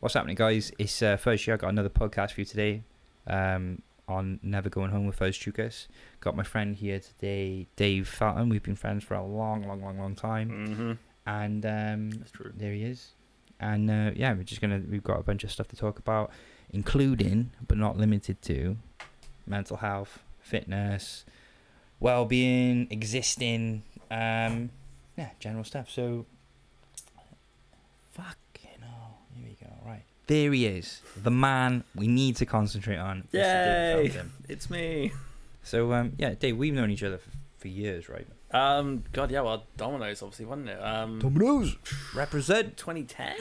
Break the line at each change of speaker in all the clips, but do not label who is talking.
What's happening, guys? It's uh, Thursday. I got another podcast for you today um, on Never Going Home with Fuzz Chukas. Got my friend here today, Dave Felton. We've been friends for a long, long, long, long time,
Mm-hmm.
and um,
That's true.
there he is. And uh, yeah, we're just gonna we've got a bunch of stuff to talk about, including but not limited to mental health, fitness, well-being, existing, um, yeah, general stuff. So, fucking hell, here we go. Right there, he is, the man we need to concentrate on. Mr. David
Yay!
Felton.
It's me.
So um, yeah, Dave, we've known each other for, for years, right?
Um, God, yeah, well, Domino's obviously, wasn't it? Um,
Dominoes represent.
2010? I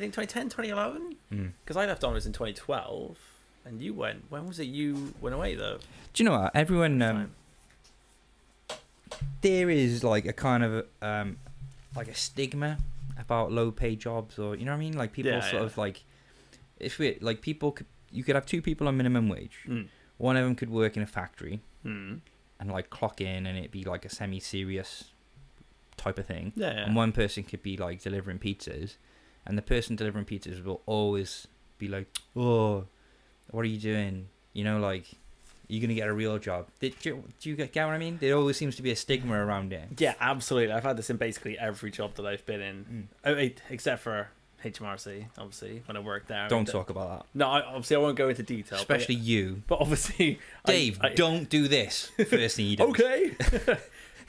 think 2010, 2011?
Mm.
Because I left Domino's in 2012, and you went. When was it you went away, though?
Do you know what? Everyone um,
Time.
there is like a kind of um like a stigma about low pay jobs or you know what I mean like people
Yeah,
sort
yeah.
of like if we like people could you could have two people on minimum wage
Mm.
one of them could work in a factory
Mm.
and like clock in and it'd be like a semi serious type of thing
Yeah, yeah.
and one person could be like delivering pizzas and the person delivering pizzas will always be like oh what are you doing you know like you're gonna get a real job Did, do, you, do you get, get what I mean there always seems to be a stigma around it
Yeah, absolutely. I've had this in basically every job that I've been in, oh, wait, except for HMRC, obviously, when I worked there.
Don't talk about
No, I, obviously, I won't go into detail.
that.
but-
Especially you.
But, obviously. I-
Dave,
I-
don't do this. First thing you do.
okay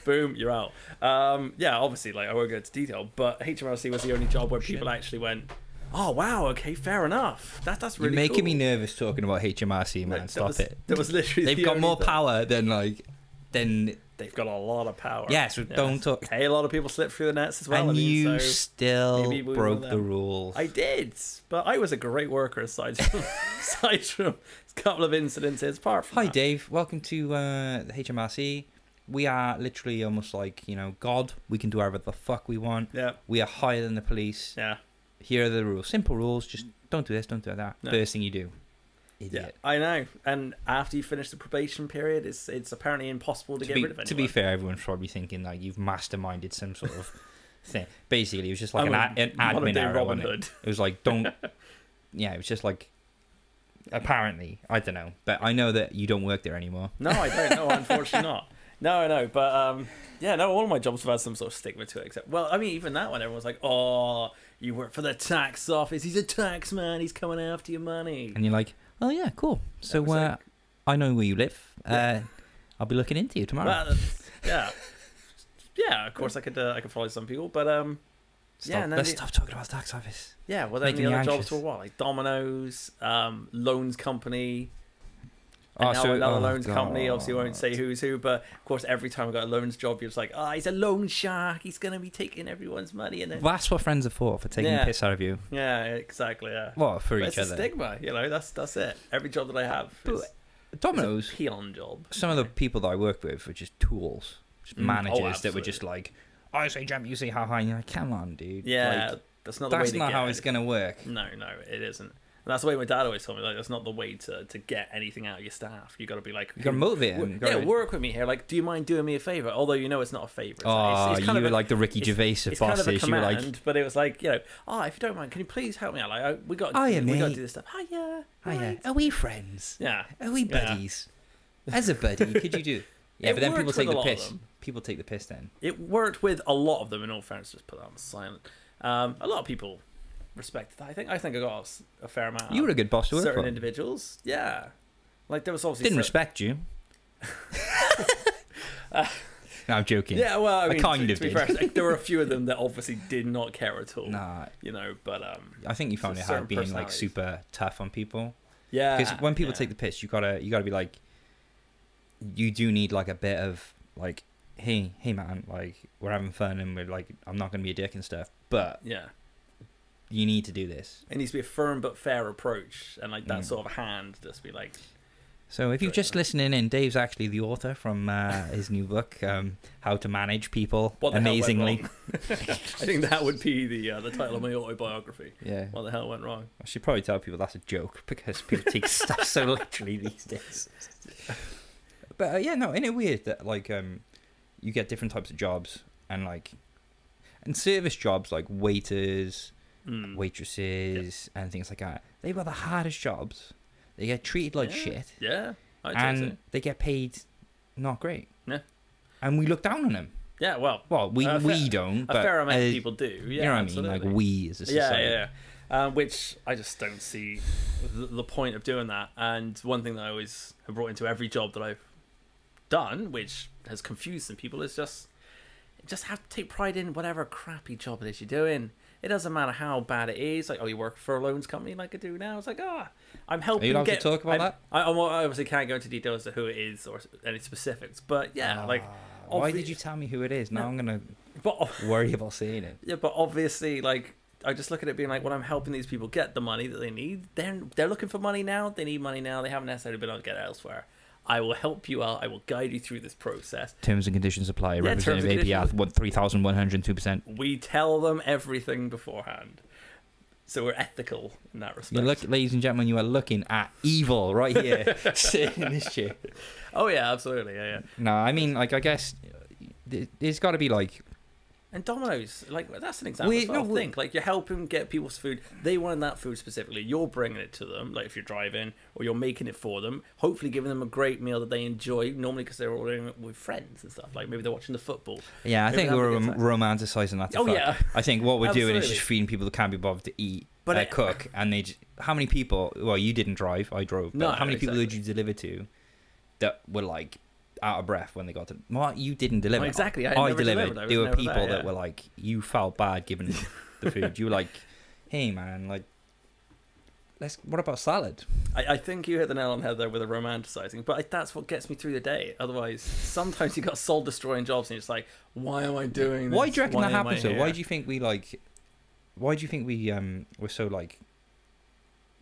boom you're out um yeah obviously like i won't go into detail but hmrc was the only job where people actually went oh wow okay fair enough that, that's
You're
really
making
cool.
me nervous talking about HMRC, man.
Like, that
Stop
was-
it.
that was literally
They've
the
got
only
more
thing.
power than, like, than.
they've got a lot of power
Yeah, so don't talk.
hey a lot of people slip through the nets as well
and
I mean,
you
so
still
maybe we
broke
will,
the
um,
rules.
i did but i was a great worker aside from aside from a couple of incidences apart from
Hi,
that.
Dave. Welcome to uh, the HMRC. We are literally almost like, you know, God. We can do whatever the fuck we want.
yeah
We are higher than the police.
yeah
Here are the rules. Simple rules. Just don't do this, don't do that.
No.
First thing you do.
yeah,
Idiot.
I know. And after you finish the probation period, it's it's apparently impossible to,
to
get
be,
rid of anyone.
to be fair, everyone's probably thinking like you've masterminded some sort of thing. Basically, it was just like an, ad- an admin
modern-day
error.
Robin
wasn't it?
Hood.
It was like don't. yeah, it was just like. Apparently, I don't know, but I know that you don't work there anymore.
No, I don't. No, unfortunately not. No, I know. But um, yeah, no, all my jobs have had some sort of stigma to it. Except, well, I mean, even that one, everyone's like, oh, you work for the tax office. He's a tax man. He's coming after your money.
And you're like, oh yeah, cool. So
was
uh, I know where you live. Uh, I'll be looking into you tomorrow.
Well, that's- yeah. Yeah, of course I could uh, I could follow some people, but um,
stop.
yeah, no,
Let's
the-
stop talking about tax office.
yeah. Well, then
Making
the
you
other
anxious.
jobs were what like Domino's, um, loans company,
Oh,
and now
so-
another
oh,
loans company.
God.
Obviously, won't say who's who, but of course, every time I got a loans job, you're just like, ah, he's a loan shark. He's gonna be taking everyone's money, and then
That's what friends are for, for taking the
Yeah.
piss out of you.
yeah, exactly, yeah.
Well, for
But
each
it's a
other.
stigma, you know. That's that's it. Every job that I have
But
is, is
Domino's.
a peon job.
some of the people that I work with were just tools, just
Mm. Oh,
managers that were just like, "Oh, I say jump, you say how high, and you're like, come on, dude.
Yeah,
Like,
that's not the way
that's
to
not
get Mm.
how it's going to work.
No, no, it isn't. And that's the way my dad always told me. Like, that's not the way to, to get anything out of your staff. You got to be like,
You got to motivate
"Wo-
him.
yeah, work with me here. Like, do you mind doing me a favor? Although you know it's not a favor. It's,
Oh,
it's, it's
you
kind
were
of a,
like the Ricky
it's-
Gervais of
it's kind of a
bosses. you were
command,
like,
but it was like you know, oh, if you don't mind, can you please help me out? Like, oh, we got,
Hiya,
we
mate.
got to do this stuff. Hiya,
hiya,
right.
"Oh, are we friends?
yeah,
Are we
Yeah.
buddies? As a buddy, could you do? Yeah,
It
but then
worked
people
with
take
a
the
lot of
piss.
them.
People take the piss then.
It worked with a lot of them. In all fairness, just put that on silent. Um, a lot of people respected that. I think. I think I got a s- a fair amount.
You were a good boss to
of
work
Uh, certain
for.
individuals. Yeah, like there was obviously
Didn't
cer-
respect you. no, I'm joking.
Yeah, well, I, mean,
kind
to,
of
to be
did.
fair, like, there were a few of them that obviously did not care at all.
Nah,
You know, but um,
I think you found
So
it hard
certain
being like
personalities.
super tough on people.
yeah,
because when people
yeah.
take the piss, you gotta you gotta be like, you do need like a bit of like, hey hey man, like we're having fun and we're like I'm not gonna be a dick and stuff, but
yeah,
you need to do this.
it needs to be a firm but fair approach, and like that
Mm.
sort of hand, just be like,
So if you're
Correct.
just listening in, Dave's actually the author from uh, his new book, um, How to Manage People.
what the
amazingly,
Hell went wrong? I think that would be the uh, the title of my autobiography.
yeah.
What the hell went wrong?
I should probably tell people that's a joke because people take stuff so literally these days. But uh, yeah, no, isn't it weird that like um, you get different types of jobs and like, and service jobs like waiters,
Mm.
waitresses, and things like that. They've got the hardest jobs. They get treated like
Yeah.
shit,
Yeah. I'd say so.
and they get paid not great.
Yeah.
And we look down on them.
Yeah, well,
Well, we
A
we
fair-
don't.
a
but,
fair amount
uh,
of people do. Yeah,
you know what I mean?
absolutely.
Like we as a
yeah,
society.
yeah, yeah. Um, which I just don't see the, the point of doing that. And one thing that I always have brought into every job that I've done, which has confused some people, is just just have to take pride in whatever crappy job it is you're doing. It doesn't matter how bad it is. Like, oh, you work for a loans company, like I do now. It's like, ah, I'm helping.
allowed to
get-
talk about
I'm-
that?
I, I'm- I obviously can't go into details of who it is or any specifics, but yeah, like,
Ah, why did
obvi-
you tell me who it is? Now
No.
I'm gonna
but
worry about saying it.
Yeah, but obviously, like I just look at it being like, well, I'm helping these people get the money that they need. They're they're looking for money now. They need money now. They haven't necessarily been able to get it elsewhere. I will help you out. I will guide you through this process.
Terms and conditions apply.
terms and
Representative APR
conditions.
one three thousand one hundred two percent.
We tell them everything beforehand, so we're ethical in that
You
respect.
look, ladies and gentlemen, you are looking at evil right here, sitting in this chair.
oh yeah, absolutely, yeah, yeah.
No, I mean, like, I guess th- there's got to be like,
And Domino's, like that's an example.
We-
of what
no,
I
we-
think like you're helping get people's food. They wanted that food specifically. You're bringing it to them. Like if you're driving or you're making it for them. Hopefully, giving them a great meal that they enjoy. Normally, because they're ordering it with friends and stuff. Like maybe they're watching the football.
yeah, I
Maybe
think
that'd
we're
be a
rom-
good
romanticizing that. to
Oh,
fuck.
yeah.
I think what we're doing is
Absolutely.
just feeding people that can't be bothered to eat,
But
but uh,
it-
cook, and they. Just, how many people? Well, you didn't drive. I drove. But
No,
how many people did
exactly.
you deliver to that were like out of breath when they got to? Well, you didn't deliver.
Well, exactly, I
I,
never
delivered.
delivered, I was
there were
never
people
there,
that
yeah.
were like, you felt bad giving the food. You were like, hey man, like, let's. What about salad?
I, I think you hit the nail on the head there with the romanticizing, but I, that's what gets me through the day. Otherwise, sometimes you got soul destroying jobs, and you're just like, why am I doing this?
Why do you reckon
Why
that
am I
happens? Though? Why
here?"
do you think we like? Why do you think we um we're so like?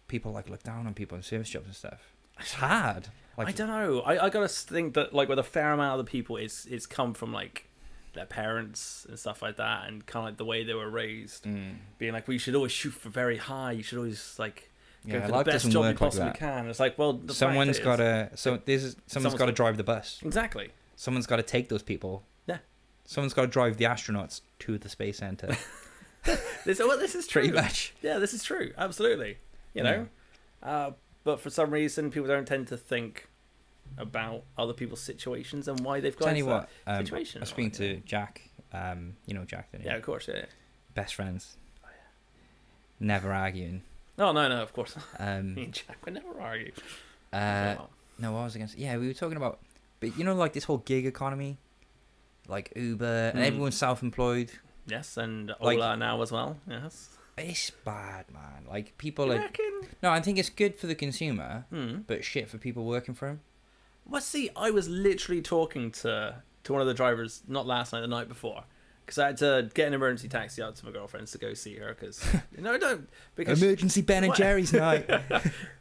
People like look down on people in service jobs and stuff. It's hard. Like
I don't know. I, I gotta think that like with a fair amount of the people, it's it's come from like their parents and stuff like that, and kind of like the way they were raised,
Mm.
being like, "We should always shoot for very high. You should always like go
yeah,
for the
life
best
doesn't
job you
work like
possibly
that.
can." It's like, well, the
Someone's
fact
got
is-
to. So there's someone's
Someone's-
got to drive the bus.
exactly.
Someone's got to take those people.
Yeah.
Someone's got to drive the astronauts to the space center.
This well, this is
Pretty
true.
much.
Yeah, this is true. Absolutely. You know, uh, but for some reason, people don't tend to think about other people's situations and why they've got
Tell you
into that
what. Um, I
situation.
was speaking to Jack. Um, you know Jack. don't you?
yeah, of course, Oh, yeah. yeah.
Best friends. Never arguing.
Oh no, no, of course. Me
Um,
and Jack would never argue.
uh, No, what was I going to say? Yeah, we were talking about, but you know, like this whole gig economy, like Uber, and
Mm.
everyone's self-employed.
yes, and
like-
Ola now as well. Yes.
It's bad, man. Like people
You
are.
reckon?
No, I think it's good for the consumer,
Hmm.
but shit for people working for him.
Well, see, I was literally talking to to one of the drivers not last night, the night before, because I had to get an emergency taxi out to my girlfriend's to go see her. Because you know, I don't because she-
Emergency Ben and
What?
Jerry's night.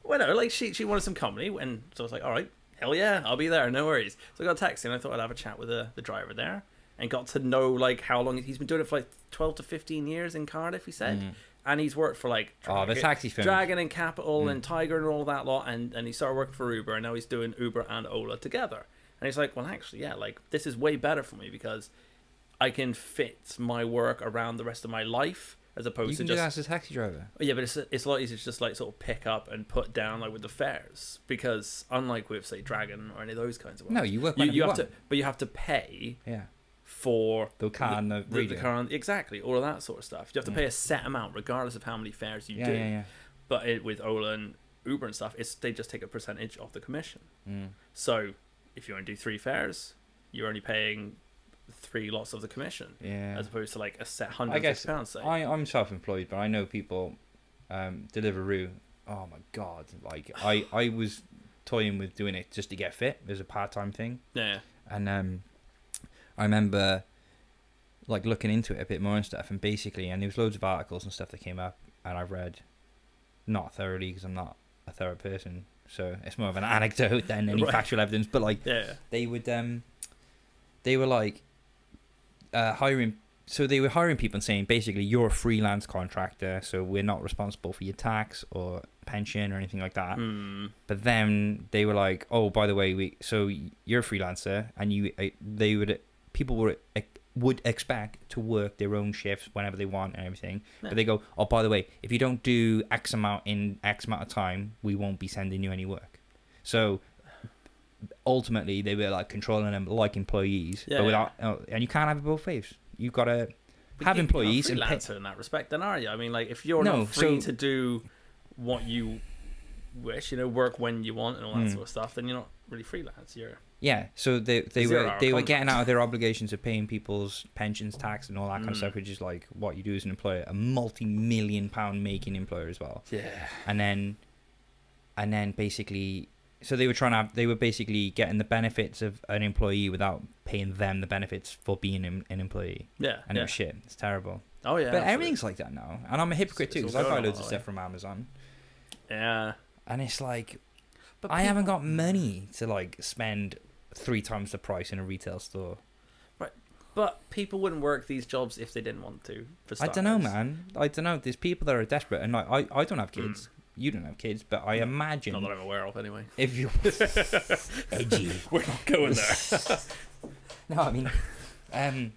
Well, no, like she she wanted some comedy, and so I was like, all right, hell yeah, I'll be there, no worries. So I got a taxi, and I thought I'd have a chat with the, the driver there, and got to know like how long he's been doing it for like twelve to fifteen years in Cardiff. He said,
Mm.
and he's worked for like
Oh, the
Dragon-
taxi firm.
Dragon and Capital and
Hmm.
Tiger and all that lot, and and he started working for Uber, and now he's doing Uber and Ola together. And he's like, well, actually, yeah, like this is way better for me because I can fit my work around the rest of my life as opposed
You can
to
do
just
that as a taxi driver.
Oh, Yeah, but it's it's a lot easier to just like sort of pick up and put down like with the fares because unlike with say Dragon or any of those kinds of ones,
No, you work.
you,
whenever
you have
want.
to but you have to pay
Yeah,
for
the car and the,
the, the
radio.
car and- exactly all of that sort of stuff. You have to
Yeah.
pay a set amount regardless of how many fares you
yeah,
do.
yeah, yeah,
But it, with Ola and Uber and stuff, it's they just take a percentage of the commission.
Mm.
So if you only do three fares, you're only paying three lots of the commission
yeah.
as opposed to like a set hundred
I guess
pounds. Say.
I, I'm self-employed, but I know people, um, Deliveroo. Oh my god! Like I, I was toying with doing it just to get fit. There's a part-time thing.
yeah,
and um, I remember like looking into it a bit more and stuff, and basically, and there was loads of articles and stuff that came up, and I read not thoroughly because I'm not a thorough person, so it's more of an anecdote than any
Right.
factual evidence. But like
yeah,
they would, um, they were like uh, hiring. So they were hiring people and saying basically you're a freelance contractor, so we're not responsible for your tax or pension or anything like that.
Hmm.
But then they were like, "Oh, by the way, we so you're a freelancer, and you uh, they would people were uh, would expect to work their own shifts whenever they want and everything.
Yeah.
But they go, oh, by the way, if you don't do X amount in X amount of time, we won't be sending you any work. So ultimately, they were like controlling them like employees,
Yeah,
but
yeah.
without, oh, and you can't have it both ways. You've got to
But
have
you- you're not
employees and pay-
freelancer in that respect, then are you? I mean, like if you're
No,
not free
so-
to do what you wish, you know, work when you want and all that
Hmm.
sort of stuff, then you're not really freelance. You're
Yeah, so they they
Zero
were
hour
they were
contract.
getting out of their obligations of paying people's pensions, tax, and all that kind of
Mm.
stuff, which is like what you do as an employer, a multi-million pound making employer as well.
yeah,
And then, and then basically, so they were trying to have, they were basically getting the benefits of an employee without paying them the benefits for being an, an employee,
yeah,
and it
yeah.
was shit. It's terrible.
Oh yeah,
but
absolutely.
everything's like that now, and I'm a hypocrite
It's-
too
it's
because
all
I buy
going
loads
on
of
that
stuff
way.
from Amazon,
yeah.
and it's like
But
I haven't
people-
got money to like spend three times the price in a retail store.
But people wouldn't work these jobs if they didn't want to. For
I don't know,
starters.
man. I don't know. There's people that are desperate, and like, I, I don't have kids. You don't have kids, but I
No, Mm. Not
imagine
that I'm aware of, anyway.
if you edgy.
We're not going there.
no, I mean, um,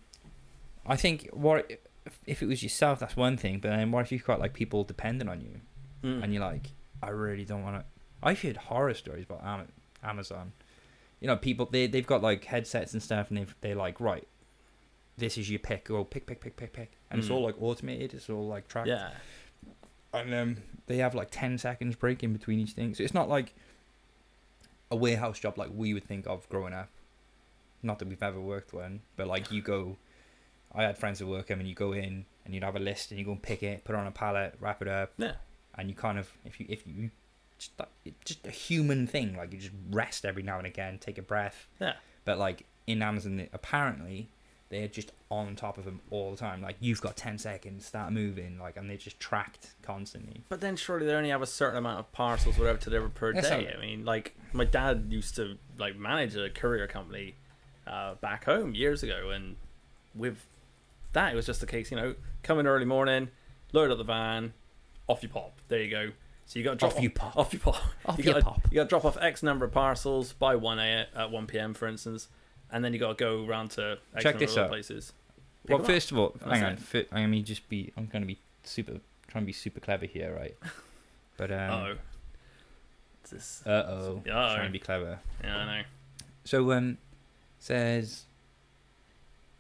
I think what if- if it was yourself, that's one thing. But then what if you've got like people dependent on you,
Mm.
and you're like, I really don't want to. I've heard horror stories about Am- Amazon. You know, people they they've got like headsets and stuff, and they they're like, right, this is your pick. Go pick, pick, pick, pick, pick, and it's
Mm.
all like automated. It's all like tracked
yeah,
and um, they have like 10 seconds break in between each thing so it's not like a warehouse job like we would think of growing up not that we've ever worked one but like you go i had friends who work them and you go in and you'd have a list and you go and pick it put it on a pallet wrap it up
yeah.
and you kind of if you if you just that- it's just a human thing like you just rest every now and again take a breath
Yeah.
but like in amazon they- apparently they're just on top of them all the time like you've got 10 seconds start moving like and they're just tracked constantly
But then surely they only have a certain amount of parcels whatever to deliver per
That's
day.
not-
I mean, like my dad used to like manage a courier company uh, back home years ago, and with that it was just the case, you know, come in early morning, load up the van, off you pop. There you go. So you got to drop
Off you pop.
Off you pop.
Off
you
you
gotta-
pop.
You got to drop off X number of parcels by one a at one p.m. for instance, and then you got to go round to X
Check
number
this
of other
out.
places. Pick
Well,
them up.
first of all, hang
That's
on.
it.
Fi- I mean, just be. I'm going to be super. Trying to be super clever here, right? But um.
Uh-oh. It's This,
Uh oh.
Uh-oh.
Trying to be clever.
yeah, I know.
So um, says.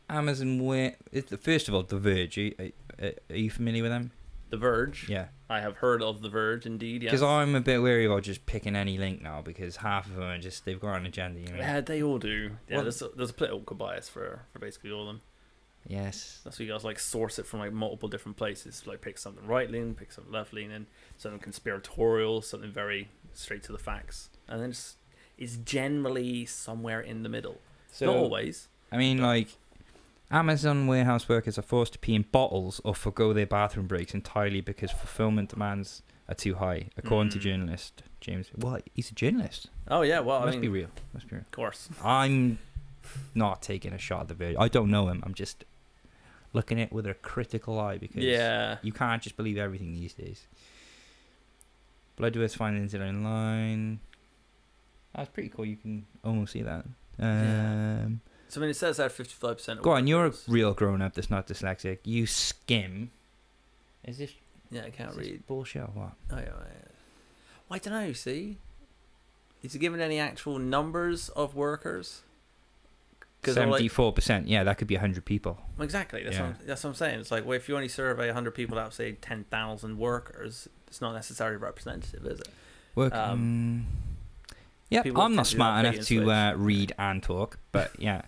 Amazon where it, first of all, The Verge. Are, are, are you familiar with them?
The Verge.
Yeah.
I have heard of The Verge, indeed. Yes.
Because I'm a bit wary about just picking any link now because half of them are just they've got an agenda. You know.
Yeah, they all do. Yeah,
Well-
there's a, there's a political bias for for basically all of them.
Yes.
That's why you guys like source it from like multiple different places. Like pick something right leaning, pick something left leaning, something conspiratorial, something very straight to the facts, and then just it's generally somewhere in the middle.
So
Not always.
I mean, like, Amazon warehouse workers are forced to pee in bottles or forgo their bathroom breaks entirely because fulfillment demands are too high, according to
Mm.
journalist James. Well, he's a journalist.
Oh yeah, well I
Must
mean,
be real. Must be real.
of course.
I'm not taking a shot at the video. I don't know him. I'm just looking at it with a critical eye because
Yeah.
you can't just believe everything these days. Bloodworth's findings are online. That's pretty cool. You can almost see that. Um,
Yeah. So I mean, it says that 55% of
Go on, you're a
workers-
real grown up that's not dyslexic. You skim. Is this,
Yeah, I can't
is this
read.
bullshit or what?
Oh, yeah, yeah. Well, I don't know. See, is it given any actual numbers of workers? 'Cause I'm like-
74%. Yeah, that could be 100 people.
Well, Exactly. That's, what I'm, that's what I'm saying. It's like, well, if you only survey 100 people out of, say, 10,000 workers, it's not necessarily representative, is it?
Work. Um,
Um,
yeah,
people
I'm
tend
not
to do
smart
that
enough
big and
to uh, read and talk, but yeah.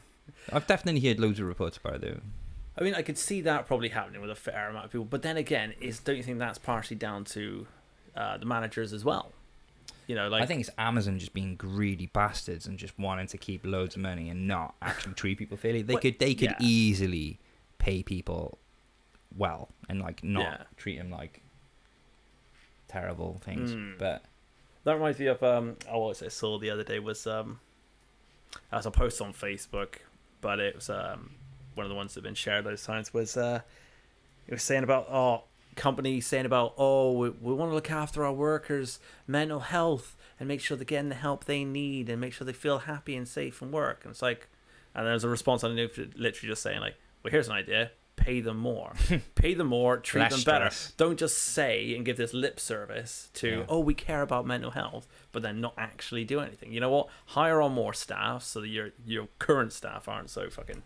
I've definitely heard loads of reports about it, though.
I mean, I could see that probably happening with a fair amount of people. But then again, is don't you think that's partially down to uh, the managers as well? You know, like,
I think it's Amazon just being greedy bastards and just wanting to keep loads of money and not actually treat people fairly. They
Well,
could they could
yeah.
easily pay people well and like not
Yeah.
treat them like terrible things,
Mm.
but
That reminds me of um oh what was it I saw the other day was um that was a post on Facebook, but it was um one of the ones that have been shared those times was uh it was saying about oh companies saying about oh we, we want to look after our workers mental health and make sure they're getting the help they need and make sure they feel happy and safe from work and it's like and there was a response on the news literally just saying like well, here's an idea. Pay them more. Pay them more. Treat
Less
them better.
stress.
Don't just say and give this lip service to,
Yeah.
oh, we care about mental health, but then not actually do anything. You know what? Hire on more staff so that your your current staff aren't so fucking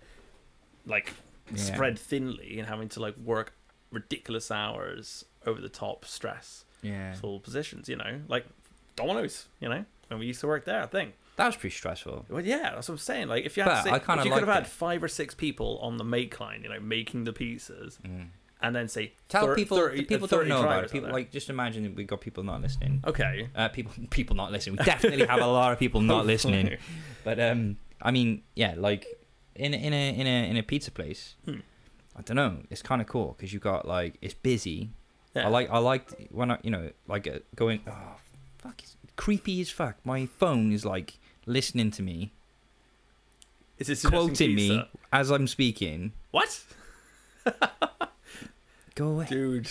like
Yeah.
spread thinly and having to like work ridiculous hours over the top stressful
Yeah.
positions. You know, like Domino's. You know, when we used to work there, I think.
That was pretty stressful.
Well, yeah, that's what I'm saying. Like, if you
But
had
I
six,
kinda
if you could have
liked
had
it.
five or six people on the make line, you know, making the pizzas, and then say
Mm. Tell
thir-
people.
30
the people
uh,
don't
30
know about it.
drivers out
People
there.
like just imagine we got people not listening.
okay, Oh,
Uh, people, people not listening. We definitely have a lot of people not listening. But um, I mean, yeah, like in a- in a in a in a pizza place,
Hmm.
I don't know. It's kind of cool because you got like it's busy.
Yeah.
I like I liked when I you know like uh, going oh fuck it's creepy as fuck. My phone is like listening to me,
Is this
quoting
suggesting
me
pizza?
as I'm speaking.
What,
Go away.
dude?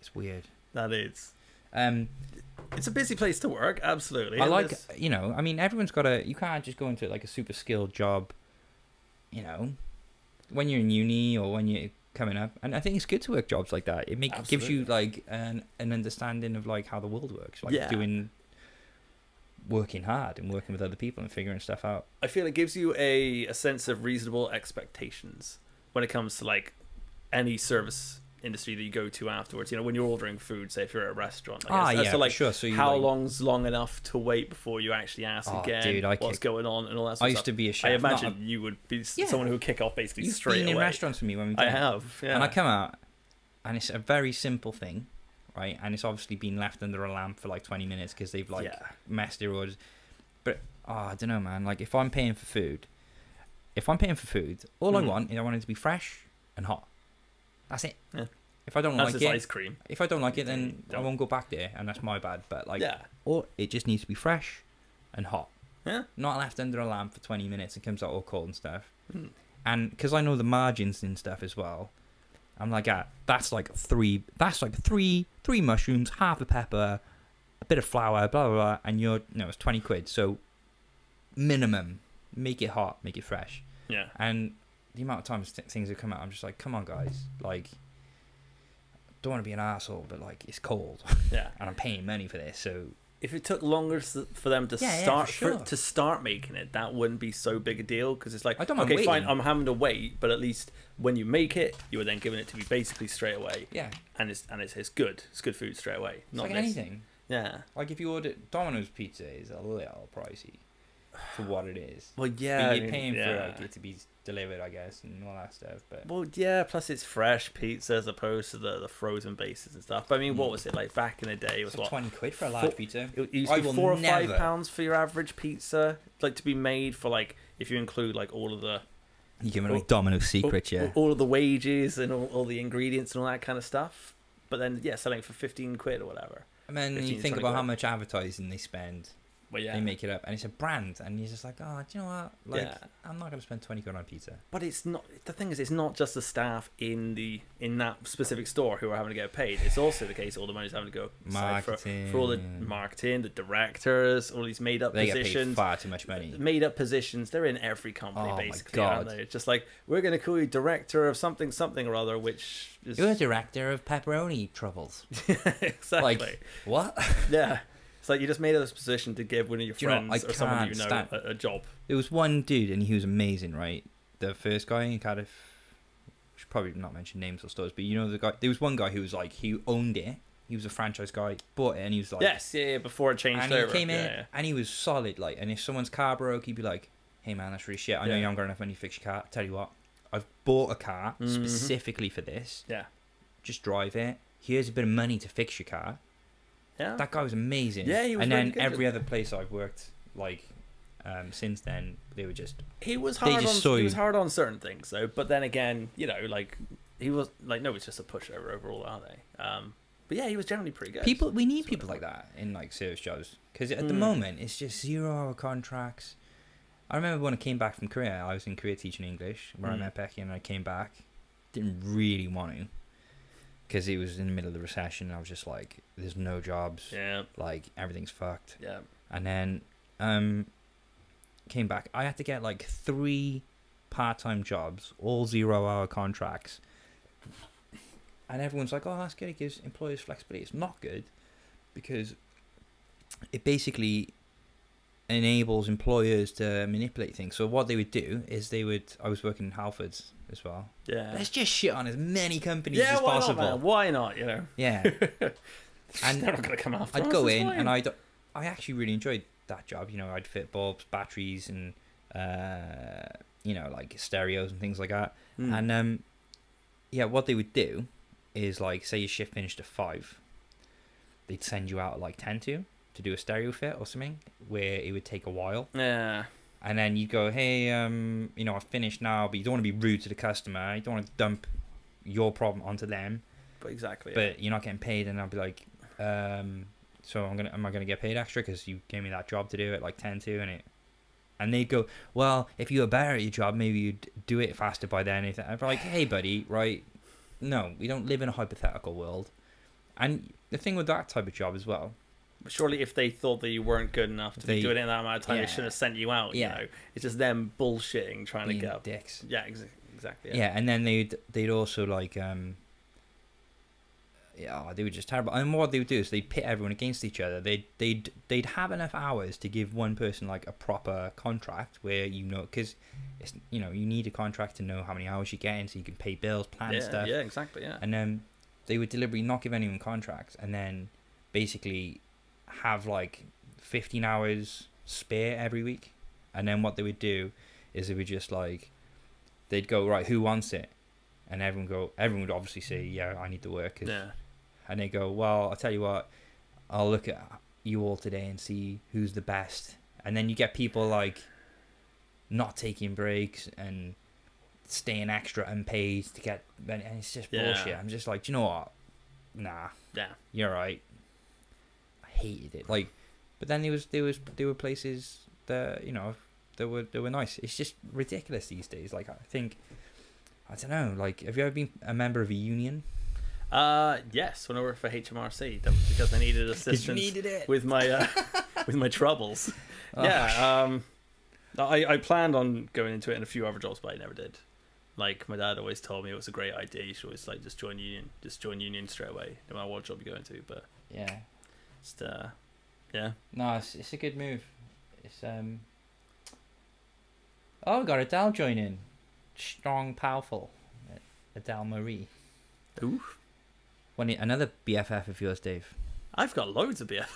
It's weird.
That is.
Um,
It's a busy place to work. Absolutely.
I
and
like
there's-
you know I mean everyone's got a you can't just go into like a super skilled job, you know, when you're in uni or when you're coming up. And I think it's good to work jobs like that. It makes gives you
Absolutely.
like an an understanding of like how the world works, like
Yeah.
doing working hard and working with other people and figuring stuff out.
I feel it gives you a, a sense of reasonable expectations when it comes to like any service industry that you go to afterwards. You know, when you're ordering food, say if you're at a restaurant, like,
ah,
as- as
yeah,
to, like
sure. So you,
how
like-
long's long enough to wait before you actually ask
Oh,
again
dude, I
what's
kick-
going on and all that
I
sort of
used
stuff.
to be a chef.
I
not
imagine
a-
you would be s
Yeah.
someone who would kick off basically
you've
straight
been
away.
in restaurants with me when we.
I have, yeah.
And I come out, and it's a very simple thing, right? And it's obviously been left under a lamp for like 20 minutes because they've like
yeah.
messed their orders. But oh, I don't know, man. Like if I'm paying for food, if I'm paying for food, all I
Mm.
want is I want it to be fresh and hot. That's it.
Yeah.
If I don't
That's
like
just
it,
ice cream.
if I don't like it, then
Don't.
I won't go back there, and that's my bad. But like,
yeah.
or it just needs to be fresh and hot.
Yeah.
Not left under a lamp for 20 minutes and comes out all cold and stuff
Mm.
and because I know the margins and stuff as well, I'm like, ah, that's like three, that's like three, three mushrooms, half a pepper, a bit of flour, blah blah, blah and you're no, it's twenty quid. So minimum, make it hot, make it fresh,
Yeah.
and the amount of times th- things have come out, I'm just like, come on, guys, like, don't want to be an asshole, but like, it's cold,
Yeah.
and I'm paying money for this, so
If it took longer s- for them to
Yeah, yeah, for
start for-
sure.
to start making it, that wouldn't be so big a deal because it's like
I don't mind
okay, fine,
waiting.
I'm having to wait, but at least when you make it, you are then giving it to me basically straight away,
yeah,
and it's and it's, it's good, it's good food straight away.
it's
not
like
this.
anything.
Yeah.
Like if you order Domino's pizza, is a little pricey for what it is.
Well, yeah.
But
I
you're
mean,
paying
yeah.
for like, it to be delivered, I guess, and all that stuff. But
Well, yeah. Plus, it's fresh pizza as opposed to the, the frozen bases and stuff. But I mean,
Hmm.
what was it like back in the day? It was
it's like
what?
twenty quid for a large
Four-
pizza.
It used
I
to be
will
four or five
never-
pounds for your average pizza, like to be made for like if you include like all of the
You're giving
away
Domino's
all, all of the wages and all, all the ingredients and all that kind of stuff. But then yeah, selling it for fifteen quid or whatever.
And then you
15,
think
20
about how
quid.
much advertising they spend.
But yeah,
They make it up, and it's a brand, and you're just like, oh, do you know what? Like,
Yeah.
I'm not gonna spend twenty quid on pizza.
but it's not the thing is it's not just the staff in the in that specific store who are having to get paid it's also the case all the money's having to go aside for, for all the
Marketing.
marketing the directors all these made up
They get paid
positions
far too much money.
made up positions they're in every company
Oh my
basically aren't
God.
they it's just like we're going to call you director of something something or other which is
You're a director of pepperoni troubles.
exactly
What?
yeah it's like you just made up this position to give one of your
Do you know, I
friends or someone you know
can't stand-
a, a job
There was one dude, and he was amazing, right? The first guy in Cardiff. Should probably not mention names or stores, but you know the guy. There was one guy who was like he owned it. He was a franchise guy, bought it, and he was like,
yes yeah, yeah before it changed
And he
over
came in,
yeah, yeah.
and he was solid. Like, and if someone's car broke, he'd be like, "Hey man, that's really shit. I know
Yeah.
you haven't got enough money to fix your car. Tell you what, I've bought a car
Mhm.
specifically for this.
Yeah.
just drive it. Here's a bit of money to fix your car.
yeah
That guy was amazing.
Oh. Yeah, he was
And
really
then
good at
every other place I've worked, like, um, since then, they were just
he was
They
hard
just
on
saw
he was
you.
hard on certain things though but then again you know like he was like no it's just a pushover overall are they um but yeah he was generally pretty good
people we need
Sort
people
of.
like that in like service jobs because at the
Mm.
moment it's just zero hour contracts i remember when i came back from korea i was in korea teaching english where i
Mm.
met becky and i came back didn't really want to because it was in the middle of the recession and i was just like there's no jobs
yeah
like everything's fucked
yeah
and then um came back i had to get like three part-time jobs, all zero-hour contracts, and everyone's like, "Oh, that's good. It gives employers flexibility." It's not good because it basically enables employers to manipulate things. So what they would do is they would. I was working in Halfords as well.
Yeah.
Let's just shit on as many companies
Yeah,
as
why
possible.
not? Man? Why not? You know,
Yeah,
and
And
they're not gonna come after
I'd
us,
go
it's
in
fine.
and I'd I actually really enjoyed that job. You know, I'd fit bulbs, batteries, and uh, you know, like stereos and things like that.
Mm.
And um, yeah, what they would do is like, say your shift finished at five, they'd send you out at like ten to to do a stereo fit or something, where it would take a while.
yeah,
And then you'd go, hey, um, you know, I've finished now, but you don't want to be rude to the customer. You don't want to dump your problem onto them
but exactly.
but you're not getting paid and i'll be like um so i'm gonna am i gonna get paid extra because you gave me that job to do at like 10 to and it and they'd go well if you were better at your job maybe you'd do it faster by then if i'm like hey buddy right no we don't live in a hypothetical world and the thing with that type of job as well
surely if they thought that you weren't good enough to be
They-
doing it in that amount of time,
yeah.
they should have sent you out.
Yeah.
You know, it's just them bullshitting, trying
being
to get up.
dicks
Yeah, ex- exactly.
yeah. and then they'd they'd also like um yeah, oh, they were just terrible. And what they would do is they'd pit everyone against each other. They'd they'd they'd have enough hours to give one person like a proper contract where you know because it's you know you need a contract to know how many hours you're getting so you can pay bills, plan
yeah,
stuff,
yeah, exactly. Yeah.
and then they would deliberately not give anyone contracts and then basically have like 15 hours spare every week and then what they would do is they would just like they'd go right who wants it and everyone go everyone would obviously say yeah i need the work
yeah.
and they go well i'll tell you what i'll look at you all today and see who's the best and then you get people like not taking breaks and staying extra unpaid to get and it's just
Yeah.
bullshit i'm just like do you know what nah
Yeah.
you're right i hated it like but then there was there was there were places that you know that were that were nice it's just ridiculous these days like i think i don't know like have you ever been a member of a union
Uh, yes, when I worked for HMRC, that was because I needed assistance
it
with my uh, with my troubles.
Oh.
Yeah. Um, I, I planned on going into it in a few other jobs, but I never did. Like my dad always told me, it was a great idea. You should always like just join union, just join union straight away, no matter what job you go into. But
yeah
just uh, yeah,
No, it's, it's a good move. It's um. Oh, we got Adele joining. Strong, powerful. uh, Adele Marie.
Ooh.
One another BFF of yours, Dave.
I've got loads of beer.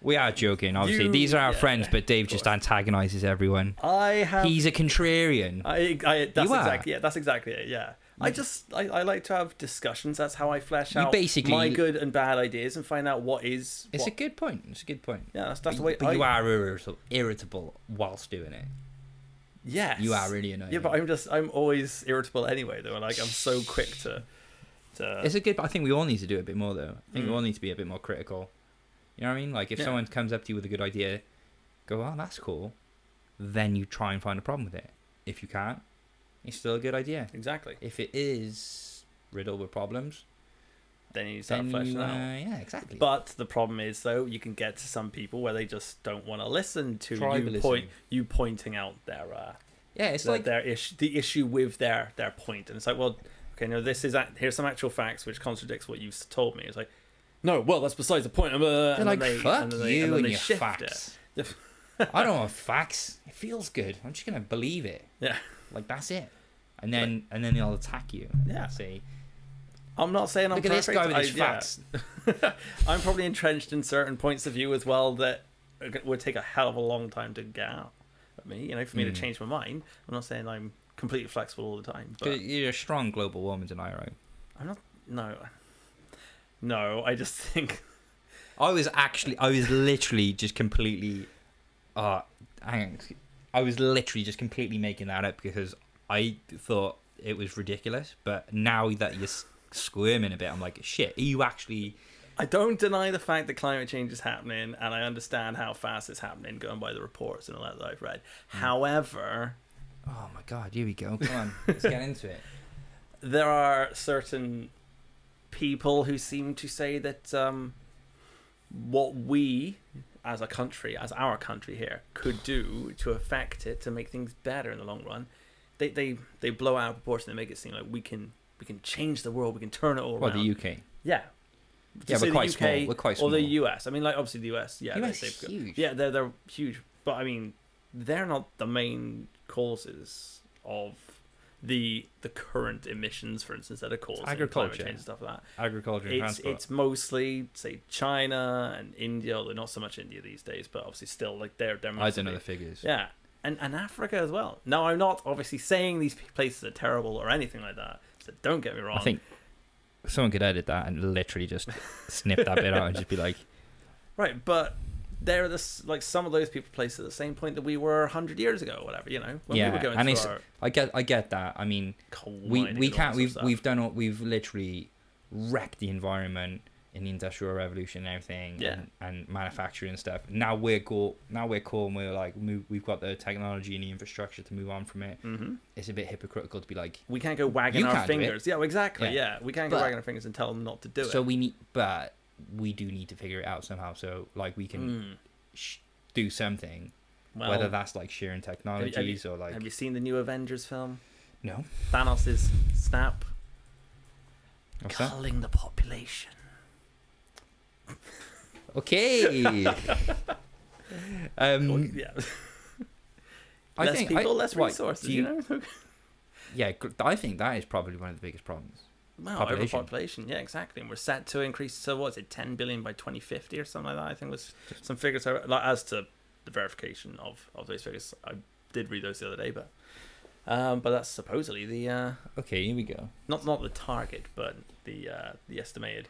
We are joking, obviously.
You-
These are our
yeah,
friends, but Dave just
course.
antagonizes everyone.
I have.
He's a contrarian.
I, I that's
You are.
exactly yeah, that's exactly it. Yeah. I
Yeah.
just I, I like to have discussions. That's how I flesh
You
out
basically-
my good and bad ideas and find out what is
It's
what.
a good point. It's a good point.
yeah, that's,
but,
that's the way
but
I,
you are irritable, irritable whilst doing it.
Yes.
You are really annoying.
Yeah, but I'm just I'm always irritable anyway though. Like I'm so quick to to
Uh, It's a good. I think we all need to do a bit more though. I think
Mm.
we all need to be a bit more critical. You know what I mean? Like if
Yeah.
someone comes up to you with a good idea, go, "Oh, that's cool," then you try and find a problem with it. If you can't, it's still a good idea.
Exactly.
If it is riddled with problems,
Then you start
then
fleshing
you, uh,
out.
yeah, exactly.
But the problem is, though, you can get to some people where they just don't want to listen to you
Tribalism.
point you pointing out their uh,
yeah, it's
their,
like
their issue, the issue with their their point, and it's like, well, okay, no, this is act- here's some actual facts which contradicts what you've told me. It's like, no, well, that's besides the point. Um, uh,
they're
and
like,
then they,
"Fuck
and then they,
you
and,
and,
then they
your
shift
facts."
It.
I don't want facts. It feels good. I'm just gonna believe it.
Yeah,
Like that's it. And then and then they'll attack you.
Yeah.
See.
I'm not saying I'm
Look at this
perfect.
guy with his
I- yeah.
facts.
I'm probably entrenched in certain points of view as well that it would take a hell of a long time to get out of me. You know, for me to
Mm.
change my mind. I'm not saying I'm completely flexible all the time,
You're-
but
You're a strong global warming denier. right?
I'm not. No, no. I just think.
I was actually, I was literally just completely, uh, hang on, I was literally just completely making that up because I thought it was ridiculous. But now that you're s- squirming a bit, I'm like, shit, are you actually?
I don't deny the fact that climate change is happening, and I understand how fast it's happening, going by the reports and all that that I've read. However,
Oh my god, here we go. Come on, let's get into it.
there are certain people who seem to say that um, what we as a country, as our country here, could do to affect it to make things better in the long run. They they, they blow out of proportion. They make it seem like we can we can change the world. We can turn it all
Well,
around.
the UK.
yeah. To
Yeah, we're
say the
quite
UK
small. We're quite small.
Or the US. I mean, like obviously the US. Yeah, they-
US is
they've got-
huge.
Yeah, they're they're huge, but I mean, they're not the main causes of the the current emissions, for instance, that are caused
agriculture.
climate change and stuff like that.
Agriculture and
It's
transport.
it's mostly say China and India, although not so much India these days, but obviously still like they're they're
I don't know
massively-
the figures.
yeah, and and Africa as well. Now I'm not obviously saying these places are terrible or anything like that. So don't get me wrong.
I think someone could edit that and literally just snip that bit out and just be like,
Right, but they're the s like some of those people placed at the same point that we were hundred years ago, or whatever. You know, when we
Yeah,
were going
and
through
it's-
our
I get, I get that. I mean,
coal
we
mining
we
and all
can't.
that
We've
sort of
we've done all. We've literally wrecked the environment in the industrial revolution and everything.
Yeah.
And, and manufacturing and stuff. Now we're cool. Now we're cool. And we're like, move, we've got the technology and the infrastructure to move on from it.
stuff. Mhm.
It's a bit hypocritical to be like,
We can't go wagging
You
our
can't do it.
fingers. Yeah, well, exactly. Yeah,
Yeah.
we can't go
But-
wagging our fingers and tell them not to do
so
it.
we need, but we do need to figure it out somehow. So like we can
Mm.
sh- do something,
Well,
whether that's like sharing
have you-
technologies or like
have you seen the new Avengers film?
no.
Thanos' snap
What's that?
culling the population.
Okay.
Well,
um,
yeah,
I
less
think I-
people, less
right,
resources.
do
You, know,
Yeah, gr- I think that is probably one of the biggest problems.
wow,
Population.
overpopulation. Yeah, exactly. And we're set to increase. So what's it, ten billion by twenty fifty or something like that? I think was some figures. I- Like, as to the verification of of those figures, I did read those the other day, but um, but that's supposedly the uh,
Okay, here we go.
not not the target, but the uh, the estimated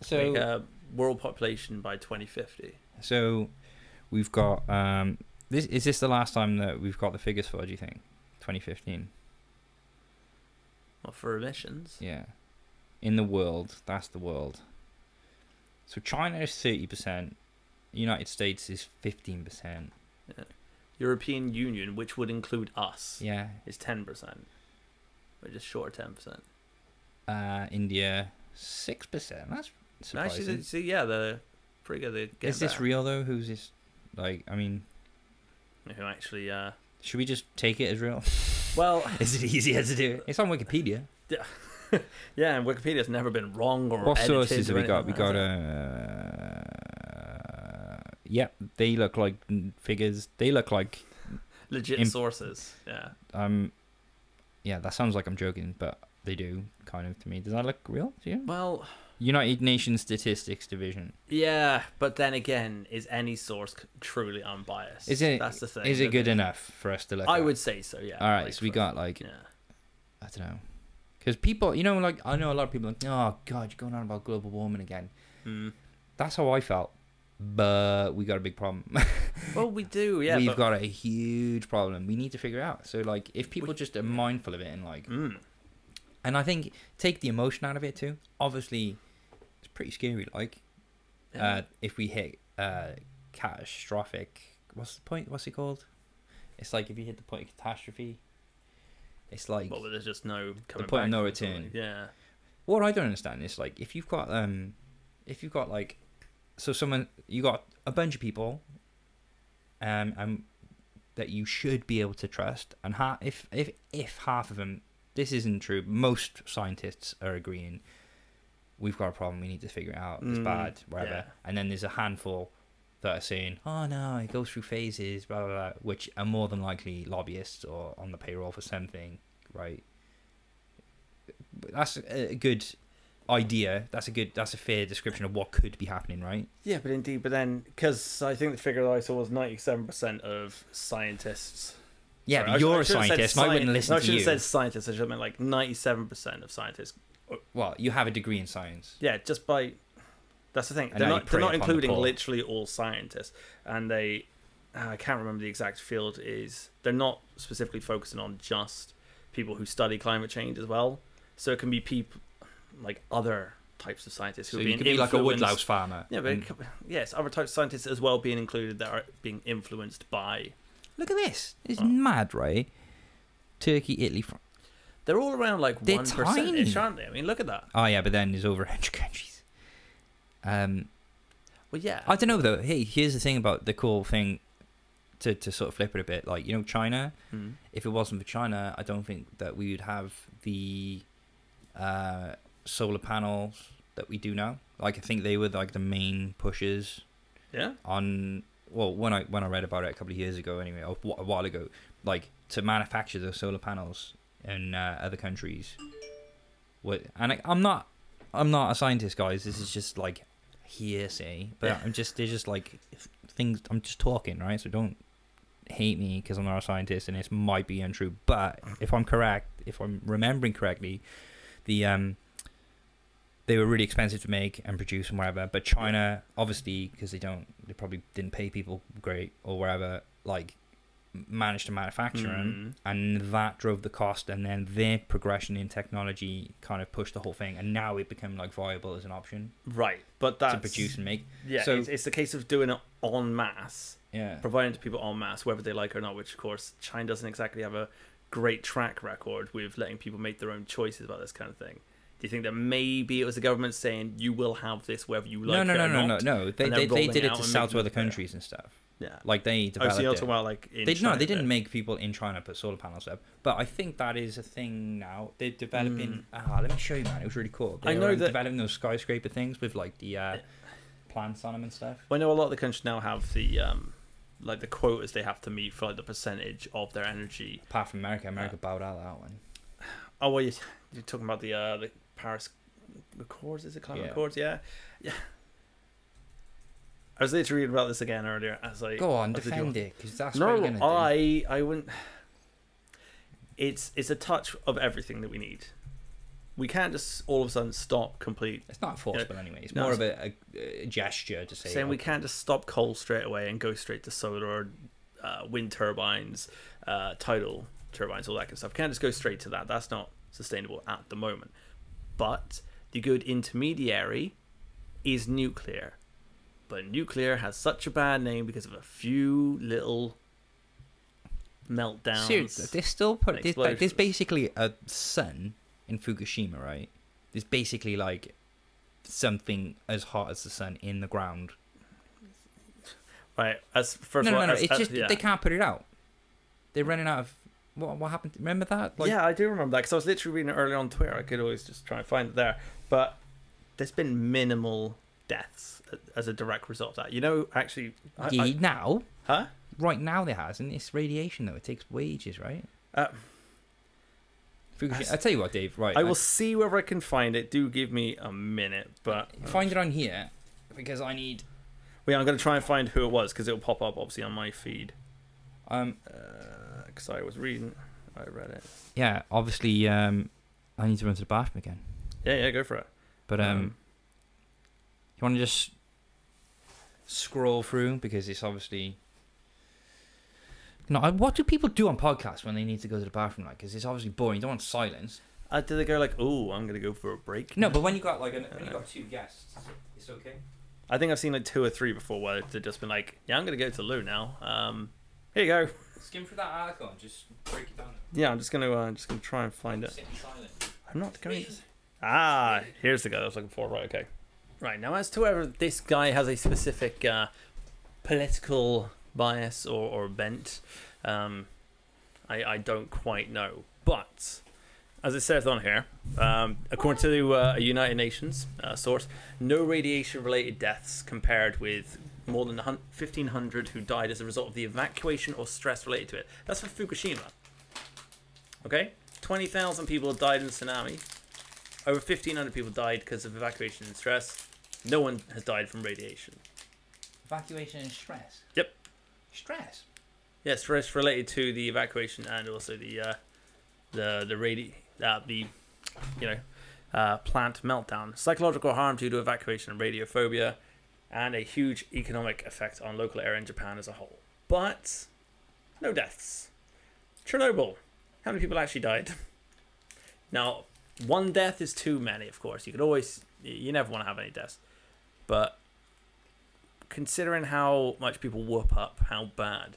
So,
like, uh, world population by twenty fifty.
so we've got um, this. Is this the last time that we've got the figures for? Do you think 2015?
Well, for emissions.
Yeah, in the world, that's the world. So China is 30 percent. United States is 15 percent.
European Union, which would include us,
Yeah,
is ten percent. We're just short ten percent.
uh, India six percent. That's surprising.
Actually, see, yeah, they're pretty good. They're getting
is this
better.
real though? Who's this? Like, I mean,
Who actually? Uh,
should we just take it as real?
well,
is it easier to do? It's on Wikipedia.
yeah, and Wikipedia's never been wrong or
What
edited
sources
or
have we got? We
anything
got
like that.
uh, yeah, they look like n- figures. They look like
legit
imp-
sources. Yeah,
um, yeah, that sounds like I'm joking, but they do kind of to me. Does that look real to you?
well,
United Nations Statistics Division.
yeah, but then again, is any source c- truly unbiased?
Is it-
That's the thing.
Is it
isn't
good enough for us to look?
I
at?
would say so. Yeah.
All right,
like
so we
for-
got like
Yeah.
I don't know, because people, you know, like I know a lot of people like, oh god, you're going on about global warming again.
Mm.
That's how I felt, but we got a big problem.
Well, we do. Oh, Yeah.
we've
but-
got a huge problem we need to figure out so like if people
We-
just are mindful of it and like
Mm.
and i think take the emotion out of it too obviously it's pretty scary like
Yeah.
uh if we hit uh catastrophic what's the point what's it called it's like if you hit the point of catastrophe it's like
well, but there's just no coming
point of
back
no
from it, so,
return.
like, Yeah.
what I don't understand is like if you've got um if you've got like so someone you got a bunch of people um and that you should be able to trust and ha- if if if half of them this isn't true most scientists are agreeing we've got a problem we need to figure it out it's
Mm,
bad whatever
yeah.
and then there's a handful that are saying oh no it goes through phases blah blah blah which are more than likely lobbyists or on the payroll for something right But that's a a good idea that's a good that's a fair description of what could be happening right
Yeah, but indeed, but then because I think the figure that I saw was ninety-seven percent of scientists.
yeah
Sorry,
but
I sh-
you're
I
a
should have said
scientist and i wouldn't
scien-
listen
no, I
to
should
you
have said scientists. I should have meant like ninety-seven percent of scientists.
well you have a degree in science
Yeah, just by. That's the thing.
And
They're
now you
not.
prey
They're not
upon the
including
poor.
literally all scientists, and they. uh, I can't remember the exact field is. They're not specifically focusing on just people who study climate change as well. So it can be people like other types of scientists
so
who are
you
being
could be like a
influenced-
woodlouse farmer
Yeah, but
and-
it could- yes, other types of scientists as well being included that are being influenced by.
look at this it's
Oh.
mad right turkey italy Fr-
They're all around like
They're
one percent,
tiny.
aren't they? I mean, look at that.
Oh yeah, but then there's over a hundred countries. Um,
Well, yeah.
I don't know though. Hey, here's the thing about the cool thing to, to sort of flip it a bit. Like, you know, China,
Mm.
if it wasn't for China, I don't think that we would have the uh, solar panels that we do now. Like, I think they were like the main pushes
Yeah.
on well when I when I read about it a couple of years ago anyway or wh- a while ago like to manufacture the solar panels in uh, other countries what and I, I'm not I'm not a scientist guys this is just like hearsay but
Yeah.
I'm just they're just like things I'm just talking right so don't hate me because I'm not a scientist and this might be untrue but if I'm correct if I'm remembering correctly the um they were really expensive to make and produce and whatever. But China, obviously, because they don't, they probably didn't pay people great or whatever, like m- managed to manufacture them,
Mm.
and that drove the cost. And then their progression in technology kind of pushed the whole thing, and now it became like viable as an option
Right, but that's
to produce and make.
Yeah,
So-
it's, it's the case of doing it en masse,
Yeah,
providing to people en masse, whether they like it or not. Which, of course, China doesn't exactly have a great track record with letting people make their own choices about this kind of thing. Do you think that maybe it was the government saying you will have this whether you like
no, no,
it
no,
or
no, no,
not?
no. They
and
they,
then
they
rolling
did it
out
to
and
sell
making
to other
it better.
countries and stuff.
Yeah,
Like they
oh,
developed.
so you're
it.
talking about like in
they no,
China,
they didn't
Make...
make people in China put solar panels up, but I think that is a thing now. They're developing. Ah, let me show you, man. It was really cool. They
Mm. I
were,
know
um,
that-
developing those skyscraper things with like the uh, plants on them and stuff.
Well, I know a lot of the countries now have the um, like the quotas they have to meet for like the percentage of their energy.
Apart from America, America bowed out of that one.
Oh well, you- you're talking about the uh, the Paris Accords, is it climate
Yeah.
Accords? Yeah, yeah. I was literally reading about this again earlier. I was like,
Go on,
I was like,
defend it, because that's what you're
No,
gonna do.
I I wouldn't. It's it's a touch of everything that we need. We can't just all of a sudden stop complete.
It's not forcible anyway. It's
no,
more of a, a, a gesture to say.
saying we
okay,
can't just stop coal straight away and go straight to solar or uh, wind turbines, uh, tidal turbines, all that kind of stuff. Can't just go straight to that. That's not sustainable at the moment. But the good intermediary is nuclear. But nuclear has such a bad name because of a few little meltdowns.
Seriously, they're still put.
and
There's, like, there's
explosions.
basically a sun in Fukushima, right? There's basically like something as hot as the sun in the ground
Right. As first
no,
of
no, no,
all,
no.
as-
It's
as-
just
yeah.
they can't put it out. They're running out of what? What happened? Remember that?
yeah, I do remember that because I was literally reading it earlier on Twitter. I could always just try and find it there. But there's been minimal deaths as a direct result of that. You know, actually, I,
yeah,
I,
now,
huh?
right now, there has, and it's radiation though. It takes wages, right?
Uh,
Fukushima. I tell you what, Dave. Right, uh,
I will see whether I can find it. Do give me a minute, but
find it on here because I need.
wait, I'm going to try and find who it was because it'll pop up obviously on my feed.
Um,
Because I was reading, I read it.
yeah, obviously, um, I need to run to the bathroom again.
Yeah, yeah, go for it.
But um, you want to just scroll through because it's obviously. No, I- what do people do on podcasts when they need to go to the bathroom? Like, because it's obviously boring. You don't want silence.
Uh, did they go like, "Oh, I'm going to go for a break"?
No, but when you got like an, when you got two guests, it's okay.
I think I've seen like two or three before where they've just been like, "Yeah, I'm going to go to the loo now." Um, here you go.
Skim through that article and just break it down.
Yeah, I'm just gonna uh, I'm just gonna try and find it.
Sit in silence.
I'm not going. Ah, here's the guy I was looking for. Right, okay. Right now, as to whether this guy has a specific uh, political bias or or bent, um, I I don't quite know. But as it says on here, um, according to uh, a United Nations uh, source, no radiation-related deaths compared with more than hun- 1,500 who died as a result of the evacuation or stress related to it. That's for Fukushima. Okay, twenty thousand people died in the tsunami. Over fifteen hundred people died because of evacuation and stress. No one has died from radiation.
Evacuation and stress.
Yep.
Stress.
Yeah, stress related to the evacuation and also the uh, the the radi- uh, the you know uh, plant meltdown. Psychological harm due to evacuation and radiophobia, and a huge economic effect on local area in Japan as a whole. But no deaths. Chernobyl. How many people actually died? Now, one death is too many. Of course, you could always you never want to have any deaths, but considering how much people whoop up, how bad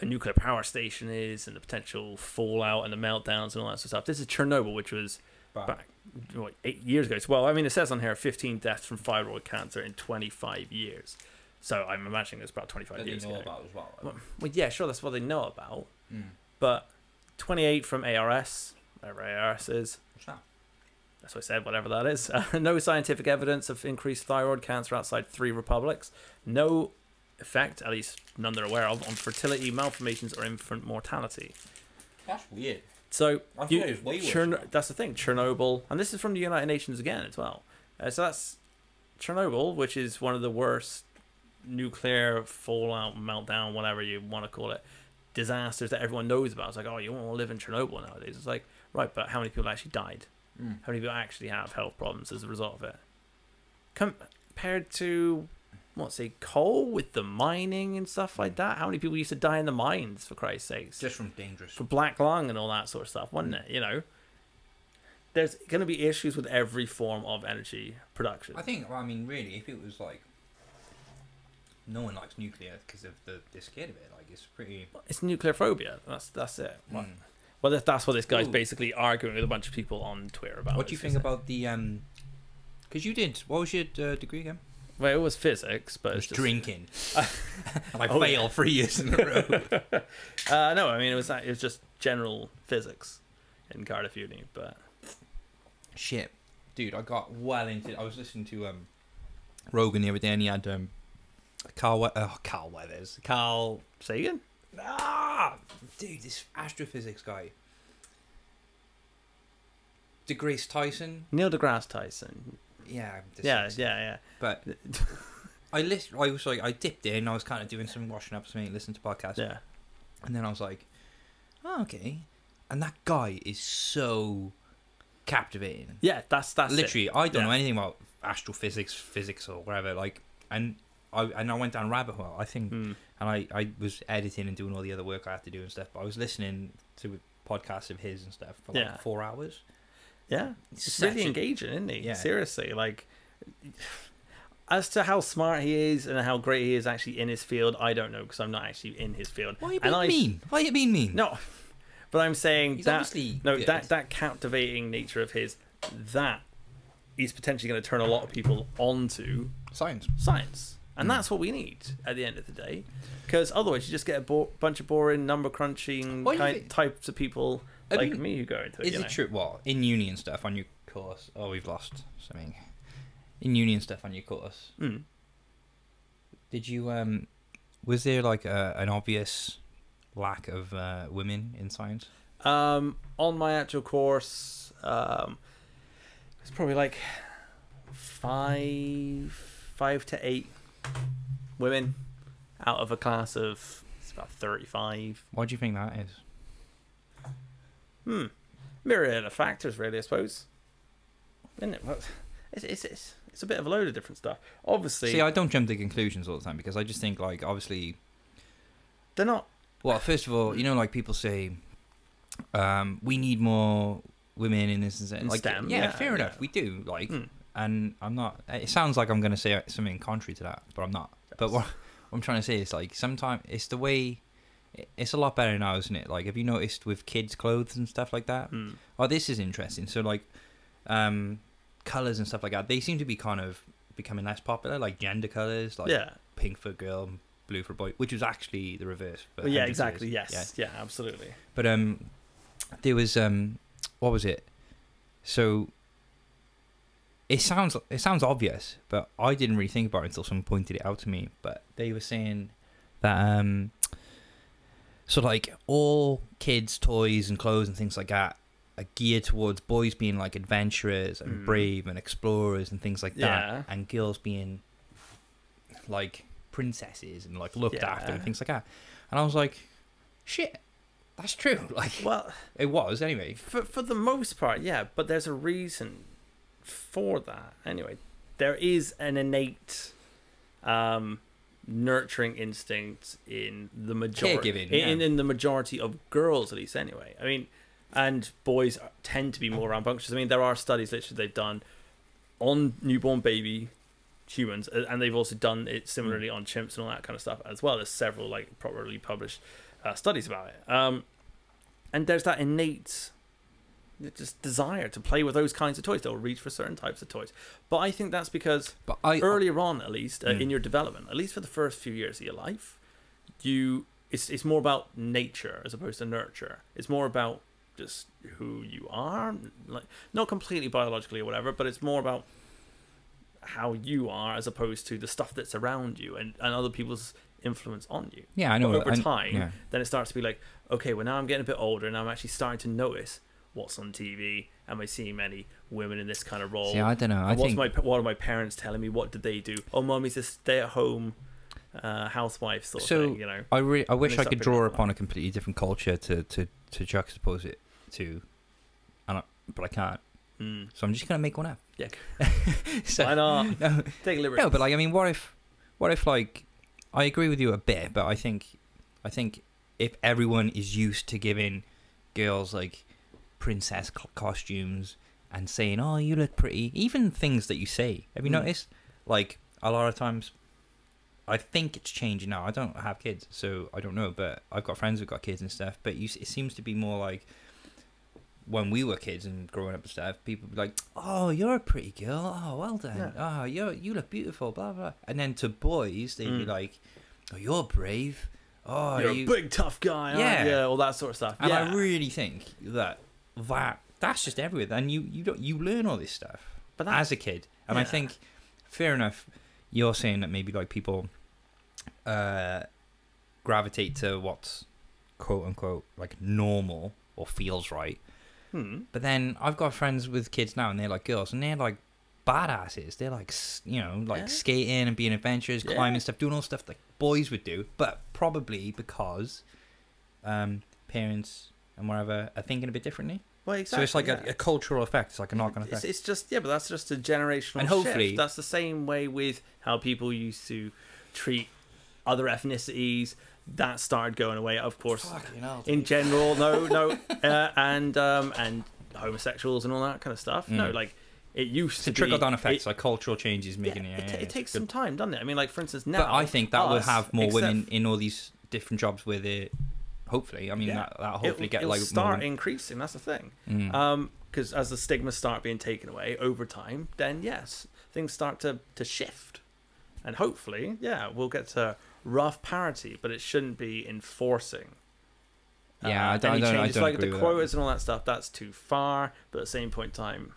a nuclear power station is and the potential fallout and the meltdowns and all that sort of stuff. This is Chernobyl, which was
But
back what, eight years ago. Well, I mean, it says on here 15 deaths from thyroid cancer in 25 years. So I'm imagining it's about 25
that they
years
know
ago.
about as well.
Well, well, yeah, sure, that's what they know about.
Mm.
But 28 from ARS, whatever ARS is.
What's that?
That's what I said, whatever that is. no scientific evidence of increased thyroid cancer outside three republics. No effect, at least none they're aware of, on fertility, malformations, or infant mortality.
That's weird.
So
I thought
you-
it was way worse.
Chern- that's the thing, Chernobyl, and this is from the United Nations again as well. Uh, so that's Chernobyl, which is one of the worst nuclear fallout, meltdown, whatever you want to call it, disasters that everyone knows about. It's like, oh, you want to live in Chernobyl nowadays? It's like, right, but how many people actually died?
Mm.
How many people actually have health problems as a result of it? Compared to what say coal with the mining and stuff
Hmm.
like that, how many people used to die in the mines for Christ's sakes?
Just from dangerous.
for Black Lung and all that sort of stuff, wasn't it? You know, there's going to be issues with every form of energy production.
I think. Well, I mean, really, if it was like, no one likes nuclear because of the they're scared of it. Like, it's pretty.
It's nuclear phobia. That's that's it.
Mm.
Well, that- that's what this guy's
Ooh.
basically arguing with a bunch of people on Twitter about.
What do you
is-
think
is-
about the um? Because you did. What was your uh, degree again?
Well, it was physics, but it's just,
drinking. and I
Oh, yeah.
failed three years in a row.
Uh, no, I mean it was not, it was just general physics in Cardiff Uni, but
Shit, dude, I got well into. I was listening to um, Rogan the other day, and he had um, Carl. We- oh, Carl Weathers. Carl.
Sagan.
Ah, dude, this astrophysics guy. DeGrasse Tyson.
Neil deGrasse Tyson.
Yeah. I'm
Yeah,
dyslexic.
yeah,
But
yeah,
I list. I was like, I dipped in. I was kind of doing some washing up, or something, listening to podcasts.
yeah.
And then I was like, oh, okay. And that guy is so captivating.
Yeah, that's that's it.
Literally, I don't
Yeah.
know anything about astrophysics, physics, or whatever. Like, and I and I went down a rabbit hole. I think,
Hmm.
and I I was editing and doing all the other work I had to do and stuff. But I was listening to podcasts of his and stuff for like
Yeah.
four hours.
Yeah, it's
Such
really
a-
engaging, isn't he?
Yeah.
Seriously, like as to how smart he is and how great he is actually in his field, I don't know because I'm not actually in his field.
Why are you
and
being
I,
mean? Why are you being mean?
No, but I'm saying
He's
that
obviously
no
good.
that that captivating nature of his that is potentially going to turn a lot of people onto
science.
science.
Hmm.
And that's what we need at the end of the day, because otherwise you just get a bo- bunch of boring number crunching
Why do you
kind,
think-
types of people
I
like
mean,
me who go into it.
Is
you
it
know?
true? Well, in union stuff on your course. Oh, we've lost something. In union stuff on your course.
Mm.
Did you um was there like a, an obvious lack of uh, women in science?
Um, on my actual course, um, it's probably like five, five to eight women out of a class of it's about thirty-five.
Why do you think that is?
Hmm, myriad of factors, really, I suppose. Isn't it? Well, it's it's it's, it's a bit of a load of different stuff. Obviously,
See, I don't jump to conclusions all the time because I just think like obviously.
they're not.
Well, first of all, you know, like people say, um, we need more women in this and that.
In
Like,
STEM,
yeah,
yeah,
fair enough,
yeah.
we do. Like,
Hmm.
and I'm not. It sounds like I'm going to say something contrary to that, but I'm not. But what, what I'm trying to say is like sometimes it's the way. It's a lot better now, isn't it? Like, have you noticed with kids' clothes and stuff like that?
Hmm.
Oh, this is interesting. So like, um, colors and stuff like that. They seem to be kind of becoming less popular, like gender colors, like
yeah.
pink for girl, blue for boy, which was actually the reverse. for
Well, yeah.
hundreds of years.
Exactly. Yes. Yeah. absolutely.
Yeah. But um, there was um, what was it? So it sounds it sounds obvious, but I didn't really think about it until someone pointed it out to me. But they were saying that um, so like all kids' toys and clothes and things like that are geared towards boys being like adventurers and
Mm.
brave and explorers and things like
Yeah.
that, and girls being like princesses and like looked after and
Yeah.
things like that. And I was like, shit, that's true. Like
Well,
it was anyway.
For for the most part, yeah, but there's a reason for that. Anyway, there is an innate um nurturing instinct in the majority
Caregiving,
in,
yeah.
in the majority of girls at least anyway. I mean, and boys are- tend to be more rambunctious. I mean, there are studies literally they've done on newborn baby humans a- and they've also done it similarly on chimps and all that kind of stuff as well there's several like properly published uh, studies about it um and there's that innate just desire to play with those kinds of toys. They'll reach for certain types of toys. But I think that's because
But I
earlier on, at least uh, in
Mm.
your development, at least for the first few years of your life, you it's it's more about nature as opposed to nurture. It's more about just who you are, like not completely biologically or whatever, but it's more about how you are as opposed to the stuff that's around you and, and other people's influence on you.
yeah, I know.
over
I-
time,
yeah.
Then it starts to be like, okay, well now I'm getting a bit older and I'm actually starting to notice what's on TV. Am I seeing many women in this kind of role?
See, I don't know. I
And what's
think
my what are my parents telling me? What did they do? Oh, mommy's a stay-at-home uh, housewife sort of
So-
thing. You know,
I really I wish
they
I
start
could
picking
draw
up
upon
on
a completely different culture to to to juxtapose it to, and I, but I can't.
mm.
So I'm just gonna make one up.
Yeah.
so,
why not
No,
take a liberty?
no, but like I mean, what if, what if like, I agree with you a bit, but I think, I think if everyone is used to giving girls like princess c- costumes and saying, "Oh, you look pretty," even things that you say, have you
Mm.
noticed? Like a lot of times, I think it's changing now. I don't have kids, so I don't know, but I've got friends who've got kids and stuff. But you, s- it seems to be more like. When we were kids and growing up and stuff, people would be like, oh, you're a pretty girl. Oh, well done. Oh, you you look beautiful. Blah blah. And then to boys, they'd be
Mm.
like, oh, you're brave. Oh,
you're
you.
a big tough guy. aren't
Yeah.
you? yeah, all that sort of stuff.
and
yeah,
I really think that that that's just everywhere. And you you don't you learn all this stuff
but that,
as a kid. And I
Yeah.
think, fair enough, you're saying that maybe like people uh, gravitate to what's quote unquote like normal or feels right.
hmm,
But then I've got friends with kids now, and they're like girls, and they're like badasses. They're like, s- you know, like
Yeah.
skating and being adventurous,
Yeah.
climbing stuff, doing all stuff that boys would do. But probably because um, parents and whatever are thinking a bit differently.
well,
so
exactly.
it's like a,
yeah.
a cultural effect. It's like a knock-on
It's,
effect.
it's just yeah, but that's just a generational
And hopefully-
shift. That's the same way with how people used to treat other ethnicities. That started going away, of course. in general, no, no, uh, and um, and homosexuals and all that kind of stuff. No,
Mm.
like it used
It's
to
a trickle-down
be,
effect.
It,
like cultural changes
yeah,
making
it,
it.
ta-
yeah,
it
it's
takes
good.
some time, doesn't it? I mean, like for instance, now
But I think that will
us,
have more
except
women in all these different jobs where they, hopefully, I mean,
Yeah.
that that
it,
hopefully get
it'll
like more
start
women-
increasing. That's the thing.
Mm.
Um, because as the stigmas start being taken away over time, then yes, things start to to shift, and hopefully, yeah, we'll get to rough parity, but it shouldn't be enforcing. Uh,
Yeah, I don't- I
any
don't- I
changes,
don't
like
agree
the
with that.
quotas and all that stuff. That's too far, but at the same point in time,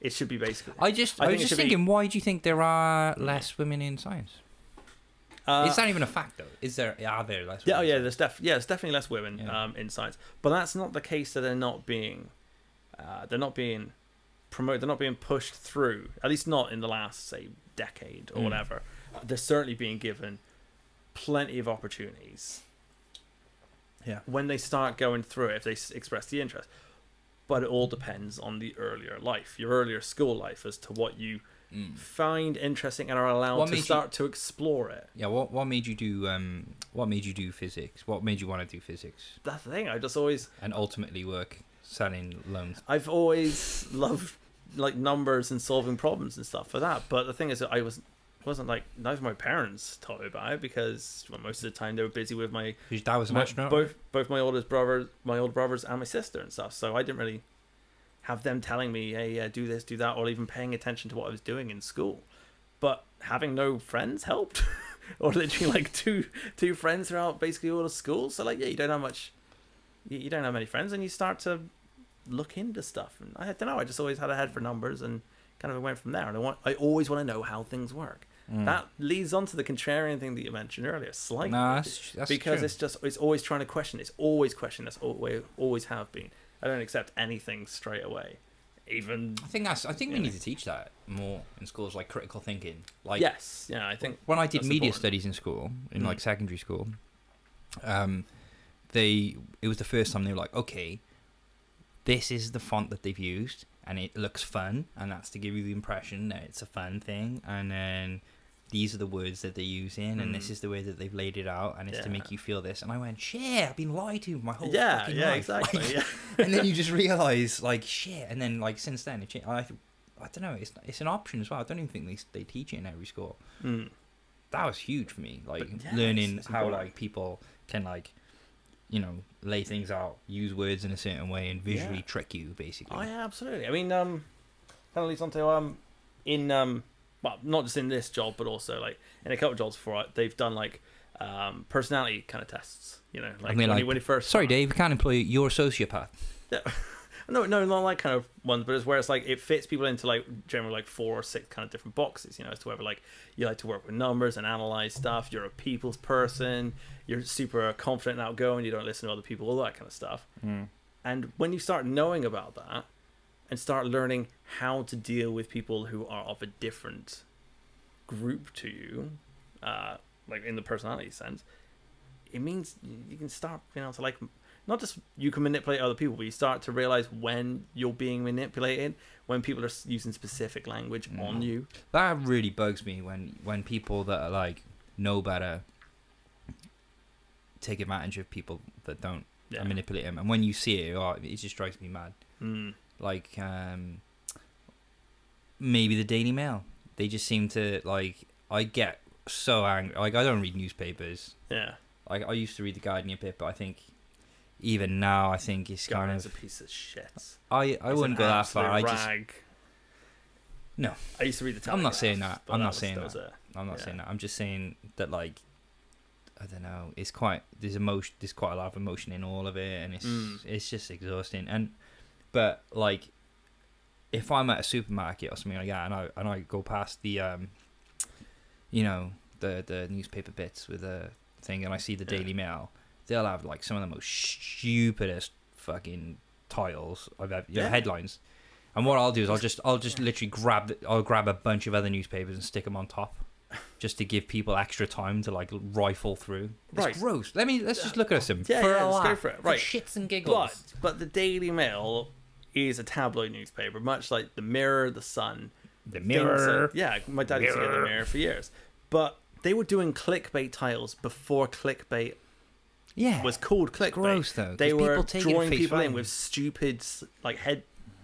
it should be basically.
I just, I,
I think
was
it
just
should be-
thinking, why do you think there are less women in science?
Uh,
it's not even a fact, though. Is there? Are there less?
yeah, oh
women
yeah,
in
there's def- yeah, there's definitely less women
Yeah.
um, in science, but that's not the case that they're not being, uh, they're not being promoted, they're not being pushed through. At least not in the last say decade or
Mm.
whatever. They're certainly being given plenty of opportunities.
Yeah.
When they start going through it, if they s- express the interest, but it all depends on the earlier life, your earlier school life, as to what you
science? Mm.
find interesting and are allowed
What
to
made you-
start to explore it.
Yeah. What What made you do? Um. What made you do physics? What made you want to do physics?
That's the thing. I just always
And ultimately work selling loans.
I've always loved like numbers and solving problems and stuff for that. But the thing is, that I was wasn't like neither of my parents taught me about it because well, most of the time they were busy with my,
Your dad was an
my-
astronaut.
both both my oldest brother, my older brothers, and my sister and stuff. So I didn't really have them telling me, hey, uh, do this, do that, or even paying attention to what I was doing in school. But having no friends helped, or literally like two two friends throughout basically all of school. So like, yeah, you don't have much, you, you don't have many friends, and you start to look into stuff. And I don't know, I just always had a head for numbers and kind of went from there. And I want, I always want to know how things work.
Mm.
That leads on to the contrarian thing that you mentioned earlier, slightly
Nah, that's, that's
because
true.
it's just it's always trying to question. It's always question. That's always always have been. I don't accept anything straight away, even
I think that's. I think we
Yeah.
need to teach that more in schools, like critical thinking. Like
yes. Yeah, I think
when I did
that's
media
important.
studies in school, in
Mm.
like secondary school, um, they it was the first time they were like, okay, this is the font that they've used, and it looks fun, and that's to give you the impression that it's a fun thing, and then these are the words that they're using, and this
Mm.
is the way that they've laid it out, and it's to
Yeah.
make you feel this. And I went, shit, I've been lied to my whole
yeah,
fucking
yeah,
life.
exactly.
Like,
yeah.
and then you just realize like shit and then like since then it changed. I, I don't know it's it's an option as well I don't even think they, they teach it in every school
Mm.
that was huge for me like
But yeah,
learning
it's- it's
how
important.
like people can like you know, lay things out, use words in a certain way, and visually
Yeah.
trick you, basically.
Oh yeah, absolutely. I mean, um, kind of leads on to um, in um, well, not just in this job, but also like in a couple of jobs before, I- they've done like um personality kind of tests. You know, like
I mean,
when,
like,
you, when you first
Sorry, Dave, we can't employ you. You're a sociopath.
No, no, not like kind of ones, but it's where it's like it fits people into like generally like four or six kind of different boxes, you know, as to whether like you like to work with numbers and analyze stuff, you're a people's person, you're super confident and outgoing, you don't listen to other people, all that kind of stuff. And when you start knowing about that and start learning how to deal with people who are of a different group to you, uh, like in the personality sense, it means you can start being able to like not just you can manipulate other people, but you start to realize when you're being manipulated, when people are s- using specific language
Mm.
on you.
That really bugs me when when people that are like know better take advantage of people that don't
Yeah.
and manipulate them. And when you see it, oh, it just drives me mad.
Mm.
Like um, maybe the Daily Mail. They just seem to like. I get so angry. Like I don't read newspapers.
Yeah.
Like I used to read the Guardian a bit, but I think even now I think it's kind
Guardian's
of.
a piece of shit.
I I
It's
wouldn't
an
go that far. I
absolute
just
rag.
No.
I used to read the
I'm
Telegraph.
not saying that.
but
I'm not
was-
saying
was it.
I'm not
Yeah.
saying that. I'm just saying that like I don't know. It's quite there's emotion. There's quite a lot of emotion in all of it, and it's
Mm.
it's just exhausting. And but like if I'm at a supermarket or something like that, and I and I go past the um, you know the the newspaper bits with the thing, and I see the
Yeah.
Daily Mail, they'll have like some of the most stupidest fucking titles I've ever you know,
Yeah.
headlines. And what I'll do is I'll just I'll just literally grab the, I'll grab a bunch of other newspapers and stick them on top, just to give people extra time to like rifle through. It's
Right.
gross. Let me let's just look at some
Yeah,
for
yeah,
a
let's go
laugh,
for it. Right.
shits and giggles.
But but the Daily Mail is a tabloid newspaper, much like the Mirror, the Sun,
the
things
mirror.
like- yeah, my dad used to get the
Mirror.
Mirror for years, but they were doing clickbait titles before clickbait
Yeah.
was called clickbait.
gross, though,
They
'cause
were
people take it at
drawing
face
people in
value.
with stupid s- like head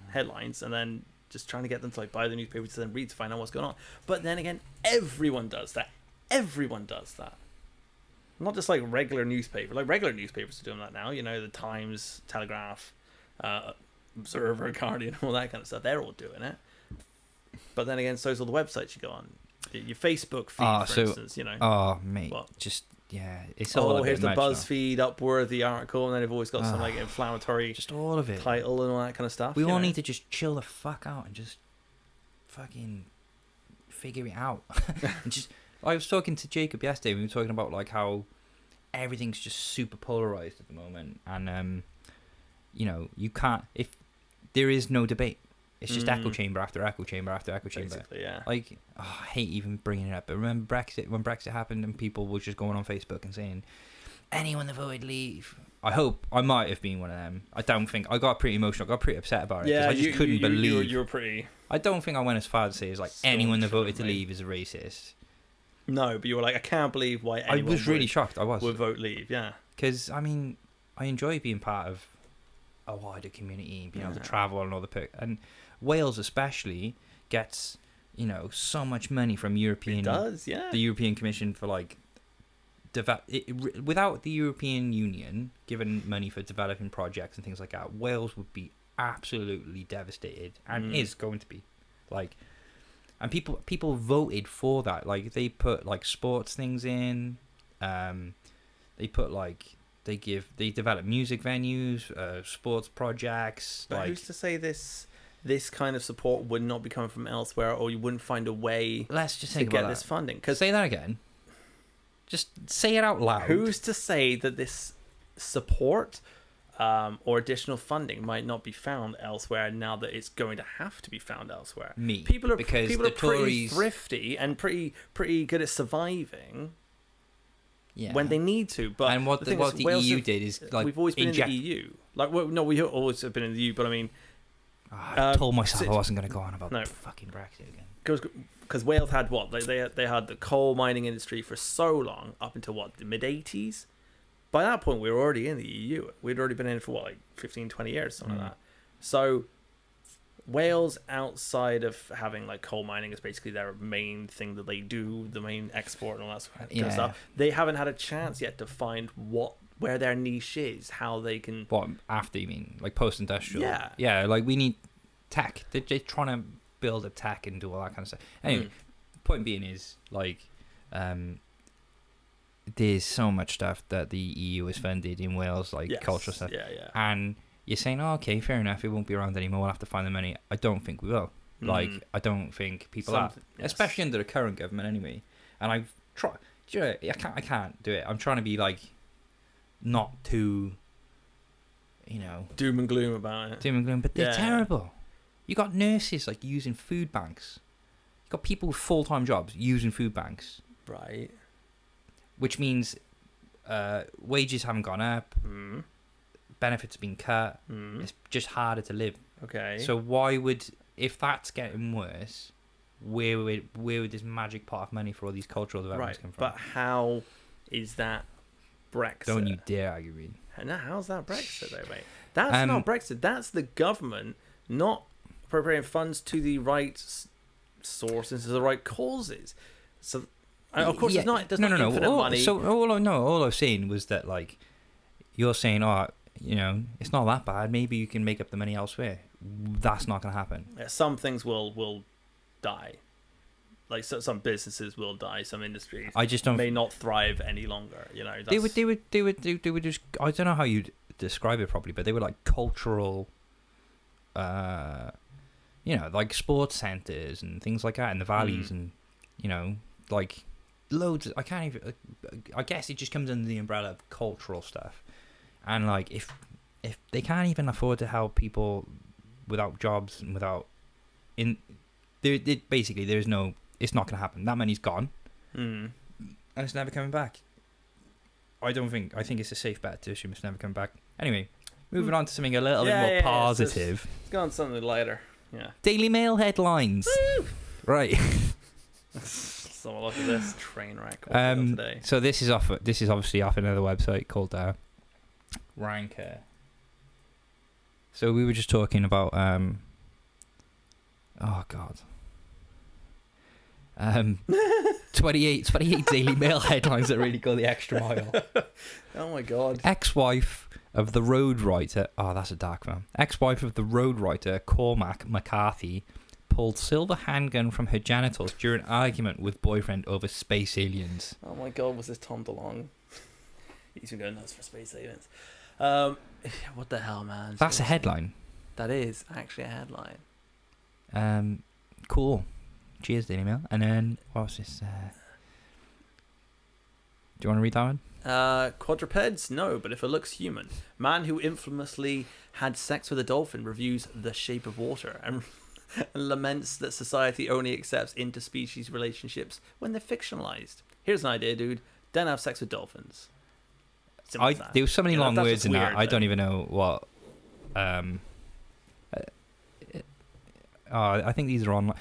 headlines and then just trying to get them to like buy the newspaper to then read to find out what's going on. But then again, everyone does that. Everyone does that. Not just like regular newspaper. Like regular newspapers are doing that now. You know, the Times, Telegraph, uh, Observer, Guardian, all that kind of stuff. They're all doing it. But then again, so's all the websites you go on. Y- Your Facebook feed,
Ah,
for
so-
instance. You know
oh mate,
What?
just yeah. It's all
oh,
a bit
here's the
much now.
BuzzFeed Upworthy article, and then they've always got some
Ah.
like inflammatory
Just all of it.
title and all that kind of stuff.
We
you
all
know?
need to just chill the fuck out and just fucking figure it out. and just I was talking to Jacob yesterday. We were talking about like how everything's just super polarized at the moment, and um, you know, you can't if there is no debate. It's just echo
Mm.
chamber after echo chamber after echo chamber.
basically, yeah.
Like, oh, I hate even bringing it up. But remember Brexit when Brexit happened and people were just going on Facebook and saying, "Anyone that voted leave." I hope I might have been one of them. I don't think I got pretty emotional. I got pretty upset about it. 'cause
yeah,
I just
you,
couldn't
you, you-
believe.
you were, you were pretty.
I don't think I went as far to say it's like anyone that voted to
Stormtrooper,
leave is a racist.
No, but you were like, I can't believe why anyone
I was
would,
really shocked. I
would
was
vote leave. Yeah,
because I mean I enjoy being part of a wider community and being able to
Yeah.
travel and all the pic- and Wales especially gets you know so much money from European
it does. Yeah,
the European Commission for like develop it, it re- without the European Union giving money for developing projects and things like that, Wales would be absolutely devastated and
Mm.
is going to be like and people people voted for that like they put like sports things in um they put like they give they develop music venues uh sports projects
but
like
who's to say this this kind of support would not be coming from elsewhere, or you wouldn't find a way
let's just
to
think
get
about
this
this
funding?
because
Because
say that again just say it out loud
who's to say that this support um, or additional funding might not be found elsewhere now that it's going to have to be found elsewhere?
me
people are
because
people
the
are pretty
Tories
thrifty and pretty pretty good at surviving
yeah.
when they need to. But
and what the,
thing
what
is,
the
Wales
EU
have-
did is like
we've always been
inject.
in the EU. Like well, no, we have always have been in the EU, but I mean
Ah, I
uh,
told myself
sit-
I wasn't going to go on about
No.
fucking Brexit again.
because Wales had what they, they they had the coal mining industry for so long up until what the mid '80s. By that point, we were already in the EU. We'd already been in it for what like 15, 20 years, something
Mm.
like that. So Wales, outside of having like coal mining, is basically their main thing that they do, the main export and all that sort of
Yeah.
stuff. They haven't had a chance yet to find what where their niche is, how they can.
What after you mean? Like post industrial?
Yeah.
Yeah, like we need tech. They're, they're trying to build up tech and do all that kind of stuff. Anyway,
Mm.
point being is like um there's so much stuff that the EU has funded in Wales, like
Yes.
cultural stuff.
Yeah, yeah.
And you're saying, oh, okay, fair enough, it won't be around anymore, we'll have to find the money. I don't think we will. Like
Mm.
I don't think people are
Something- yes.
especially under the current government anyway. And I've tried. Do you know, I can't. I can't do it. I'm trying to be like, not too, you know,
doom and gloom about it.
doom and gloom. But they're
Yeah.
terrible. You got nurses like using food banks. You got people with full time jobs using food banks,
Right.
which means uh, wages haven't gone up,
Mm.
benefits have been cut.
Mm.
It's just harder to live.
Okay.
So why would if that's getting worse? Where would where would this magic pot of money for all these cultural
right,
developments come from?
but how is that Brexit?
Don't you dare argue with me.
And now, how's that Brexit though, mate? That's
Um,
not Brexit. That's the government not appropriating funds to the right s- sources, to the right causes. So, and of course,
Yeah,
it's not. It does
no,
not
no, no.
infinite
all,
money.
So all I no, all I was saying was that like you're saying, oh, you know, it's not that bad. Maybe you can make up the money elsewhere. That's not going to happen.
Yeah, some things will will die. Like so, some businesses will die. Some industries
I just don't.
may not thrive any longer. You know,
they would,
that's-
they would, they would, they, they would just. I don't know how you'd describe it properly, but they were like cultural, uh, you know, like sports centers and things like that in the valleys,
Mm.
and you know, like loads. Of, I can't even. uh, I guess it just comes under the umbrella of cultural stuff, and like if if they can't even afford to help people without jobs and without in, there, there basically there is no. It's not going to happen. That money's gone
Mm.
and it's never coming back. I don't think. I think it's a safe bet to assume it's never coming back. Anyway, moving on to something a little
Yeah,
bit more
yeah, yeah, it's just-
positive.
Let's go on something lighter. Yeah.
Daily Mail headlines. Right.
So look at this train wreck we've got
Um,
today.
so this is off. This is obviously off another website called uh, Ranker. So we were just talking about. Um, oh God. Um, 28, 28 Daily Mail headlines that really go the extra mile.
Oh my god.
ex-wife of the road writer. Oh, that's a dark one. Ex-wife of the road writer Cormac McCarthy pulled silver handgun from her genitals during argument with boyfriend over space aliens.
Oh my god, was this Tom DeLong? He's been going nuts for space aliens. Um, what the hell, man?
That's a headline.
That is actually a headline.
Um, cool. Cheers, Daily Mail. And then what was this? Uh, do you want to read that one?
Uh, quadrupeds? No, but if it looks human. Man who infamously had sex with a dolphin reviews The Shape of Water and, and laments that society only accepts interspecies relationships when they're fictionalized. Here's an idea, dude. Don't have sex with dolphins. Simple
I
as that.
there was so many
Yeah,
long
that's
words
just
in that.
weird,
I
though.
don't even know what. Um, uh, uh, I think these are online.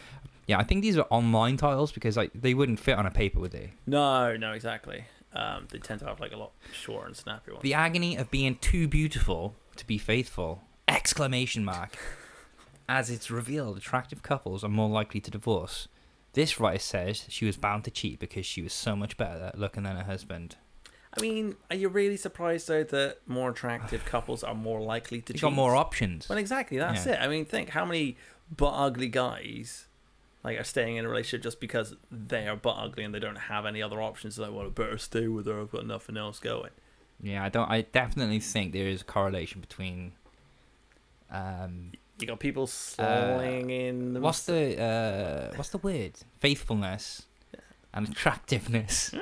Yeah, I think these are online titles because like they wouldn't fit on a paper, would they?
No, no, exactly. Um, they tend to have like a lot shorter and snappier ones.
The agony of being too beautiful to be faithful! Exclamation mark. As it's revealed, attractive couples are more likely to divorce. This writer says she was bound to cheat because she was so much better looking than her husband.
I mean, are you really surprised though that more attractive couples are more likely to
She
cheat?
got more options.
Well, exactly. That's
Yeah.
it. I mean, think how many butt ugly guys like are staying in a relationship just because they are butt ugly and they don't have any other options. They're like, well, I better stay with her. I've got nothing else going.
Yeah, I don't. I definitely think there is a correlation between. Um, uh,
You got people slinging in the
what's the uh, what's the word? Faithfulness and attractiveness.
Hmm?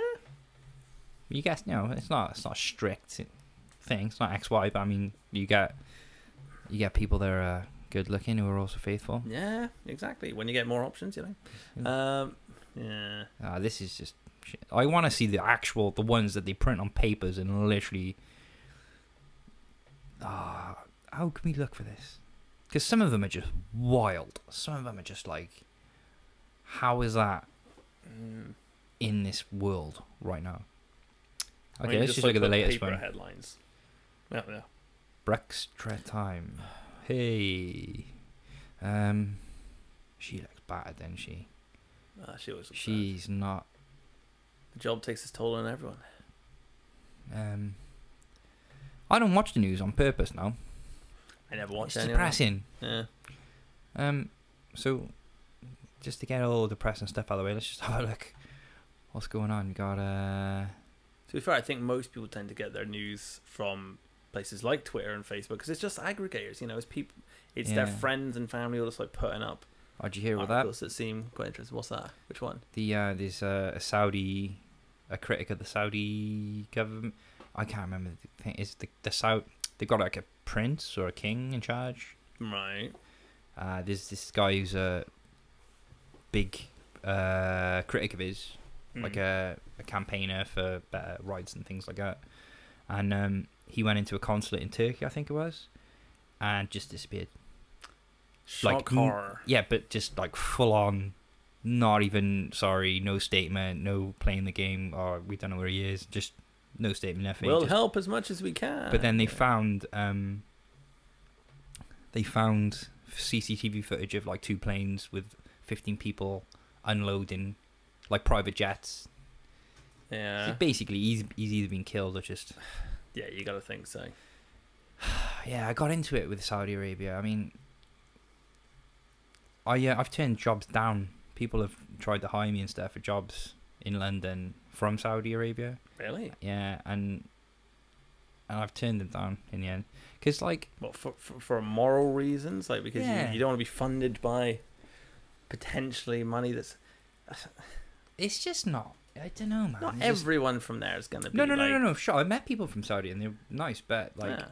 you guess no, it's not. It's not a strict thing. It's not X Y. But I mean, you get you get people that are uh, good looking who are also faithful.
yeah, exactly. When you get more options, you know. Um, yeah.
Uh, this is just. Shit. I want to see the actual the ones that they print on papers and literally. Ah, how can we look for this? Because some of them are just wild. Some of them are just like, how is that
Mm.
in this world right now?
I
Okay,
mean,
let's just look at the
look
latest
paper
one.
Headlines. Yeah, yeah.
Brextra time. Hey, um, she looks battered, then she.
Ah, she was.
She's not
The job takes its toll on everyone.
Um, I don't watch the news on purpose now.
I never watched
it's
any of that.
depressing.
Yeah.
Um, so just to get all the depressing stuff out of the way, let's just have a look. What's going on? We got uh,
To be fair, I think most people tend to get their news from places like Twitter and Facebook because it's just aggregators. You know, it's people, it's their
Yeah.
friends and family all just like putting up
oh, did you hear about that?
articles that seem quite interesting. What's that? Which one?
The uh, there's uh, a Saudi, a critic of the Saudi government. I can't remember the thing. Is the the Saudi they got like a prince or a king in charge?
Right.
Uh, there's this guy who's a big uh, critic of his, like
Mm.
a, a campaigner for better rights and things like that. And um, he went into a consulate in Turkey, I think it was, and just disappeared.
shock
like, mm,
horror.
Yeah, but just like full on, not even sorry, no statement, no playing the game, or we don't know where he is, just no statement, nothing.
We'll uh,
just-
help as much as we can.
But then they
Yeah.
found um, they found CCTV footage of like two planes with 15 people unloading, like private jets. So
Yeah.
basically, he's, he's either been killed or just
Yeah, you got to think so.
yeah, I got into it with Saudi Arabia. I mean, I uh, I've turned jobs down. People have tried to hire me and stuff for jobs in London from Saudi Arabia.
Really?
Yeah, and and I've turned them down in the end because like
Well, for, for, for moral reasons, like because
Yeah.
you, you don't want to be funded by potentially money that's
it's just not. I don't know, man.
not
It's Ah, just-
everyone from there is going to be.
no, no,
like,
no, no, no. Sure, I met people from Saudi and they're nice, but like,
Yeah.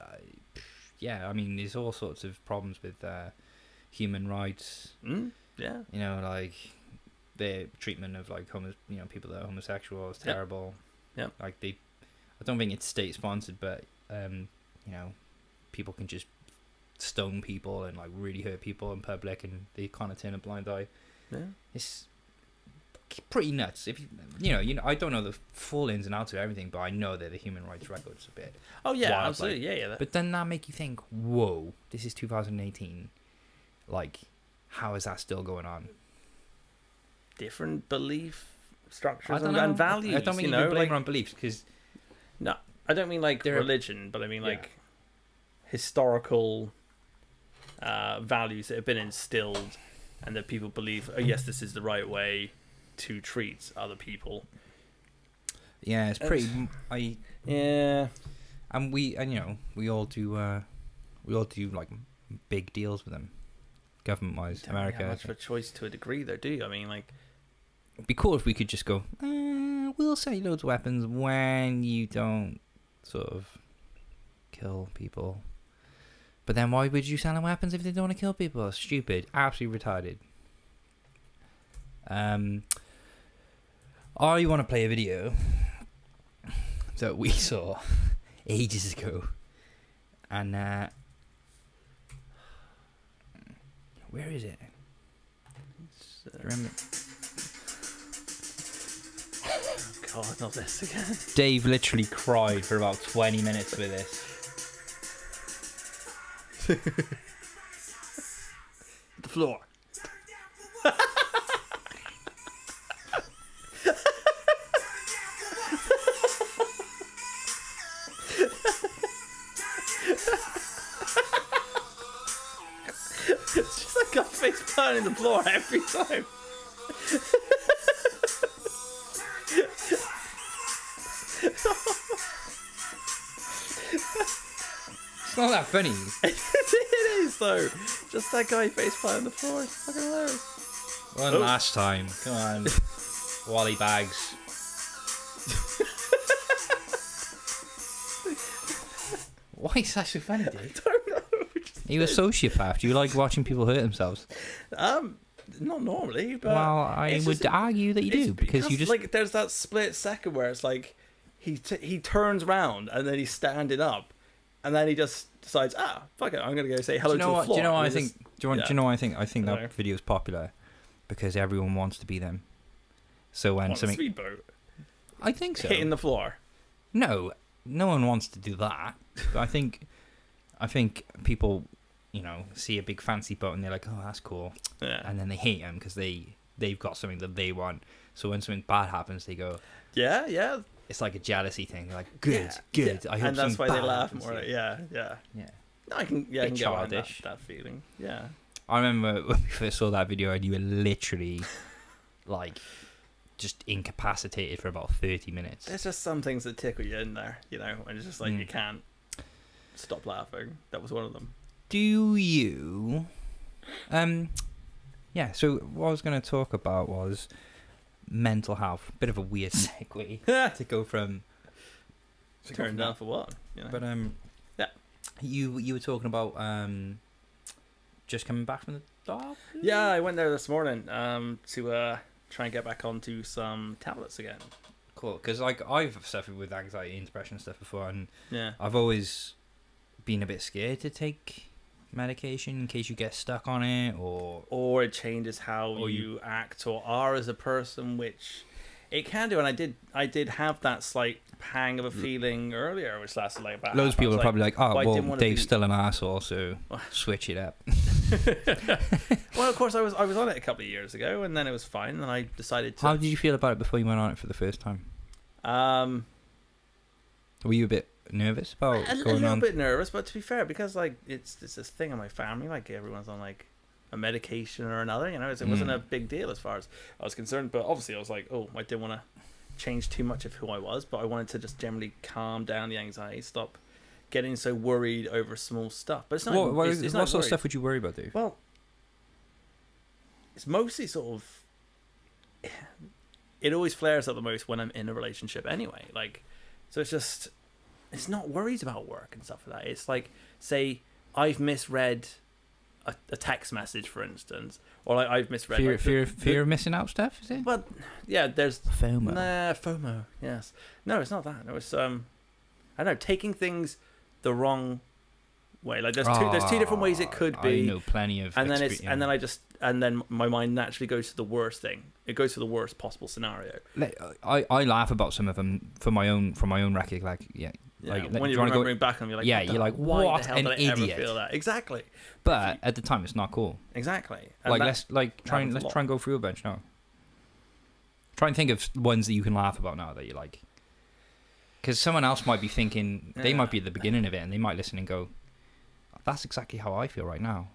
I, I, yeah, I mean, there's all sorts of problems with uh, human rights
Mm? yeah.
you know, like their treatment of like homo, you know, people that are homosexual is
Yep.
terrible.
Yep.
Like they, I don't think it's state sponsored, but um, you know, people can just stone people and like really hurt people in public, and they kind of turn a blind eye.
Yeah.
It's pretty nuts. If you, you know, you know, I don't know the full ins and outs of everything, but I know that the human rights record's a bit.
Oh yeah,
Wild,
absolutely. yeah, yeah. That,
But then that make you think, whoa, this is 2018. Like, how is that still going on?
different belief
I
structures
don't
and,
know.
and values.
I don't mean
you
you,
know,
can blame
like,
her on beliefs because
I don't mean like
There are-
religion, but I mean
Yeah.
like historical uh, values that have been instilled, and that people believe. Oh yes, this is the right way to treat other people.
yeah, it's pretty. I
Yeah.
and we and you know we all do. uh We all do like big deals with them, government wise.
Don't really have
America.
much of a choice to a degree, though, do you? I mean, like,
It'd be cool if we could just go. Uh, we'll sell you loads of weapons when you don't sort of kill people. But then why would you sell them weapons if they don't want to kill people? Stupid. Absolutely retarded. Um, I want to play a video that we saw ages ago. And, uh, where is it?
it's,
I
uh,
remember-
God, not this again.
Dave literally cried for about 20 minutes with this.
The floor. it's just like Godface pounding the floor every time.
It's not that funny.
it is though. Just that guy face pounding the floor. It's fucking hilarious.
One
Oh.
last time. Come on. Wally Bags. Why is that so funny, dude? You're a sociopath. You like watching people hurt themselves.
Um, not normally, but
well, I
it's
would
just-
argue that you
It's
do because you just
like there's that split second where it's like he t- he turns round and then he's standing up, and then he just decides, ah, fuck it, I'm gonna go say hello
do you know
to
what?
the floor.
Do you know what
and
I
he
think?
just-
Do you, want,
yeah.
do you know what I think? I think
Hello.
that video is popular because everyone wants to be them. So when
on a
something,
speedboat
I think so.
hitting the floor.
No, no one wants to do that. But I think, I think people, you know, see a big fancy boat and they're like, "Oh, that's cool,"
Yeah,
and then they hate them because they they've got something that they want. So when something bad happens, they go,
yeah, yeah.
it's like a jealousy thing. They're like, good, good. I hope
and that's why
something
they
bad
laugh
happens
more.
to
at it.
you."
Yeah, yeah.
yeah.
No, I can, yeah, I
Bit
can get behind that,
childish.
that feeling. Yeah.
I remember when we first saw that video, and you were literally like just incapacitated for about thirty minutes.
There's just some things that tickle you in there, you know, and it's just like you
Mm.
can't stop laughing. That was one of them.
Do you? Um, yeah. So what I was going to talk about was mental health. Bit of a weird segue to go from. to go from
Turned
that.
down for what? You know?
But um,
Yeah.
You you were talking about um, just coming back from the dark.
yeah, I went there this morning um, to uh, try and get back onto some tablets again.
Cool, because like I've suffered with anxiety and depression and stuff before, and
Yeah.
I've always been a bit scared to take medication in case you get stuck on it or
or it changes how
Or you-
you, act or are as a person, which it can do. And I did, I did have that slight pang of a feeling earlier, which lasted like about.
Loads of
half an
people
hour.
are probably like, oh,
well, I
well,
didn't wanna
Dave's
be-
still an asshole, so switch it up.
well, of course, I was, I was on it a couple of years ago, and then it was fine. And I decided to.
How did you feel about it before you went on it for the first time?
Um,
Were you a bit nervous about
a, a
oh, going
little
on?
bit nervous, but to be fair, because like it's it's this thing in my family, like everyone's on like a medication or another. You know, it's, it wasn't
Mm.
a big deal as far as I was concerned. But obviously, I was like, oh, I didn't want to change too much of who I was, but I wanted to just generally calm down the anxiety, stop getting so worried over small stuff. But it's not.
what what,
it's, it's
what
not
sort of
worried.
stuff would you worry about, Dave?
Well, it's mostly sort of. It always flares up the most when I'm in a relationship anyway. Like, so it's just. It's not worries about work and stuff like that. It's like, say, I've misread a, a text message, for instance, or like I've misread.
Fear,
like, the-
fear,
the-
fear of missing out stuff, is it?
Well, yeah, there's
FOMO.
Nah, FOMO. Yes. No, it's not that. No, it's um, I don't know, taking things the wrong way. Like there's two, there's two different ways it could
Ah,
be
I know plenty of.
and then
expe-
it's and then I just and then my mind naturally goes to the worst thing. It goes to the worst possible scenario.
Like, I, I laugh about some of them for my own for my own record. Like yeah,
You
Like,
know,
like,
when
do you
you're
wanna go-
remembering back on, you're like,
Yeah,
what the-
you're like,
why
what
the hell
an
did I
idiot.
ever feel that? Exactly,
but at the time it's not cool.
exactly. And
Like
that-
let's like try and
happens
let's
a lot.
try and go through a bunch now. Try and think of s- ones that you can laugh about now that you like. Because someone else might be thinking they might be at the beginning of it and they might listen and go, "That's exactly how I feel right now,"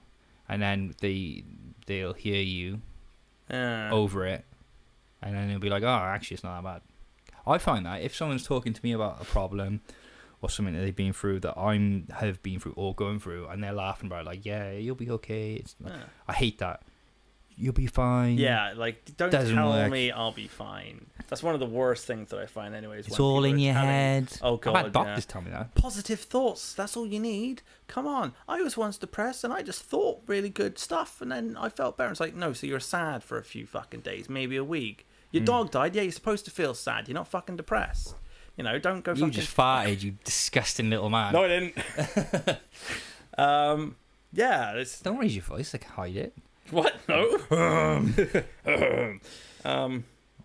and then they they'll hear you
yeah.
over it, and then they'll be like, "Oh, actually, it's not that bad." I find that if someone's talking to me about a problem or something that they've been through that I'm have been through or going through, and they're laughing about it, like, "Yeah, you'll be okay," it's
yeah.
I hate that. You'll be fine.
Yeah, like don't
Doesn't
tell
work.
me I'll be fine. That's one of the worst things that I find, anyways.
It's
when
all
people
in
are
your
telling-
head.
Oh
I've had
god, yeah.
doctors tell me that.
positive thoughts. That's all you need. Come on. I was once depressed and I just thought really good stuff and then I felt better. It's like, no, so you're sad for a few fucking days, maybe a week. Your
Hmm.
dog died. Yeah, you're supposed to feel sad. You're not fucking depressed. You know, don't go
You
fucking.
just farted, you disgusting little man.
no, I didn't. um, yeah, it's.
Don't raise your voice, like hide it.
What? No? um,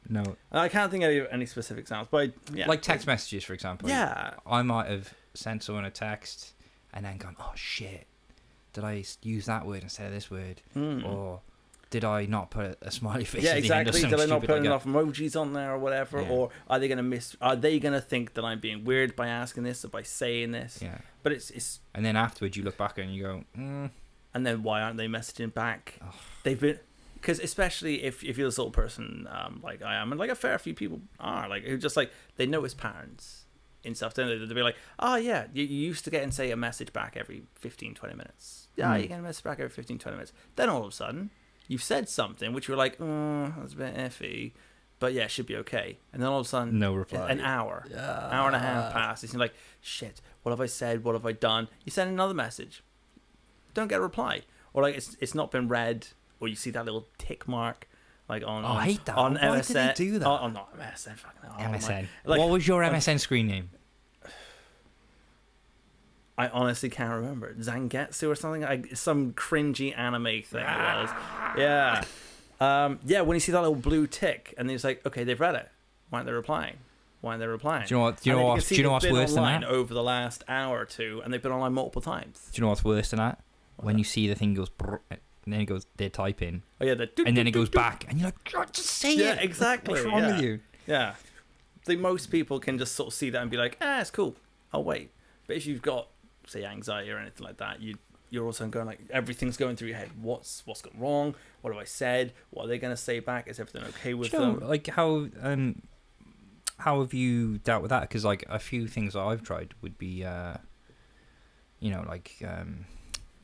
No.
and I can't think of any, any specific sounds, but I, yeah.
Like text messages, for example.
Yeah.
I might have sent someone a text and then gone, oh shit, did I s- use that word instead of this word?
Mm.
Or did I not put a smiley face
yeah,
at the end or
exactly.
something
Did I not
stupid
put
like
enough emojis on there or whatever?
Yeah.
Or are they gonna miss? Are they gonna think that I'm being weird by asking this or by saying this?
that? Yeah.
But it's it's
And then afterwards you look back and you go, mm,
and then why aren't they messaging back? They've been because especially if if you're the sort of person um, like I am, and like a fair few people are, like who just like they know his parents and stuff. Then they'll be like, oh yeah, you, you used to get and say a message back every 15, 20 minutes. Yeah,
Mm.
you get a message back every 15, 20 minutes. Then all of a sudden, you've said something which you're like, mm, that's a bit iffy, but yeah, it should be okay. And then all of a sudden,
no reply.
an hour, hour and a half passes. You're like, shit, what have I said? What have I done? You send another message, don't get a reply, or like it's it's not been read, or you see that little tick mark, like on
Oh,
on,
I hate that.
on
Why do they
MSN.
do that?
Oh, oh, not MSN, fucking hell. Oh, my-
MSN.
Like-
what was your MSN screen name?
I honestly can't remember Zangetsu or something. I, some cringy anime thing it was.
Ah.
Yeah, um, yeah. When you see that little blue tick, and it's like, okay, they've read it. Why aren't they replying? Why aren't they replying?
Do you know what? Do you
And
know
then
what?
can see
Do you know
they've
what's
been
worse than
online
that?
Over the last hour or two, and they've been online multiple times.
Do you know what's worse than that? when
that?
you see the thing goes, brrr, and then it goes, they're typing,
Oh yeah, the
and then it goes back, and you're like, God, just say
Yeah,
it.
exactly,
What's wrong
yeah.
with you?
yeah. think most people can just sort of see that and be like, ah, it's cool. I'll wait. But if you've got, say, anxiety or anything like that, you you're also going like everything's going through your head. What's what's gone wrong? What have I said? What are they going to say back? Is everything okay with
Do you know,
them?
like how um how have you dealt with that because like a few things that i've tried would be uh you know like um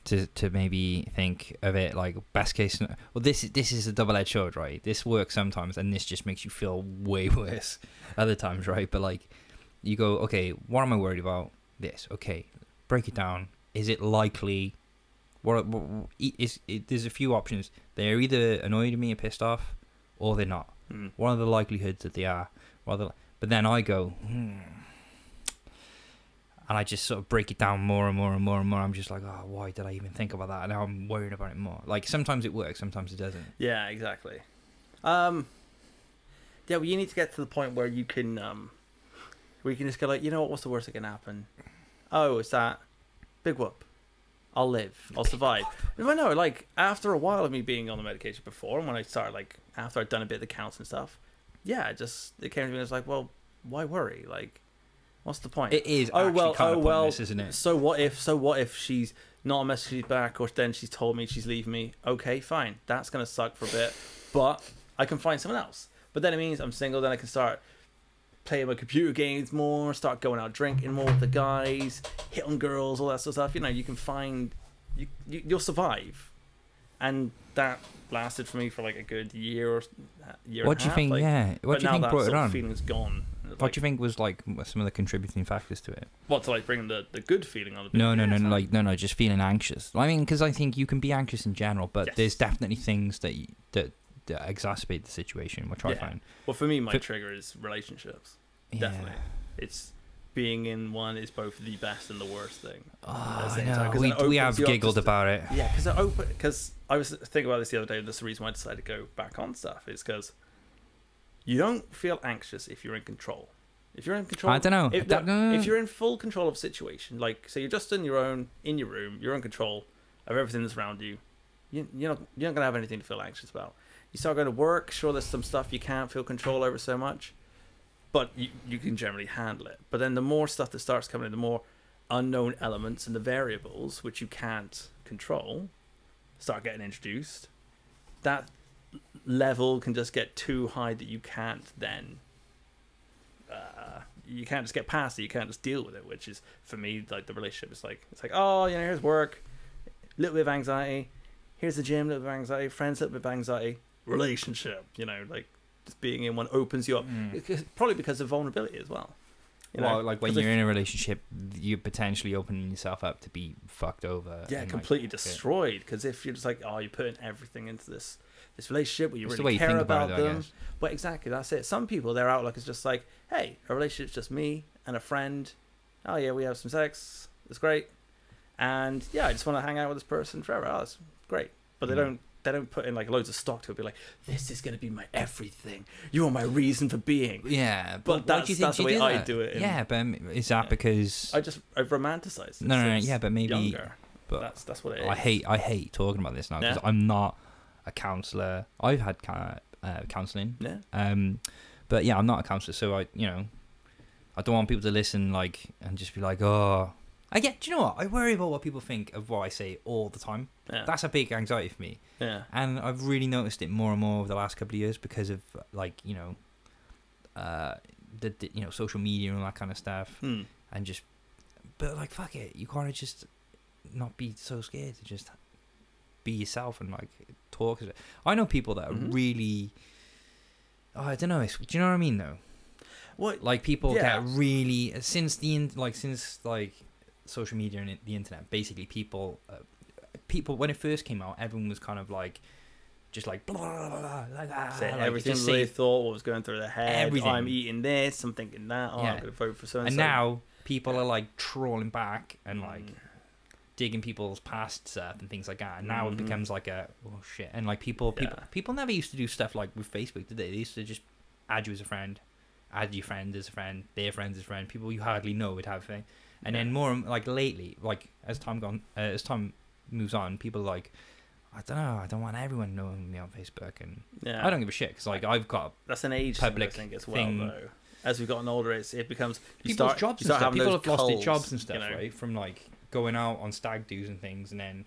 to, to maybe think of it like best case scenario. well this is this is a double-edged sword right this works sometimes and this just makes you feel way worse other times right but like you go okay what am i worried about this okay break it down is it likely what, what e-, is it, there's a few options they're either annoyed at me and pissed off or they're not
Hmm.
what are the likelihoods that they are? What are the, but then I go, hmm. and I just sort of break it down more and more and more and more. I'm just like, oh, why did I even think about that? And now I'm worrying about it more. Like sometimes it works, sometimes it doesn't.
Yeah, exactly. Um, yeah, well, you need to get to the point where you can, um, where you can just go like, you know what? What's the worst that can happen? Oh, it's that big whoop. I'll live. I'll survive. No, no. Like after a while of me being on the medication before, and when I started like after I'd done a bit of the counts and stuff, yeah, it just it came to me. and It's like, well, why worry? Like, what's the point?
It is.
Oh
actually
well,
kind
oh
of
well,
pointless, isn't it?
So what if? So what if she's not messaging back, or then she's told me she's leaving me? Okay, fine, that's gonna suck for a bit, but I can find someone else. But then it means I'm single. Then I can start playing my computer games more, start going out drinking more with the guys, hit on girls, all that sort of stuff. You know, you can find, you, you you'll survive, and that lasted for me for like a good year or year. and
What do
a
you
half,
think?
like,
yeah.
but
What do you
now
think
that
brought
sort
it
of
on?
Feeling's gone.
What do you think was like some of the contributing factors to it?
What to like bring the the good feeling on the
No, no,
Yeah,
no,
it's
no,
not-
like no, no, just feeling anxious. I mean, because I think you can be anxious in general, but
Yes.
there's definitely things that you, that, that exacerbate the situation, which I
Yeah.
find.
Well, for me, my
Fi-
trigger is relationships.
Yeah.
Definitely. It's being in one is both the best and the worst thing.
Oh,
That's
I
it. It's like-
know.
'cause
We,
it
we have
opens you up
giggled
just to-
about it.
Yeah, because I open because I was thinking about this the other day. and That's the reason why I decided to go back on stuff is because you don't feel anxious if you're in control. If you're in control,
I don't know.
If,
That-
no,
no, no,
if
no.
you're in full control of a situation, like so, you're just in your own in your room. You're in control of everything that's around you. you you're not you're not gonna have anything to feel anxious about. You start going to work. Sure, there's some stuff you can't feel control over so much, but you you can generally handle it. But then the more stuff that starts coming in, the more unknown elements and the variables which you can't control start getting introduced. That level can just get too high that you can't then uh, you can't just get past it. You can't just deal with it, which is for me like the relationship is like it's like oh you know here's work, little bit of anxiety, here's the gym, little bit of anxiety, friends, little bit of anxiety, relationship. You know like just being in one opens you up. It's Probably because of vulnerability as well. You know,
well, like when
'cause if-
you're in a relationship, you're potentially opening yourself up to be fucked over.
yeah
and, like,
completely
yeah.
destroyed because if you're just like oh you're putting everything into this this relationship where you
It's the
really
way you
care
think
about,
about it, though, I
them
guess.
but exactly that's it some people their outlook is just like hey a relationship's just me and a friend oh yeah we have some sex it's great and yeah i just want to hang out with this person forever oh that's great but they
Mm.
don't they don't put in like loads of stock to it be like this is going to be my everything you're my reason for being
Yeah, but,
But
why
that's-
do you think
that's the
you
way
do
I
that?
do it in-
yeah, but um, is that
Yeah.
because?
i just i romanticized it
no, no, no,
since
yeah, but maybe.
younger
but
that's that's what it is
I hate, I hate talking about this now because
Yeah.
I'm not a counselor. I've had ca- uh, counseling,
yeah
um, but yeah, I'm not a counselor, so I, you know, I don't want people to listen like and just be like, oh, I get. Do you know what? I worry about what people think of what I say all the time.
yeah,
That's a big anxiety for me.
yeah.
and I've really noticed it more and more over the last couple of years because of like you know, uh, the, the you know social media and all that kind of stuff,
Hmm.
and just but like fuck it, you gotta just not be so scared to just be yourself and like talk. I know people that are
Mhm.
really. Oh, I don't know. It's, do you know what I mean though?
what
Like people
Yeah.
that really since the in, like since like social media and the internet, basically people uh, people when it first came out, everyone was kind of like just like blah blah blah, blah like, ah,
Say
like,
everything
just
they
say-
thought, what was going through their head.
Everything.
I'm eating this, I'm thinking that. Oh, I'm
Yeah.
going to vote for so
and now people are like trawling back and
Mm.
like digging people's past stuff and things like that. And now
Mhm.
it becomes like a oh shit. And like people people
Yeah.
people never used to do stuff like with Facebook, did they? They used to just add you as a friend, add your friend as a friend, their friends as a friend, people you hardly know would have a thing. And then more and- like lately, like as time gone uh, as time moves on, people are like I don't know. I don't want everyone knowing me on Facebook, and
yeah,
I don't give a shit because like I've got
That's an age
public
thing, I think as well,
thing.
though. as we've gotten older, it's, it becomes you
people's
start,
jobs
you
and
start
stuff.
having
People
those
have lost their
culls,
jobs and stuff,
you know.
right? From like going out on stag do's and things, and then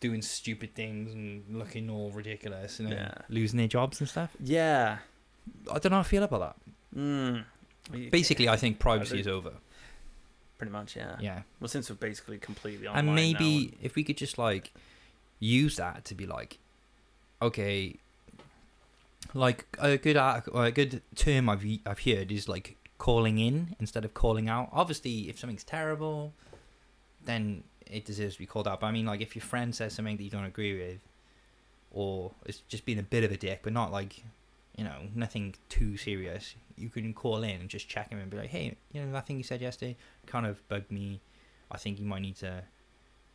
doing stupid things and looking all ridiculous, and then
Yeah.
losing their jobs and stuff.
Yeah.
I don't know how I feel about that.
Mm. We-
Basically, I think privacy
think-
is over.
pretty much, yeah.
Yeah,
Well, since we're basically completely online
and
now
maybe if we could just like use that to be like, okay, like a good artic- or a good term I've y- I've heard is like calling in instead of calling out. Obviously, if something's terrible, then it deserves to be called out. But I mean, like if your friend says something that you don't agree with, or it's just being a bit of a dick, but not like you know nothing too serious. You can call in and just check him and be like, hey, you know that thing you said yesterday kind of bugged me. I think you might need to,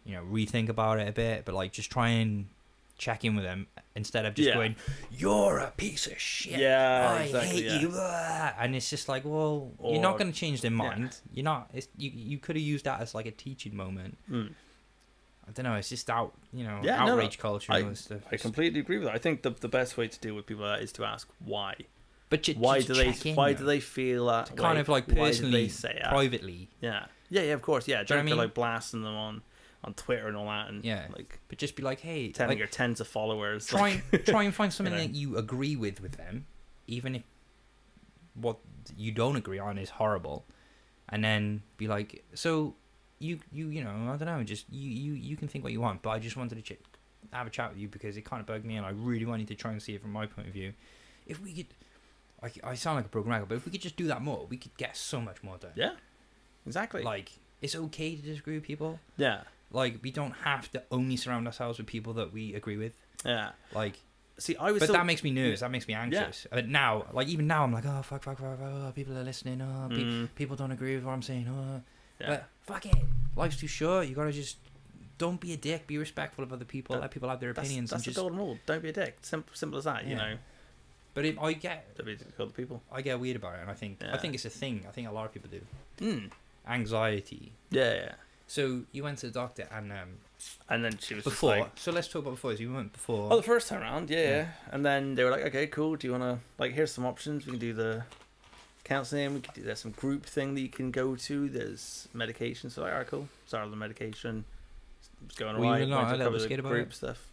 you know, rethink about it a bit. But like, just try and check in with them instead of just
Yeah.
going, "You're a piece of shit."
Yeah,
I
exactly,
hate
yeah.
you. ah," And it's just like, well, you're not
Or-
going to change their
yeah.
mind. You're not. It's, you you could have used that as like a teaching moment.
Mm.
I don't know. It's just out, you know,
Yeah, no, no,
outrage culture
I-
and all this stuff.
I completely agree with that. I think the, the best way to deal with people like that is to ask why.
but ju-
Why
just
do they
check in,
why
though.
do they feel that
To kind
way?
of like
Why do they
personally,
say that?
privately,
Yeah. Yeah, yeah, of course. Yeah,
I
don't feel
mean-
like blasting them on on Twitter and all that and
Yeah.
like
but just be like, hey,
telling
like,
your tens of followers.
try
like-
and try and find something
know.
that you agree with with them, even if what you don't agree on is horrible, and then be like, so you you you know I don't know, just you you you can think what you want, but I just wanted to ch- have a chat with you because it kind of bugged me, and I really wanted to try and see it from my point of view. If we could. I, I sound like a broken record, but if we could just do that more, we could get so much more done.
yeah. Exactly.
Like, it's okay to disagree with people.
yeah.
Like, we don't have to only surround ourselves with people that we agree with.
Yeah.
Like,
See, I was
but
still,
that makes me nervous. That makes me anxious. But now, like even now, I'm like, oh fuck, fuck, fuck, fuck oh, people are listening. Oh, pe-
Mm,
people don't agree with what I'm saying. Oh.
yeah.
But fuck it, life's too short. You gotta just don't be a dick. Be respectful of other people.
That-
let people have their
that's,
opinions.
that's the
and just.
golden rule. Don't be a dick. Simple, simple as that. You
Yeah.
know,
But it, I get,
don't be a dick to other people.
I get weird about it, and I think, I
Yeah.
think it's a thing. I think a lot of people do.
Mm.
Anxiety.
Yeah, yeah.
So you went to the doctor, and um,
And then she was just
before.
like,
so let's talk about before. So you went before.
Oh, the first time round, yeah,
Yeah.
yeah. And then they were like, okay, cool. Do you want to like? Here's some options. We can do the counselling. We can do there's some group thing that you can go to. There's medication. So like, alright, cool. Started on the medication. It's going
Were you
alright.
not
Went to
a little
couple
bit
of the
scared about
group
it?
stuff.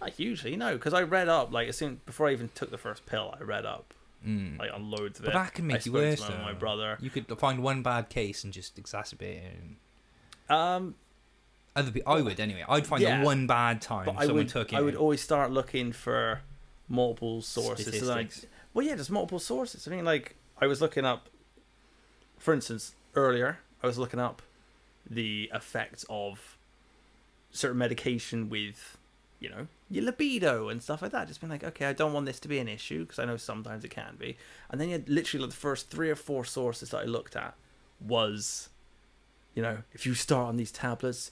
Not hugely, no, because I read up like as soon before I even took the first pill, I read up
Mm.
like on loads of
but
it.
that can make
I
you
spoke
worse.
to my, my
though.
brother.
You could find one bad case and just exacerbate it. And...
Um,
Other people, I would anyway. I'd find
Yeah.
the one bad time
but I
someone
would,
took it.
I would always start looking for multiple sources. So then I
statistics.
Well, yeah, there's multiple sources. I mean, like I was looking up, for instance, earlier I was looking up the effects of certain medication with, you know, your libido and stuff like that. Just being like, okay, I don't want this to be an issue because I know sometimes it can be. And then you had literally like the first three or four sources that I looked at was, you know, if you start on these tablets,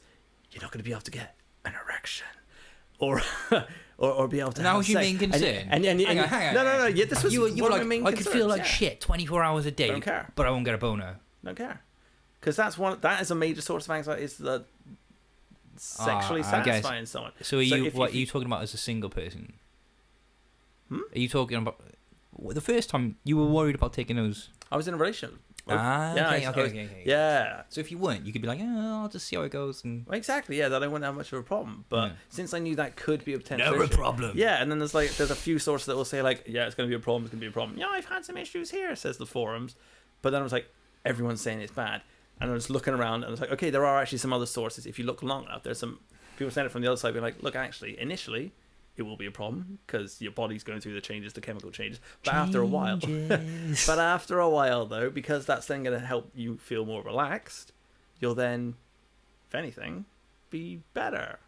you're not going to be able to get an erection. Or, or, or be able to
And that
have
was your
sex.
main
And-
concern?
And, and, and,
Hang on, hang on,
no, no,
hang
no.
on.
Yeah, this was
you, were- you were
one of
like,
my main
I could feel
concerns,
like
yeah.
shit 24 hours a day,
Don't care.
but I won't get a boner.
Don't care. Because that's one. That is a major source of anxiety. Is the sexually
Ah, I guess.
satisfying someone.
So, are
So
you
if-
what
if
are you
you-
talking about as a single person?
Hmm?
Are you talking about well, the first time you were worried about taking those?
I was in a relationship. Oh,
ah,
yeah,
okay,
I
okay,
suppose-
okay, okay.
Yeah.
So if you weren't, you could be like, oh, I'll just see how it goes, and
Well, exactly. Yeah, that I wouldn't have much of a problem. But
Yeah.
since I knew that could be a potential issue-
problem.
Yeah, and then there's like there's a few sources that will say like, yeah, it's gonna be a problem. It's gonna be a problem. Yeah, I've had some issues here, says the forums. But then I was like, everyone's saying it's bad, and I was looking around and I was like, okay, there are actually some other sources. If you look long enough, there's some people saying it from the other side, being like, look, actually, initially, it will be a problem because your body's going through the changes, the chemical changes. But after a while,
Changes.
but after a while though, because that's then gonna help you feel more relaxed, you'll then, if anything, be better.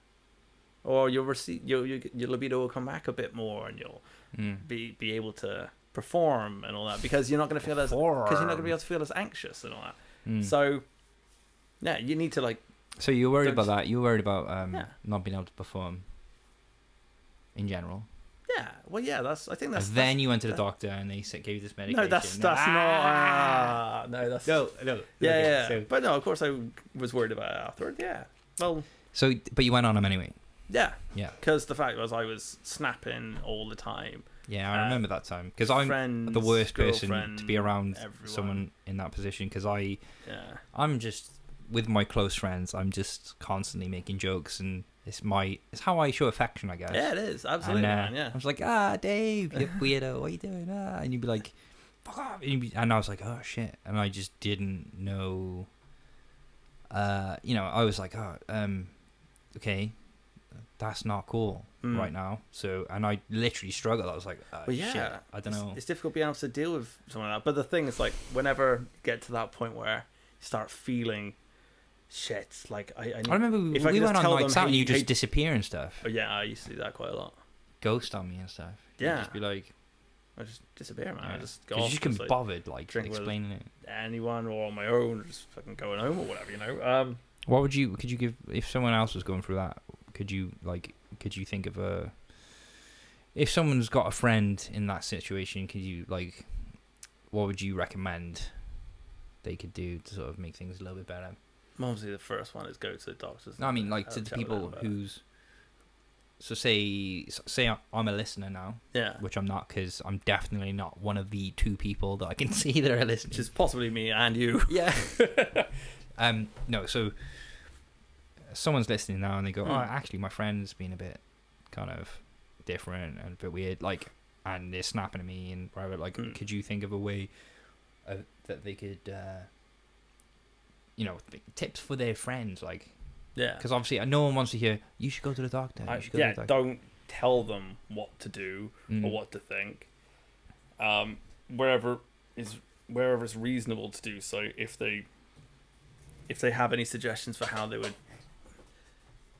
Or you'll receive your your your libido will come back a bit more, and you'll
Mm.
be be able to perform and all that because you're not going to feel as because you're not going to be able to feel as anxious and all that.
Mm.
So yeah, you need to like
So you were worried
Don't
about that. You were worried about um,
Yeah.
not being able to perform in general.
yeah, well yeah, that's I think that's,
and then you went to the
that-
doctor and they said, gave you this
that's
medication.
no, that's that's
Ah!
not ah, no, that's
No, no.
yeah,
okay,
yeah.
So,
But no, of course I was worried about it afterward. Yeah, well
so- but you went on them anyway.
yeah,
Yeah.
because the fact was I was snapping all the time.
Yeah, I
Uh,
remember that time because I'm the worst person to be around
everyone.
someone in that position because I
Yeah.
I'm just with my close friends. I'm just constantly making jokes and it's my it's how I show affection, I guess.
Yeah, it is absolutely,
and, uh,
man. Yeah.
I was like, ah, Dave, you weirdo, what are you doing? Ah, and you'd be like, fuck off. And, you'd be, and I was like, oh shit, and I just didn't know. Uh, you know, I was like, oh, um, okay, that's not cool
Mm.
right now. So, and I literally struggled. I was like, oh,
Well, yeah,
shit, I don't
it's,
know.
It's difficult being able to deal with someone like that. But the thing is, like, whenever you get to that point where you start feeling shit, like I, I, need,
I remember we,
if I
we
could just
went on
tell
nights
them,
out and
hey,
you
hey-
just disappear and stuff,
oh, yeah, I used to do that quite a lot.
ghost on me and stuff. You'd
Yeah.
just be like,
I just disappear, man. I
Yeah.
just go
'cause you
off
just
and
couldn't
it's
be
like,
bothered like
drink with-
explaining it.
anyone or on my own, or just fucking going home or whatever, you know. Um,
What would you could you give if someone else was going through that? Could you like could you think of a if someone's got a friend in that situation? Could you like what would you recommend they could do to sort of make things a little bit better?
obviously the first one is go to the doctors.
No, I mean
and
like
have
to
a
the
chat with
people
them about it.
who's so say so say I- I'm a listener now,
yeah,
which I'm not because I'm definitely not one of the two people that I can see that are listening.
which is possibly me and you.
Yeah. um, no, so someone's listening now and they go,
Hmm.
oh, actually, my friend's been a bit kind of different and a bit weird, like, and they're snapping at me and whatever. Like,
Hmm.
could you think of a way uh, that they could, uh, you know, th- tips for their friends? Like,
Yeah,
because obviously uh, no one wants to hear, you should go to the doctor.
I-
You should go
yeah.
to the doctor.
Don't tell them what to do.
Mm.
or what to think. Um, wherever is wherever it's reasonable to do so. If they if they have any suggestions for how they would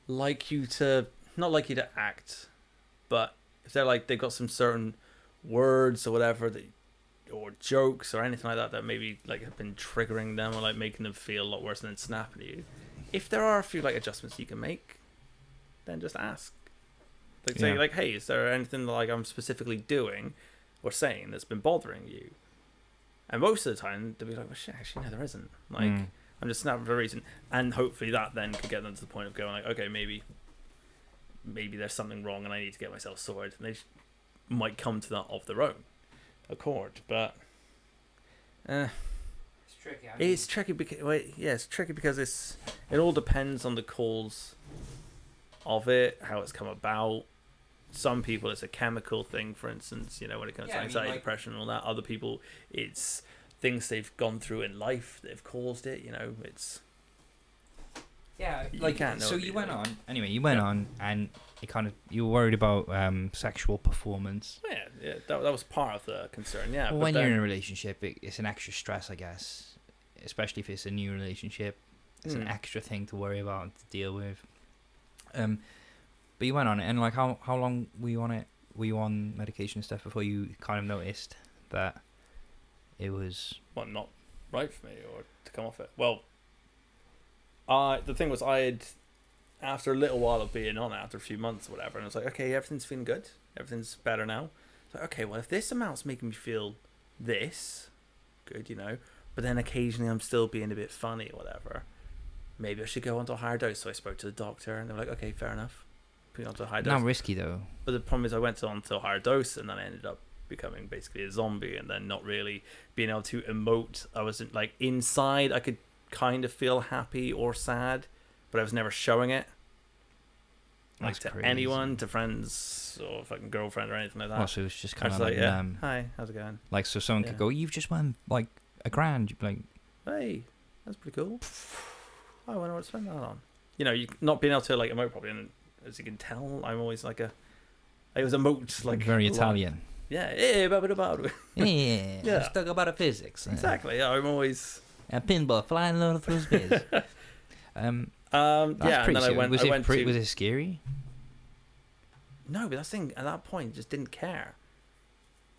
like you to not like you to act, but if they're like they've got some certain words or whatever that or jokes or anything like that that maybe like have been triggering them or like making them feel a lot worse than snapping at you. If there are a few like adjustments you can make, then just ask. Like say
Yeah.
like, hey, is there anything that, like I'm specifically doing or saying that's been bothering you? And most of the time they'll be like, well, shit, actually no, there isn't. Like
Mm.
I'm just snapping for a reason, and hopefully that then could get them to the point of going like, okay, maybe, maybe there's something wrong, and I need to get myself sorted. And they sh- might come to that of their own accord, but uh,
It's tricky.
it's tricky because wait, yeah, it's tricky because it's it all depends on the cause of it, how it's come about. Some people, it's a chemical thing, for instance, you know, when it comes
Yeah, I
to
mean,
anxiety,
like-
depression, and all that. Other people, it's things they've gone through in life that have caused it. You know, it's
Yeah,
You
like
can't know
so
what
you
you
went
like.
on anyway. You went
Yeah.
on and it kind of you were worried about um, sexual performance.
Yeah, yeah, that, that was part of the concern.
well,
Yeah, but
when
then,
you're in a relationship, it, it's an extra stress, I guess, especially if it's a new relationship. It's an
Mm.
extra thing to worry about and to deal with. Um, but you went on it, and like how how long were you on it? Were you on medication and stuff before you kind of noticed that it was?
well, not right for me or to come off it. Well, I the thing was I had after a little while of being on it, after a few months or whatever, and I was like, okay, everything's feeling good, everything's better now. It's like, okay, well, if this amount's making me feel this good, you know, but then occasionally I'm still being a bit funny or whatever. Maybe I should go onto a higher dose. So I spoke to the doctor, and they were like, okay, fair enough, put you onto a higher dose.
Not risky though.
But the problem is, I went on to a higher dose, and then I ended up becoming basically a zombie, and then not really being able to emote. I wasn't like inside. I could kind of feel happy or sad, but I was never showing it, like
That's
to
crazy.
anyone, to friends or fucking girlfriend or anything like that.
Oh, so it was just
I
kind
was
of
like,
like,
yeah,
um,
hi, how's it going?
like so someone
Yeah.
could go, "Oh, you've just won like a grand, You'd be like.
Hey, that's pretty cool. Oh, I wonder what to spend that on. You know, you not being able to like emote properly, and as you can tell, I'm always like a. I was emote like
very
a lot.
Italian.
Yeah, eh, yeah, blah, blah, blah, blah.
Yeah,
Yeah.
let's talk about physics.
exactly. yeah, I'm always.
A pinball flying all through space. um,
Um,
that's
yeah, and
pretty
then I
scary.
went.
was,
I
it
went
pre-
to
was it scary?
no, but that thing at that point just didn't care,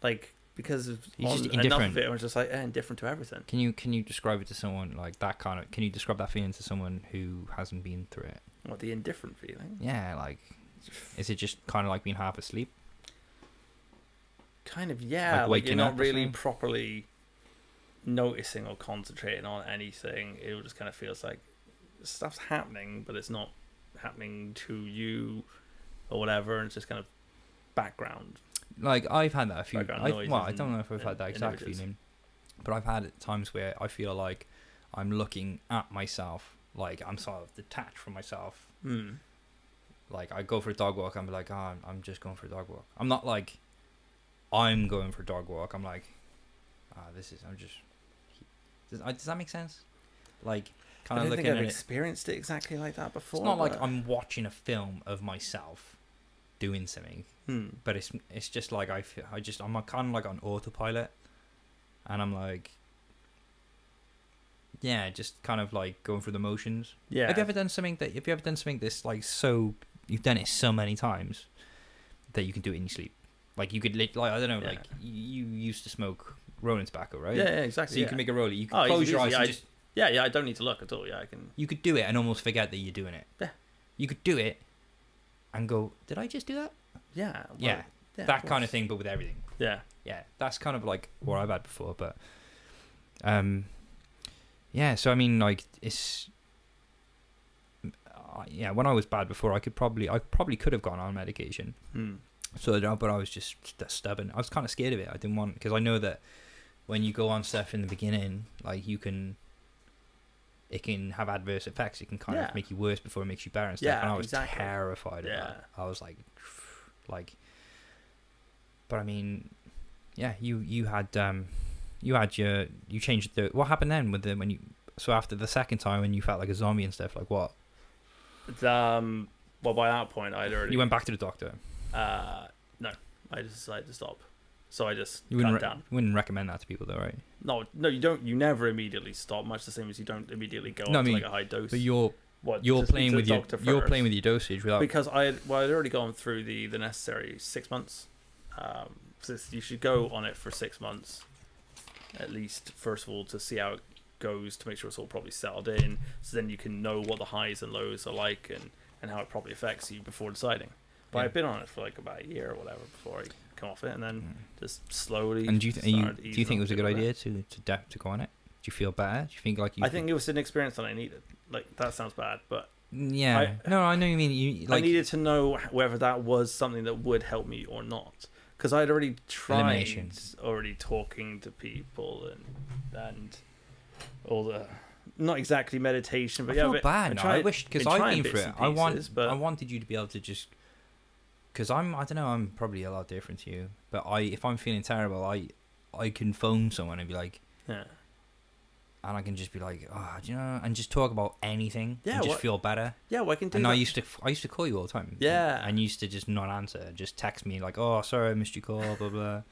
like because of
He's just
on- enough
indifferent.
of it, I was just like eh, indifferent to everything.
Can you can you describe it to someone like that kind of? Can you describe that feeling to someone who hasn't been through it?
What the indifferent feeling?
Yeah, like is it just kind of like being half asleep?
Kind of, yeah. Like,
waking
you're not
up or
really
something?
properly noticing or concentrating on anything. It just kind of feels like stuff's happening, but it's not happening to you or whatever. And it's just kind of background.
Like I've had that a few.
Background
I,
noises
well, I don't
and-
know if I've had
and-
that
and
exact
images.
feeling, but I've had it times where I feel like I'm looking at myself, like I'm sort of detached from myself.
Hmm.
Like I go for a dog walk, I'm like, oh, I'm, I'm just going for a dog walk. I'm not like, I'm going for a dog walk. I'm like, ah, this is. I'm just. Does, I- does that make sense? Like,
I
kind of
don't
looking
think I've
at it.
experienced it exactly like that before.
It's not like
but-
I'm watching a film of myself doing something
Hmm.
but it's it's just like I feel, I just I'm kind of like on autopilot, and I'm like, yeah, just kind of like going through the motions.
Yeah.
Have you ever done something that Have you ever done something that's like so you've done it so many times that you can do it in your sleep? Like you could lit- like I don't know
Yeah.
like you, you used to smoke rolling tobacco, right?
Yeah, yeah, exactly.
So you
yeah.
can make a roller. You can
Oh, you
close
can
your eyes
easily-
and
I-
just
yeah, yeah, I don't need to look at all. Yeah, I can.
you could do it and almost forget that you're doing it.
Yeah.
You could do it and go, did I just do that?
Yeah. well,
yeah,
yeah,
that kind of
course.
thing, but with everything.
Yeah.
yeah, that's kind of like what I've had before, but um, yeah. So I mean, like it's uh, yeah. When I was bad before, I could probably I probably could have gone on medication.
Hmm.
So I don't- but I was just st- stubborn. I was kind of scared of it. I didn't want because I know that when you go on stuff in the beginning, like you can. It can have adverse effects. It can kind
Yeah.
of make you worse before it makes you better and stuff.
Yeah,
and I was
exactly.
terrified of
Yeah.
that. I was like, like, but I mean, yeah, you you had um, you had your you changed the what happened then with the when you so after the second time when you felt like a zombie and stuff like what
It's, um. Well, by that point, I'd already.
you went back to the doctor.
Uh, no, I just decided to stop. So I just
You
cut
wouldn't re-
down.
wouldn't recommend that to people though, right?
No, no, you don't. You never immediately stop. Much the same as you don't immediately go
No,
up
I mean,
to like a high dose.
But you're
what
you're
to speak
playing
to the
with your
doctor
you're
first.
playing with your dosage without
because I had, well, I'd already gone through the the necessary six months. Um, so it's- you should go on it for six months, at least first of all to see how it goes to make sure it's all properly settled in. So then you can know what the highs and lows are like and and how it probably affects you before deciding. But
Yeah.
I've been on it for like about a year or whatever before I come off it, and then
Mm.
just slowly.
And do you, th- you
started
do
easing
you think it
off
was a good
bit by bit.
idea to to de- to go on it? Do you feel better? Do you think like you?
I think it was an experience that I needed. Like that sounds bad, but
Yeah. no, I know you mean you like
I needed to know whether that was something that would help me or not, because I'd already tried
Elimination.
already talking to people and and all the not exactly meditation,
I
but yeah,
feel
but
bad. now. I
tried-
wish because
been
I've
trying
been through
bits
it.
and
I want.
pieces, but-
I wanted you to be able to just. Because I'm. I don't know. I'm probably a lot different to you. But I, if I'm feeling terrible, I, I can phone someone and be like,
yeah,
and I can just be like, oh, do you know, and just talk about anything.
Yeah,
And just
what-
feel better.
yeah, well, I can do.
And
that.
I used to. I used to call you all the time.
Yeah.
And you used to just not answer. Just text me like, oh, sorry, I missed your call. Blah blah.
well,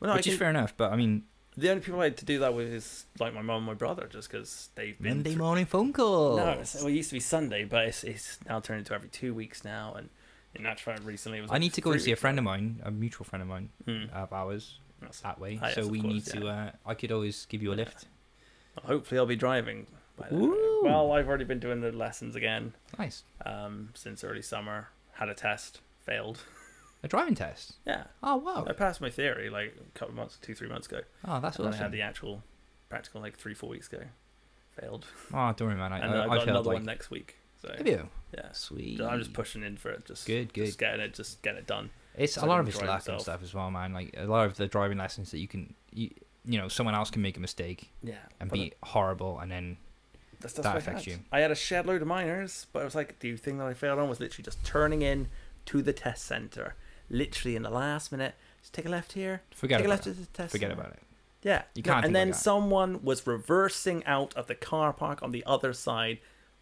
no, I
Which is
can-
fair enough. But I mean,
The only people I had to do that with is like my mum and my brother, just because they've been
Monday
through-
morning phone call.
No, it's, well, it used to be Sunday, but it's, it's now turned into every two weeks now. And in actual fact, recently it was.
I
like
need to go and
three
see a
weeks
friend of mine, a mutual friend of mine
now. Mm.
of ours
That's-
that way.
Ah, yes,
so
of
we
course,
need to. Uh, I could always give you a
Yeah.
lift.
Hopefully, I'll be driving. By then.
Ooh.
Well, I've already been doing the lessons again
Nice.
um, since early summer. Had a test, failed.
A driving test.
Yeah,
Oh wow.
I passed my theory like a couple of months, two three months ago.
Oh, that's
and then I
awesome.
had the actual practical like three four weeks ago. Failed,
Oh, don't worry, man. I,
and then I've
I, I
got
failed
another
like.
one next week. So
Have you?
yeah,
Sweet.
So I'm just pushing in for it. Just
Good, good.
Just getting it, just getting it done.
It's
so
a
I
lot
can
of it's
drive
luck and
myself.
stuff as well, man. Like a lot of the driving lessons that you can, you, you know, someone else can make a mistake
Yeah,
and
but
be horrible, and then
That's,
That
what I
affects
had.
you.
I had a shed load of minors, but I was like, the thing that I failed on was literally just turning in to the test center, literally in the last minute. Just take a left here.
forget
take a
about
left
it.
to the test.
Forget
center.
about it.
Yeah,
You
no,
can't think
and then
like that.
someone was reversing out of the car park on the other side,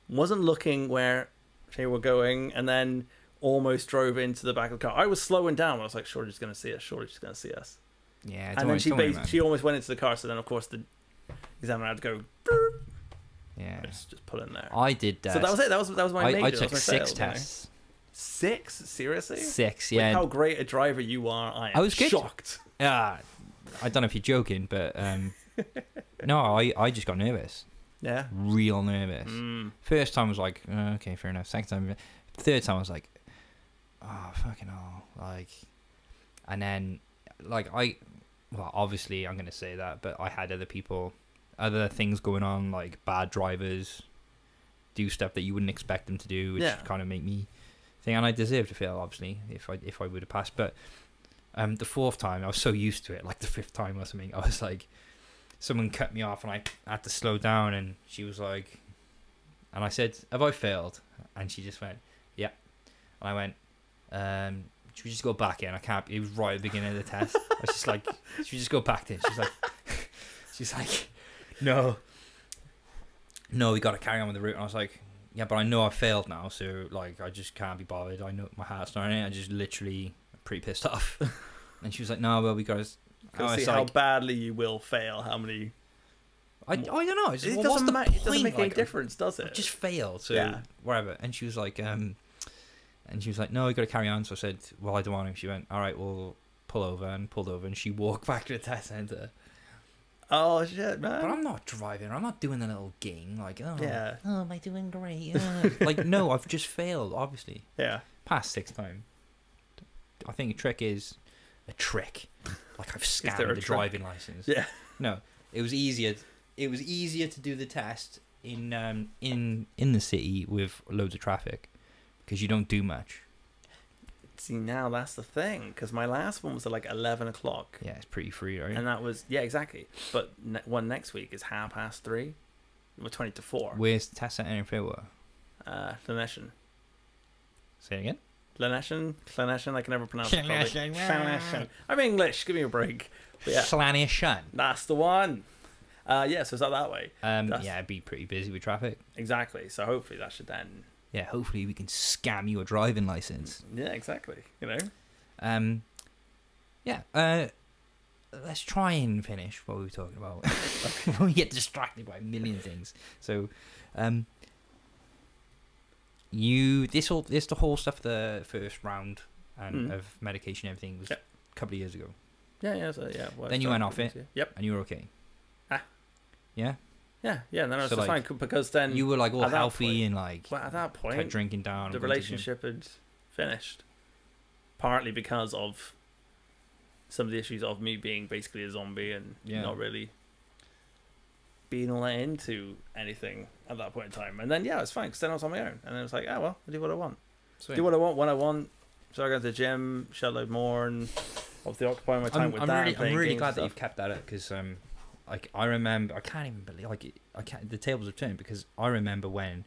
wasn't looking where they were going, and then almost drove into the back of the car. I was slowing down. I was like, surely she's going to see us. Surely she's going to see us
Yeah. Don't
and
worry,
then she
don't worry,
bas-
man.
she almost went into the car. So then, of course, the examiner had to go "Boop,"
Yeah.
just, just pull in there.
I did that.
so that was it. That was that was my
I,
major.
I
that
took
was my
six
fail, you know.
tests.
Six seriously.
Six.
With
Yeah.
how great a driver you are, I am
I was good.
shocked.
Ah, I don't know if you're joking, but um, no, I, I just got nervous,
Yeah.
real nervous.
Mm.
First time was like, uh, okay, fair enough. Second time, third time I was like, oh fucking hell, like, and then like I, well, obviously I'm gonna say that, but I had other people, other things going on, like bad drivers, do stuff that you wouldn't expect them to do, which
Yeah.
kind of make me think, and I deserve to fail, obviously, if I if I would have passed, but Um, the fourth time, I was so used to it. Like the fifth time or something, I was like, someone cut me off, and I had to slow down. And she was like, and I said, "Have I failed?" And she just went, "Yeah." And I went, um, "Should we just go back in?" I can't. It was right at the beginning of the test. I was just like, "Should we just go back in?" She's like, "She's like, no, no, we got to carry on with the route." And I was like, "Yeah, but I know I failed now, so like I just can't be bothered. I know my heart's not in it. I just literally I'm pretty pissed off." and she was like, "No, well, we got to."
Can see how badly you will fail. How many?
I, I don't know. It's
It
like, well, what's
doesn't
the
ma- It doesn't
point?
make any
Like,
difference, does
I
it?
just failed. So
Yeah.
whatever. And she was like, um, and she was like, no, you got to carry on. So I said, well, I don't want to. She went, all right, well, pull over and pulled over, and she walked back to the test center.
oh shit,
But
man.
I'm not driving. I'm not doing the little game. Like, oh,
Yeah.
oh, am I doing great? Uh, like, no, I've just failed. Obviously,
Yeah.
passed six time. I think a trick is a trick. Like I've
there
scammed
a
the
trick?
driving license.
Yeah.
No, it was easier. It was easier to do the test in um, in in the city with loads of traffic because you don't do much.
See now that's the thing because my last one was at like eleven o'clock,
Yeah, it's pretty free, right?
and that was yeah exactly. But ne- one next week is half past three, well twenty to four.
Where's the test center in Fairwater?
Uh, Laneshan,
Say it again.
Laneshan, Laneshan. I can never pronounce it properly.
Llanelli.
Llanelli. I'm English. Give me a break. But yeah,
Slanish-un.
that's the one. Uh, yeah, so it's out that way
Um,
That's-
yeah, it'd be pretty busy with traffic.
exactly. So hopefully that should then.
Yeah, hopefully we can scam your driving license.
Yeah, exactly. You know.
Um, yeah. Uh, let's try and finish what we were talking about. we get distracted by a million things. So, um, you this all this the whole stuff the first round and
Mm.
of medication and everything was
Yep.
a couple of years ago,
Yeah, yeah, so, yeah. well,
Then you
so-
went off it.
Yep.
and you were okay.
Ah.
Yeah,
Yeah, yeah. And then I was
So,
just
like,
fine because then
you were like all
at that
healthy
point-
and like
well, at that point
kept drinking down.
the
and going to gym.
relationship had finished, partly because of some of the issues of me being basically a zombie and
Yeah.
not really being all that into anything at that point in time. And then yeah, it's fine because then I was on my own, and then it's like, oh well, I do what I want,
Sweet.
do what I want when I want. So I go to the gym, shadow more, and obviously occupying my time
I'm,
with
I'm
that.
really,
and
I'm
playing
really
games
glad
and
that
stuff.
you've kept that up because um, like I remember, I can't even believe like it- I can't. The tables have turned because I remember when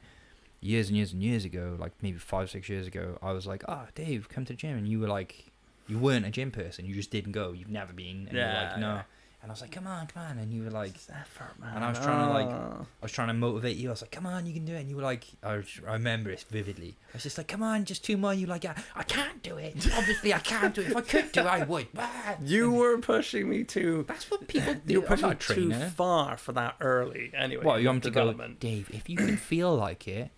years and years and years ago, like maybe five six years ago, I was like, "Oh, Dave, come to the gym," and you were like, "You weren't a gym person. You just didn't go. You've never been." And you were
Yeah,
like, "No,"
yeah.
and I was like, "Come on, come on," and you were like,
It's effort, man.
I was trying to, like,
Ah.
I was trying to motivate you. I was like, "Come on, you can do it." And you were like, "I, just- I remember it vividly." I was just like, "Come on, just two more." You were like, "I, I can't do it. Obviously, I can't do it. If I could do, it, I would."
You were pushing me too.
That's what people do.
You were
I'm not
pushing
a
me too
trainer.
far for that early. Anyway,
Well, you want me to go,
development.
Dave? If you can feel like it,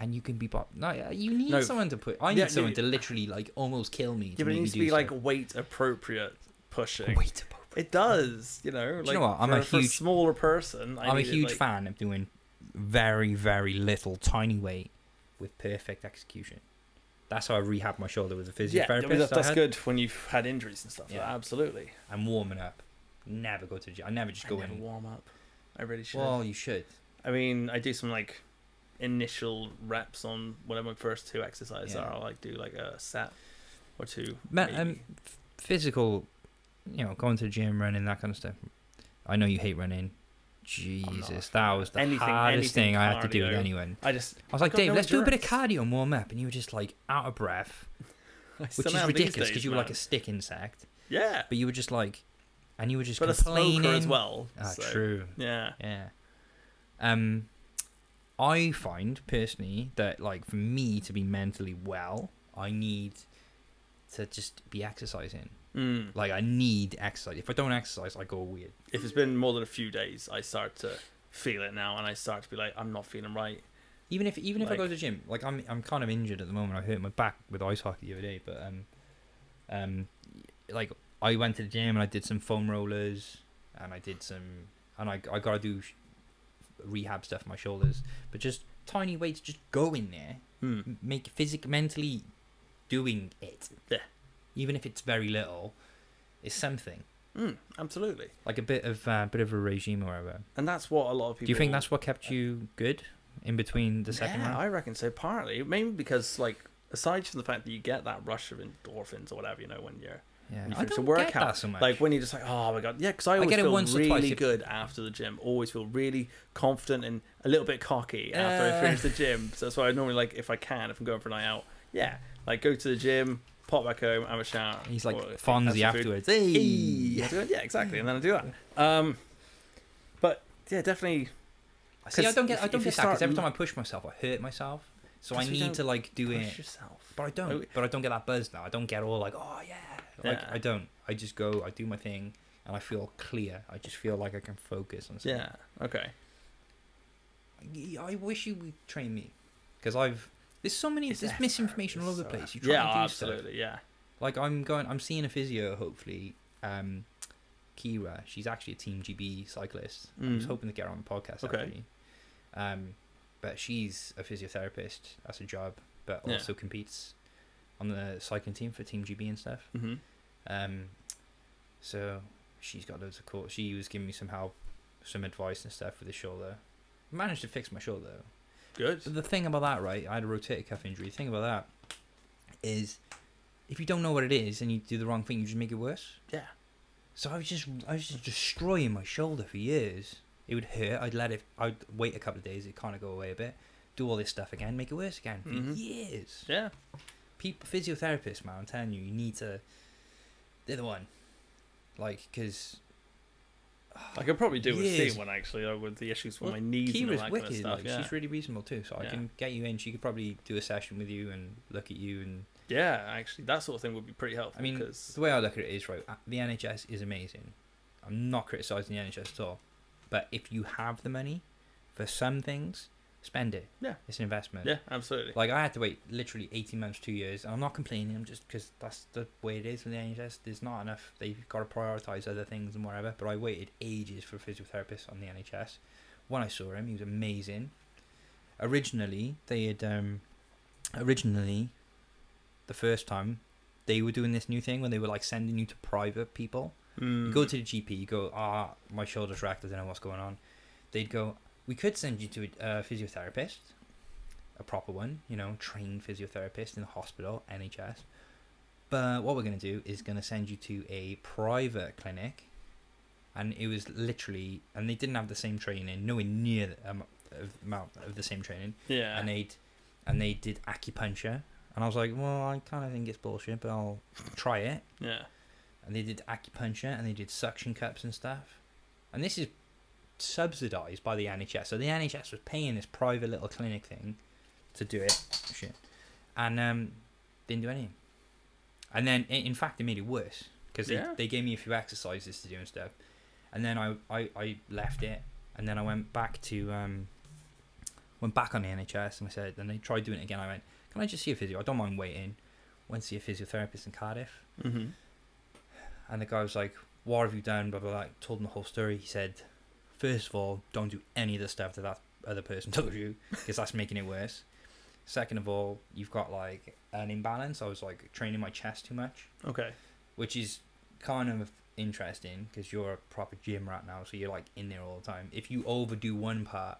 and you can be, bo- no, yeah, you need
No.
someone to put. I need
Yeah,
someone
you-
to literally like almost kill me.
Yeah, but
make
it
me
needs to
do
be like
stuff.
weight appropriate pushing.
wait. a moment.
It does, you know. Like,
you know what? I'm
for,
a
for
huge-
smaller person. I
I'm a
need it,
huge
like-
fan of doing very, very little, tiny weight with perfect execution. That's how I rehab my shoulder with a
Yeah, I mean,
physiotherapist.
that-
I
that's
had.
good when you've had injuries and stuff.
Yeah.
Yeah, absolutely.
I'm warming up. Never go to the gym. I never just
I
go
never
in.
warm up. I really should.
Well, you should.
I mean, I do some like initial reps on whatever my first two exercises
Yeah.
are. I'll like do like a set or two.
Ma-
maybe.
um, f- physical, you know, going to the gym, running, that kind of stuff. I know you hate running. Jesus, that was the
Anything-
hardest
anything
thing I had to do with
cardio.
anyone.
I just
I was like,
got
Dave,
no
let's do a bit of
endurance.
cardio and warm up, and you were just like out of breath,
I
which
still
is
am these
ridiculous
days,
because you were like
man.
a stick insect.
yeah,
But you were just like, and you were just
but a
complaining.
smoker as well.
Ah,
so,
true.
Yeah.
Yeah. Um, I find personally that like for me to be mentally well, I need to just be exercising.
Mm.
Like I need exercise. If I don't exercise, I go weird.
if it's been more than a few days, I start to feel it now, and I start to be like, I'm not feeling right.
Even if even if I
Like-
go to the gym, like I'm I'm kind of injured at the moment. I hurt my back with ice hockey the other day, but um, um, like I went to the gym and I did some foam rollers and I did some and I I gotta do sh- rehab stuff for my shoulders, but just tiny weights. Just go in there,
Hmm.
m- make physic mentally doing it.
Yeah.
Even if it's very little, it's something
Mm, absolutely,
like a bit of uh, bit of a regime or whatever.
and that's what a lot of people.
Do you think that's what kept you good in between the second
yeah,
round?
I reckon so. Partly, maybe because like aside from the fact that you get that rush of endorphins or whatever, you know, when you're
Yeah.
you
I
finish a
don't
workout.
get that so much.
Like when you're just like, oh my god, yeah, because I always
get it
feel
once or
really
twice if-
good after the gym. Always feel really confident and a little bit cocky after I
Uh.
finish the gym. So that's why I normally like, if I can, if I'm going for a night out, yeah, like go to the gym, pop back home, have a shower.
He's like
or have some
Fonzie
food.
afterwards.
Hey.
Hey.
Yeah, exactly. And then I do that. Um, but yeah, definitely.
See, I don't get,
if-
I don't get that
if you
because
start
every
l-
time I push myself, I hurt myself. So I
Because we
need
don't
to like do
push
it,
yourself.
but I
Oh,
don't. But I don't get that buzz now. I don't get all like, oh yeah, like
Yeah.
I don't. I just go, I do my thing, and I feel clear. I just feel like I can focus on something.
Yeah. Okay.
I- I wish you would train me because I've there's so many
It's
there's
effort,
misinformation all
it's
over the
so-
place. You try
Yeah, oh,
and do stuff.
absolutely. Yeah.
Like I'm going, I'm seeing a physio. Hopefully, um, Kira, she's actually a Team GB cyclist. I was
Mm.
hoping to get her on the podcast
Okay.
actually, um, but she's a physiotherapist. That's a job, but
Yeah.
also competes on the cycling team for Team GB and stuff.
hmm
Um, so she's got loads of cool. She was giving me some help, some advice and stuff with the shoulder. Managed to fix my shoulder though.
Good.
But the thing about that, right? I had a rotator cuff injury. The thing about that is, if you don't know what it is and you do the wrong thing, you just make it worse.
Yeah.
So I was just, I was just destroying my shoulder for years. It would hurt. I'd let it. I'd wait a couple of days. It kind of go away a bit. Do all this stuff again, make it worse again for
Mhm.
years.
Yeah.
People, physiotherapists, man, I'm telling you, you need to. They're the one. Like, because
I could probably do with
Years.
C one actually, like, with the issues
Well,
with my knees and all
Kira's
that
wicked.
kind of stuff.
like,
yeah.
She's really reasonable too, so I
Yeah.
can get you in. She could probably do a session with you and look at you. And
yeah, actually, that sort of thing would be pretty helpful.
I mean,
'cause-
the way I look at it is right. uh, The NHS is amazing. I'm not criticizing the NHS at all, but if you have the money for some things, spend it.
Yeah.
it's an investment.
yeah, absolutely.
Like I had to wait literally 18 months, two years, and I'm not complaining. I'm just because that's the way it is with the NHS. There's not enough. They've got to prioritize other things and whatever. But I waited ages for a physiotherapist on the NHS. When I saw him, he was amazing. Originally, they had um, originally, the first time, they were doing this new thing when they were like sending you to private people.
Mm.
You go to the GP, you go, ah, my shoulder's racked, I don't know what's going on. They'd go, we could send you to a uh, physiotherapist, a proper one, you know, trained physiotherapist in the hospital, NHS. But what we're going to do is going to send you to a private clinic. And it was literally, and they didn't have the same training, nowhere near the um, of- amount of the same training
yeah,
and they and they did acupuncture, and I was like, well, I kind of think it's bullshit, but I'll try it
yeah,
and they did acupuncture and they did suction cups and stuff. And this is subsidized by the NHS. So the NHS was paying this private little clinic thing to do it. Shit. And um, didn't do anything. And then, i- in fact, it made it worse because they,
Yeah.
they gave me a few exercises to do and stuff. And then I, I, I left it and then I went back to um, went back on the NHS and I said, and they tried doing it again. I went, can I just see a physio? I don't mind waiting. Went to see a physiotherapist in Cardiff.
hmm
And the guy was like, What have you done? Blah, blah, blah. Told him the whole story. He said, First of all, don't do any of the stuff that that other person told you because that's making it worse. Second of all, you've got like an imbalance. I was like training my chest too much,
okay,
which is kind of interesting because you're a proper gym rat now. So you're like in there all the time. If you overdo one part,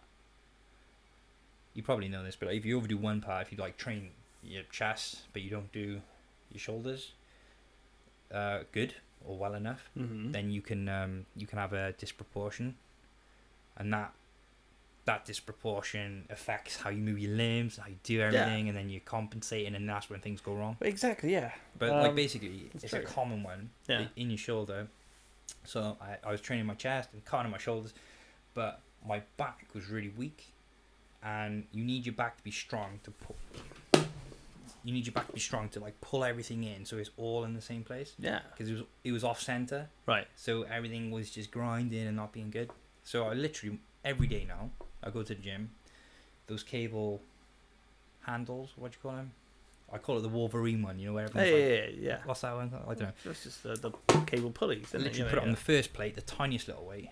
you probably know this, but if you overdo one part, if you like train your chest but you don't do your shoulders uh, good or well enough,
hmm
then you can um, you can have a disproportion, and that that disproportion affects how you move your limbs, how you do everything, and then you're compensating, and that's when things go wrong.
exactly, yeah,
But like
Um,
basically,
that's
it's a
true.
common one
Yeah.
i- in your shoulder. So I, I was training my chest and kind of my shoulders, but my back was really weak, and you need your back to be strong to pull. You need your back to be strong to like pull everything in, so it's all in the same place.
yeah,
Because it was it was off center,
right,
so everything was just grinding and not being good. So I literally every day now I go to the gym. Those cable handles, what do you call them? I call it the Wolverine one. You know where everything's like,
hey, yeah, yeah.
what's that one? called? I don't know.
That's just the, the cable pulleys. isn't it?
literally
You
put it
know,
on the first plate, the tiniest little weight.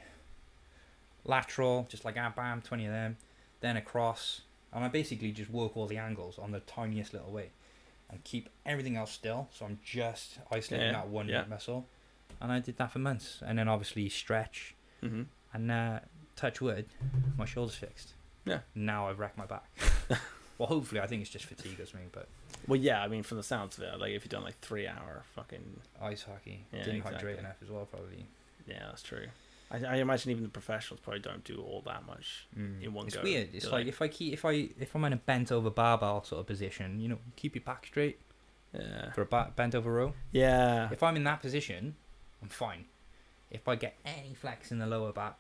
Lateral, just like ah bam, twenty of them. Then across, and I basically just work all the angles on the tiniest little weight, and keep everything else still. So I'm just isolating
Yeah,
that one
yeah.
muscle, and I did that for months. And then obviously stretch.
yeah. Mhm.
And uh, touch wood, my shoulder's fixed.
Yeah.
Now I've racked my back. well, hopefully, I think it's just fatigue or something, but
Well, yeah, I mean, from the sounds of it, like if you've done like three hour fucking,
Ice hockey.
Yeah,
Didn't
exactly.
hydrate enough as well, probably.
yeah, that's true. I, I imagine even the professionals probably don't do all that much.
Mm.
in one
it's
go,
weird. It's
do
like
they?
if I keep if I if I'm in a bent over barbell sort of position, you know, keep your back straight
Yeah,
for a ba- bent over row.
yeah,
If I'm in that position, I'm fine. If I get any flex in the lower back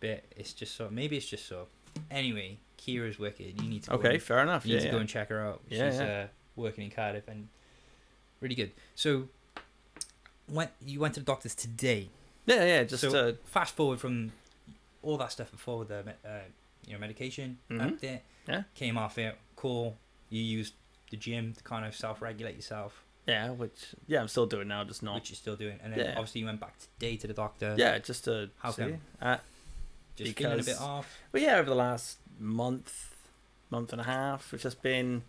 bit, it's just so. Maybe it's just so. Anyway, Kira's wicked. You need to go
Okay,
and-
fair enough.
you need
Yeah,
to go
yeah.
and check her out.
Yeah,
She's
yeah.
Uh, working in Cardiff and really good. So, went you went to the doctors today?
yeah, yeah. Just
So-
uh,
fast forward from all that stuff before the me- uh, you know medication
Mhm.
update
Yeah.
came off it cool you used the gym to kind of self-regulate yourself
yeah, which yeah, I'm still doing now, just not.
which you're still doing and then
Yeah.
obviously you went back today to the doctor
yeah, just to
How
see.
come?
Uh,
just feeling a bit
because-
off
But yeah, over the last month, month and a half, it's just been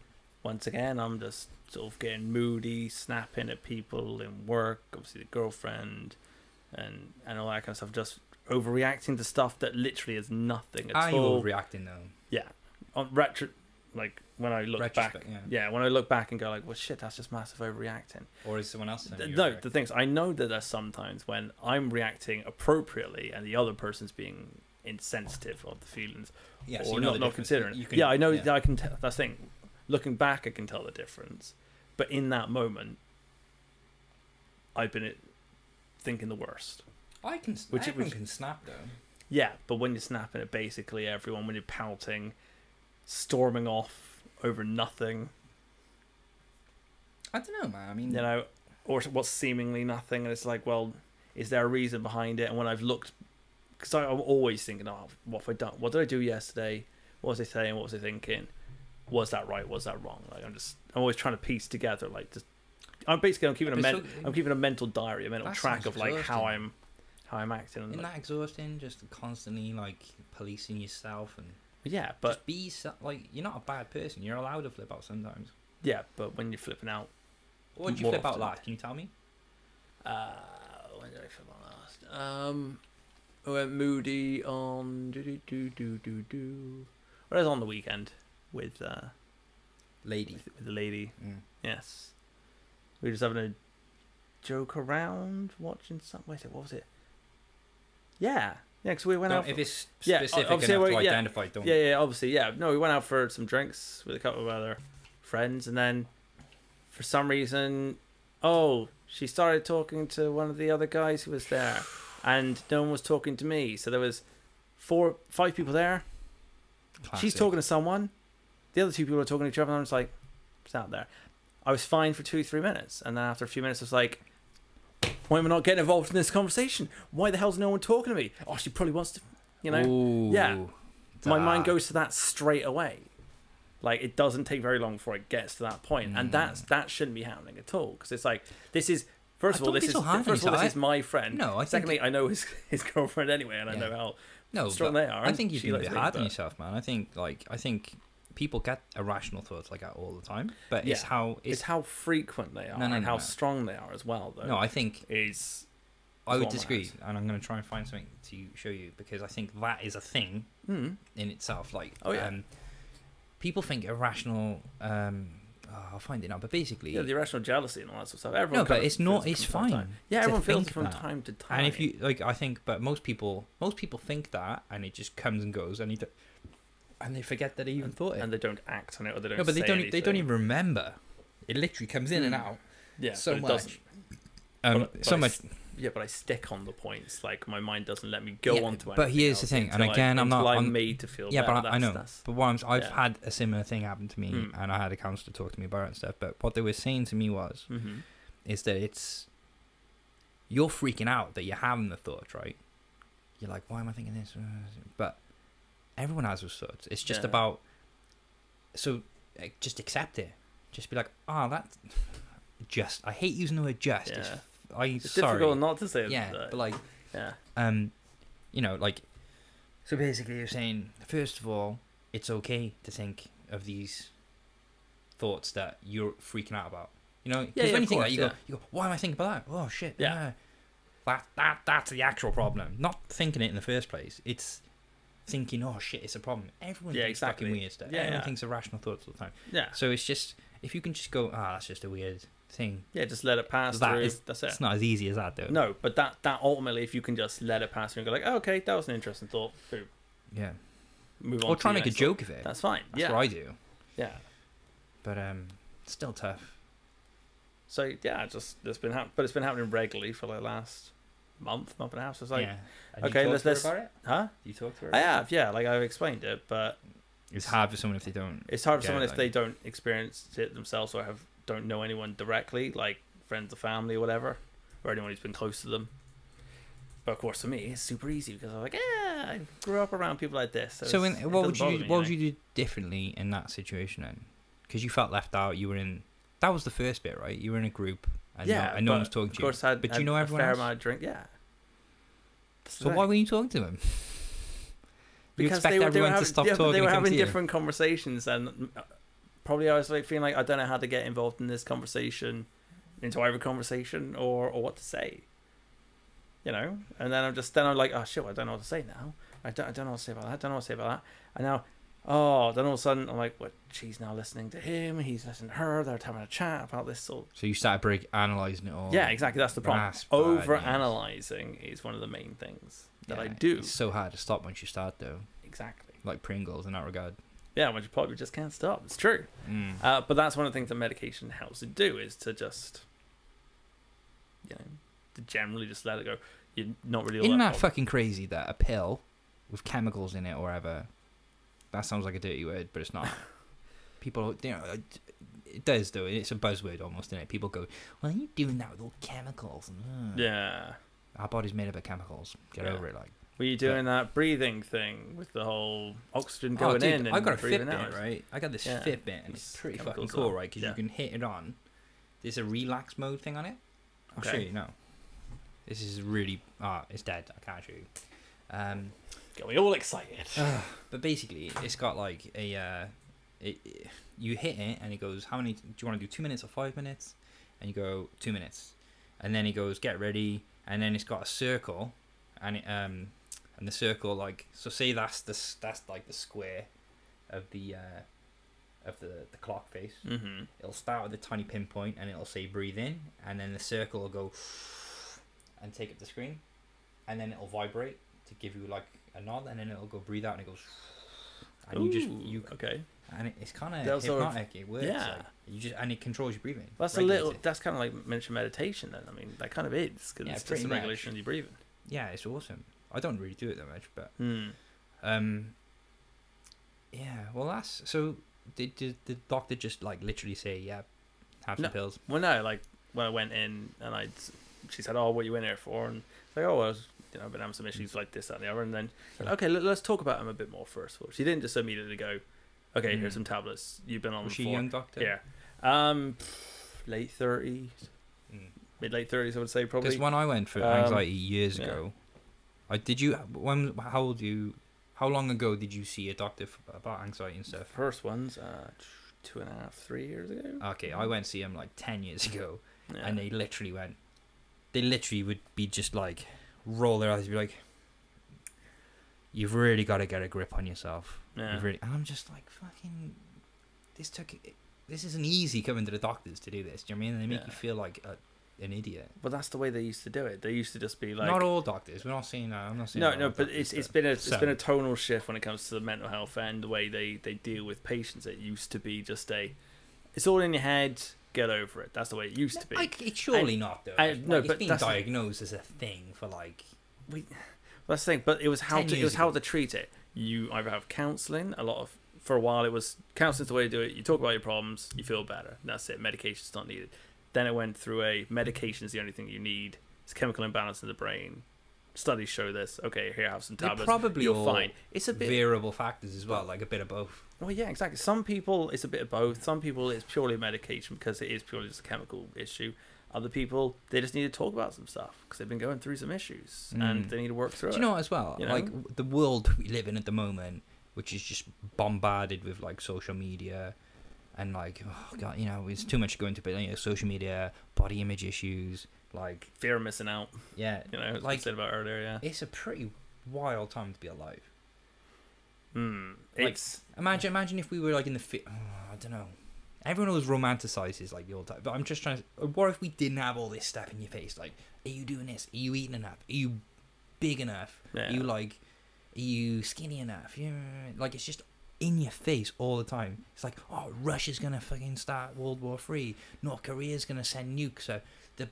once again I'm just sort of getting moody, snapping at people in work, obviously the girlfriend, and and all that kind of stuff. Just overreacting to stuff that literally is nothing at
are Ah, you
all.
overreacting though
On retro, like when I look back.
Retrospect, yeah.
Yeah, when I look back and go like, well, shit, that's just massive overreacting.
or is someone else saying
Th-
you're
no,
overreacting?
the things I know that there's sometimes when I'm reacting appropriately and the other person's being insensitive of the feelings
yeah, so
or
you know
not,
the
not
difference.
considering.
You
it.
can-
yeah, I know
yeah.
that I can tell. That's the thing. Looking back, I can tell the difference. But in that moment, I've been uh, thinking the worst.
I can
Which
which
it
everyone
was-
can snap though
Yeah, but when you're snapping at basically everyone, when you're pouting, storming off over nothing,
I don't know man I mean
you know, or what's seemingly nothing, and it's like, well, is there a reason behind it? And when I've looked, because I'm always thinking, oh, what have I done? What did I do yesterday? What was I saying? What was I thinking? Was that right? Was that wrong? Like I'm just, I'm always trying to piece together, like just, I'm basically, I'm keeping a
But
men,
so-
I'm keeping a mental diary, a mental
That
track
sounds
of like how
exhausting.
I'm, how I'm acting. And
isn't
like,
that exhausting just constantly like policing yourself and
yeah, but
just be so- like you're not a bad person. You're allowed to flip out sometimes.
yeah, but when you're flipping out,
What did you
More
flip out
often.
last? Can you tell me?
Uh, when did I film on last? Um, I went moody on do do do do do do. Well, I was on the weekend with uh
Lady.
with, with the lady.
Mm.
Yes, we were just having a joke around, watching some. Wait, a sec, what was it? Yeah, yeah, because we went
Don't-
out.
if
for-
it's
Yeah,
specific enough
obviously,
to
well, yeah.
identify, don't.
yeah, yeah, obviously, yeah. No, we went out for some drinks with a couple of other friends, and then for some reason, oh, she started talking to one of the other guys who was there, and no one was talking to me. So there was four, five people there. She's
Classic.
talking to someone. The other two people are talking to each other, and I'm just like, it's out there. I was fine for two, three minutes, and then after a few minutes, I was like. Why am I not getting involved in this conversation? Why the hell's no one talking to me? Oh, she probably wants to, you know
Ooh,
yeah. my mind
dark.
goes to that straight away. Like it doesn't take very long before it gets to that point, and that's that shouldn't be happening at all because it's like this is first
Hmm.
of
I don't
all this
be
is
so hard on
first of all this
yourself.
is my friend.
No, I think-
secondly I know his his girlfriend anyway, and I
Yeah.
know how
No,
strong
but
they are.
I
and
think you've
she
been a
likes
bit
me,
hard on
but-
yourself, man. I think like I think people get irrational thoughts like that all the time, but it's
Yeah.
how
It's,
it's.
how frequent they are
no,
and
no,
how
no.
strong they are as well, though.
no, I think
is
I would
what I'm
disagree,
at.
and I'm going to try and find something to show you because I think that is a thing
mm,
in itself. Like,
Oh, yeah.
um, people think irrational. Um, oh, I'll find it now, but basically,
yeah, the irrational jealousy and all that sort of stuff. Everyone
no, but
kinda
it's not.
feels
It's
it from time to
fine.
time. Yeah,
to
everyone feels
think
it from
that.
time to time.
And if you like, I think, but most people, most people think that, and it just comes and goes, and they, don't- and they forget that they even thought it.
and they don't act on it or they don't,
no, but they
say
don't. e, They don't
anything.
even remember. It literally comes in and
Mm.
out
yeah,
so
but it doesn't.
much. Um,
But- but
so
I
much.
Yeah, but I stick on the points. Like my mind doesn't let me go
Yeah,
on to.
but here's the thing, and again, I'm not-
I'm
I'm-
made to feel.
Yeah,
better.
but I, I
That's-
know.
that's-
But what I'm, I've
yeah.
had a similar thing happen to me,
Mm.
and I had a counselor talk to me about it and stuff. But what they were saying to me was,
Mhm.
is that it's you're freaking out that you're having the thoughts, right? You're like, why am I thinking this? But everyone has those thoughts. It's just
Yeah.
about so uh, just accept it. Just be like, ah, that just. I hate using the word just. It's,
Yeah.
I
It's
sorry.
difficult not to say.
yeah,
that.
but like,
yeah,
um, you know, like. So basically, you're saying first of all, it's okay to think of these thoughts that you're freaking out about. You know, 'Cause
Yeah, yeah,
when
of
you think that,
course,
you
yeah.
go, you go, why am I thinking about that? Oh shit,
Yeah.
yeah. That that that's the actual problem. Not thinking it in the first place. It's thinking, oh shit, it's a problem. Everyone
Yeah,
thinks
exactly.
fucking weird stuff.
Yeah,
Everyone
yeah. Ah.
thinks irrational thoughts all the time.
yeah,
So it's just If you can just go, ah, that's just a weird thing.
Yeah, just let it pass
That
through.
is-
That's it.
It's not as easy as that, though.
No, but that that ultimately, if you can just let it pass through and go like, oh, okay, that was an interesting thought. Boom.
Yeah.
Move on.
Or
to
try and
the
make a
next thought.
joke of it. That's,
That's fine. yeah.
what I do.
Yeah.
But um, it's still tough.
So yeah, it's just it's been hap- but it's been happening regularly for the last month, month and a half. So it's like,
yeah.
Have you
Okay,
talked
let's-
to her
let's-
about it?
huh?
You talk to her.
I
about
have, yeah. Like I've explained it, but
It's hard for someone if they don't.
it's hard for
Yeah,
someone if
like-
they don't experience it themselves or have don't know anyone directly, like friends or family or whatever, or anyone who's been close to them. But of course, for me, it's super easy because I'm like, yeah, I grew up around people like this. So,
So,
it's-
in,
it
what
doesn't
would you
bother
do-
me,
what would
know?
you do differently in that situation then? Because you felt left out. You were in. That was the first bit, right? You were in a group. And no, and no
but
one was talking
of
to you.
course, I had,
But do
had
you know
a
everyone
fair
else?
amount of drink, yeah.
So why were you talking to him? You
because
expect
they were,
everyone
they were
to
having,
stop
yeah, but
talking
They were
and come
having
to you.
different conversations, and uh, probably I was like feeling like I don't know how to get involved in this conversation, into either conversation, or or what to say. You know, and then I'm just then I'm like, oh shit, I don't know what to say now. I don't, I don't know what to say about that. I don't know what to say about that. And now, oh, then all of a sudden I'm like, what? She's now listening to him. He's listening to her. They're having a chat about this sort.
So you started break analyzing it all.
yeah, exactly. That's the problem.
rasp, uh,
Over
yes.
analyzing is one of the main things that I
Yeah,
do.
It's so hard to stop once you start, though.
Exactly.
Like Pringles in that regard.
Yeah, which probably just can't stop. It's true.
Mm.
Uh, but that's one of the things that medication helps to do is to just, you know, to generally just let it go. You're not really all
Isn't that
bothered.
fucking crazy that a pill with chemicals in it or whatever? That sounds like a dirty word, but it's not. People, you know, it- it does though. It's a buzzword almost, isn't it? People go, "Well, you're doing that with all chemicals." and, uh,
Yeah.
Our body's made up of chemicals. Get
Yeah.
over it, like.
Were you doing that breathing thing with the whole oxygen
oh,
going
dude,
in and
I got a
breathing
Fitbit,
out?
right? I got this
Yeah.
Fitbit, and it's
It's
pretty fucking
chemicals
cool,
on.
right? Because
Yeah.
you can hit it on. There's a relax mode thing on it. I'll show
Okay.
you now. This is really ah, it's dead. I can't show you. Um,
Get me all excited.
but basically, it's got like a uh, it, it- you hit it and it goes, how many do you want to do? Two minutes or five minutes? And you go two minutes, and then it goes, get ready, and then it's got a circle, and it, um, and the circle like so. Say that's the s- that's like the square of the uh, of the the clock face.
mm-hmm.
It'll start with a tiny pinpoint and it'll say breathe in, and then the circle will go and take up the screen, and then it'll vibrate to give you like a nod, and then it'll go breathe out and it goes. And you just you
okay.
and it, it's kind
They'll
of
sort of-
hypnotic. It works.
yeah.
like, you just and it controls your breathing.
That's a
regulates
little.
it.
That's kind of like mentioned meditation. Then I mean, that kind of is because
Yeah,
it's just
pretty
the
much.
regulation of your breathing.
Yeah, it's awesome. I don't really do it that much, but
Hmm.
um. Yeah, well, that's so. Did, did the doctor just like literally say, "Yeah, have some
No.
pills"?
Well, no, like when I went in and I, she said, "Oh, what are you in here for?" And it's like, "Oh, well, I was, you know, I've been having some issues like this, that, and the other." And then,
Sure.
okay, let, us talk about them a bit more first of all. She didn't just immediately go, "Okay,
Mm.
here's some tablets. You've been on
Was
them
she a
for."
young doctor?
Yeah, um, pff, late thirties,
Mm.
mid late thirties, I would say probably.
Because when I went for
Um,
anxiety years
yeah.
ago, I did you when how old you how long ago did you see a doctor f- about anxiety and
the
stuff?
first ones, uh, t- two and a half, three years ago.
Okay, I went to see him like ten years ago,
Yeah.
and they literally went, they literally would be just like roll their eyes, and be like, "You've really got to get a grip on yourself."
yeah.
You've really, and I'm just like, "Fucking, this took this isn't easy coming to the doctors to do this." Do you know what I mean? And they make you
Yeah.
feel like a, an idiot.
but that's the way they used to do it. They used to just be like,
not all doctors. We're not saying that. I'm not saying
No,
that
no,
all
but
doctors,
it's, it's been a it's
some.
been a tonal shift when it comes to the mental health and the way they, they deal with patients. It used to be just a, it's all in your head. Get over it. That's the way it used to be.
Like, it's surely not though.
I-
Like,
no,
it's
but
being
that's-
diagnosed as a thing for like.
That's the thing. But it was how
10
to it
years
was how
ago.
to treat it. You either have counselling. A lot of for a while it was counselling's the way to do it. You talk about your problems, you feel better. That's it. Medication's not needed. Then it went through a medication is the only thing you need. It's chemical imbalance in the brain. Studies show this. Okay, here have some
They're
tablets.
probably
you're
all
fine. It's a bit
variable factors as well, like a bit of both.
Well, yeah, exactly. Some people it's a bit of both. Some people it's purely medication because it is purely just a chemical issue. Other people they just need to talk about some stuff because they've been going through some issues
Mm.
and they need to work through
Do
it.
you know what as well?
You
Like
know?
w- the world we live in at the moment, which is just bombarded with like social media, and like oh god, you know, it's too much going to be you know, social media, body image issues, like
Fear of missing out.
yeah,
You know, like
Like-
I said about earlier. Yeah.
it's a pretty wild time to be alive.
Hmm.
Like-
it's Hmm.
Imagine, imagine if we were like in the fi- oh, I don't know. Everyone always romanticizes like the old time, but I'm just trying to. uh, What if we didn't have all this stuff in your face? Like, are you doing this? Are you eating enough? Are you big enough?
Yeah.
Are you like, are you skinny enough? Yeah, like it's just in your face all the time. It's like, oh, Russia's gonna fucking start World War Three. North Korea's gonna send nukes. So the,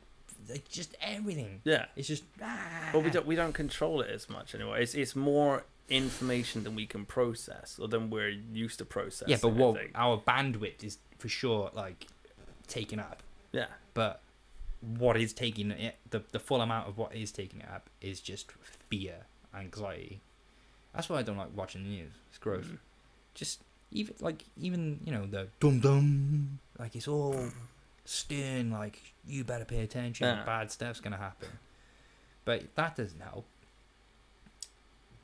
the just everything.
yeah.
It's just ah.
But we don't we don't control it as much anymore. It's it's more information than we can process or than we're used to processing.
yeah, but uh,
I
what
think.
our bandwidth is for sure like taken up.
Yeah,
but what is taking it the, the full amount of what is taking it up is just fear anxiety that's why i don't like watching the news it's gross
Mm.
just even like even you know the dum dum like it's
Hmm.
all stern like you better pay attention
Yeah.
bad stuff's gonna happen but that doesn't help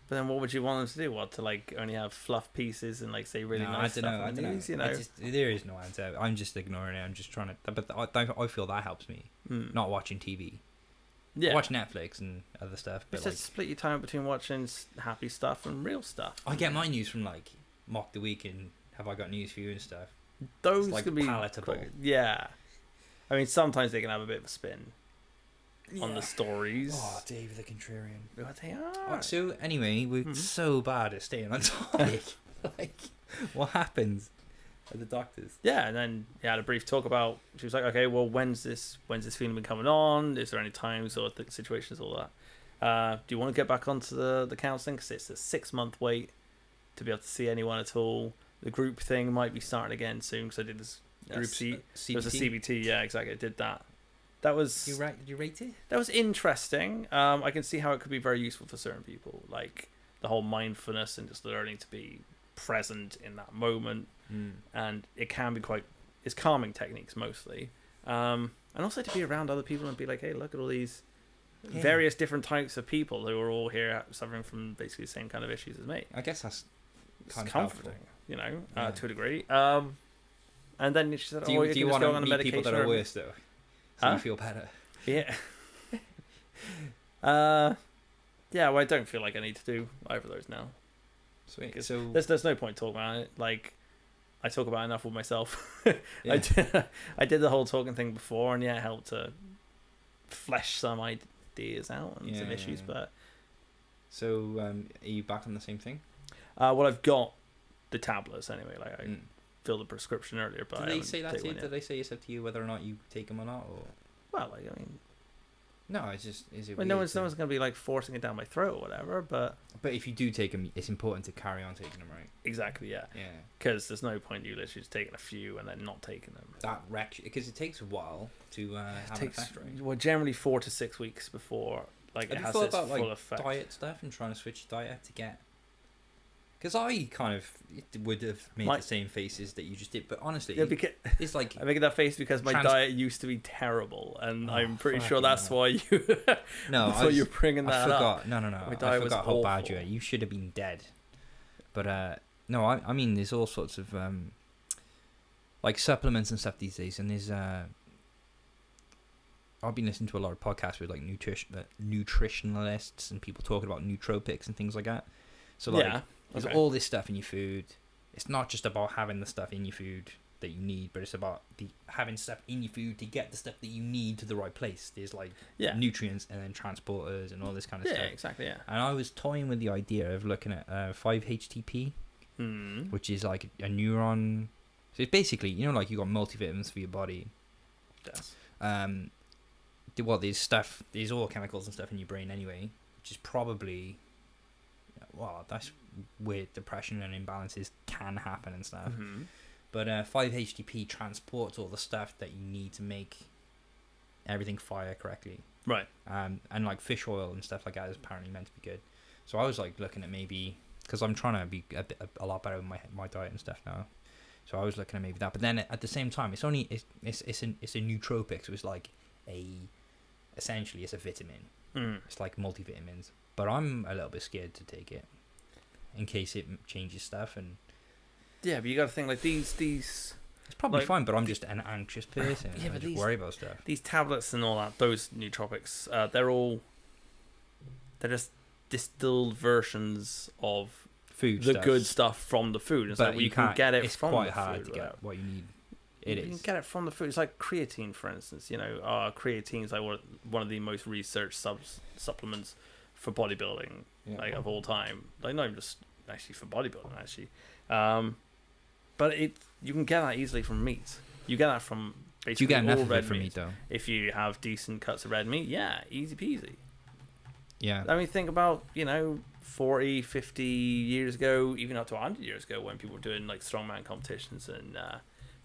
But then what would you want them to do? What to like only have fluff pieces and like say really
No,
nice
I
stuff
don't know.
on
I
the
don't
news?
know.
You
I
know.
just- there is no answer. I'm just ignoring it. I'm just trying to. But I, I feel that helps me
Mm.
not watching TV.
yeah.
Watch Netflix and other stuff. But
It's
like, Oh,
just split your time between watching s- happy stuff and real stuff.
I get my news from like Mock the Week and Have I Got News for You and stuff.
Those
like,
can be
palatable.
quite- yeah. I mean, sometimes they can have a bit of a spin on the stories.
Dave Oh, the Contrarian.
But they
Oh,
are.
So anyway, we're
Mhm.
so bad at staying on topic. like, what happens at the doctors?
yeah, and then he had a brief talk about. She was like, "Okay, well, when's this? When's this film been coming on? Is there any times or th- situations, all that? Uh, do you want to get back onto the the counselling? Because it's a six month wait to be able to see anyone at all. The group thing might be starting again soon because I did this group C. It was a CBT. Yeah, exactly. I did that. That was
You right? Did you rate it?
that was interesting. Um, I can see how it could be very useful for certain people, like the whole mindfulness and just learning to be present in that moment and it can be quite it's calming techniques mostly um and also to be around other people and be like hey look at all these
Yeah.
various different types of people who are all here suffering from basically the same kind of issues as me
I guess that's.
it's
Kind of
comforting you know uh,
Yeah.
to a degree um and then she said
Do you,
oh
do you
can just
want
go
to
on a
meet
medication
people that are
or-
worse though? So
Huh?
you feel better.
yeah uh yeah well i don't feel like i need to do either of those now
Sweet.
Because
So
there's there's no point talking about it like i talk about enough with myself
yeah.
I, did, I did the whole talking thing before, and yeah, it helped to flesh some ideas out and some
Yeah.
issues. But
so um, are you back on the same thing?
uh, well, I've got the tablets anyway. Like I
Mm.
filled the prescription earlier, but I
Did they
haven't
say that
taken
to you?
one yet.
Did they say it's up to you whether or not you take them or not? Or
Well, like I mean,
no, it's just is it.
well, no
weird
one's
to-
no one's gonna be like forcing it down my throat or whatever. But
But if you do take them, it's important to carry on taking them, right?
exactly, yeah,
Yeah.
because there's no point you literally just taking a few and then not taking them.
That wreck because it takes a while to uh,
It
have
takes
an effect, right?
well, generally four to six weeks before like
Have
it
you
has
thought
its
about, like,
full effect.
Diet stuff and trying to switch your diet up to get. Because I kind of would have made
My-
the same faces that you just did, but honestly,
Yeah, because
it's like
I make that face because my
Trans-
diet used to be terrible, and
Oh,
I'm pretty sure
fucking
that's
hell.
why you.
no,
that's
I,
why
was-
you're bringing
I
that up.
forgot. No, no, no.
My
I
diet was
forgot how bad you are.
awful.
You should have been dead. But uh, no, I, I mean, there's all sorts of um, like supplements and stuff these days, and there's uh, I've been listening to a lot of podcasts with like nutrition uh, nutritionalists and people talking about nootropics and things like that. So like,
yeah.
there's
okay.
all this stuff in your food. It's not just about having the stuff in your food that you need, but it's about the having stuff in your food to get the stuff that you need to the right place. There's like
yeah.
nutrients and then transporters and all this kind of
yeah,
stuff.
exactly. Yeah.
And I was toying with the idea of looking at uh, 5-HTP,
Mm.
which is like a neuron. So it's basically, you know, like you got multivitamins for your body.
Yes.
Um, th- well, there's stuff, there's all chemicals and stuff in your brain anyway, which is probably, well, that's where depression and imbalances can happen and stuff.
Mhm.
But uh, 5-HTP transports all the stuff that you need to make everything fire correctly.
Right.
Um, and like fish oil and stuff like that is apparently meant to be good. So I was like looking at maybe because I'm trying to be a, bit, a, lot better with my my diet and stuff now. So I was looking at maybe that, but then at the same time, it's only it's it's it's, an, it's a nootropic, so it's like a essentially it's a vitamin.
Mm.
It's like multivitamins, but I'm a little bit scared to take it in case it m- changes stuff, and
Yeah, but you got to think like these these
it's probably
Like-
fine. But I'm just an anxious person.
Yeah,
I
but
just
these-
worry about stuff.
these tablets and all that. Those nootropics. Uh, they're all. They're just distilled versions of
Food,
the
stuff,
good stuff from the food. It's
but
like, well,
you
you can
can't-
get it
it's
from
quite
the
hard
food,
to
right?
get what you need. It
you can
is.
get it from the food. It's like creatine, for instance. You know, uh, creatine is like one one of the most researched subs- supplements for bodybuilding,
Yeah.
like of all time. Like not even just actually for bodybuilding, actually. Um, but it you can get that easily from meat. You get that from
Do you
basically
get enough
all
of it
red
from
meat.
me though?
If you have decent cuts of red meat, yeah, easy peasy.
Yeah.
I mean, think about, you know, 40, 50 years ago, even up to 100 years ago, when people were doing like strongman competitions and uh,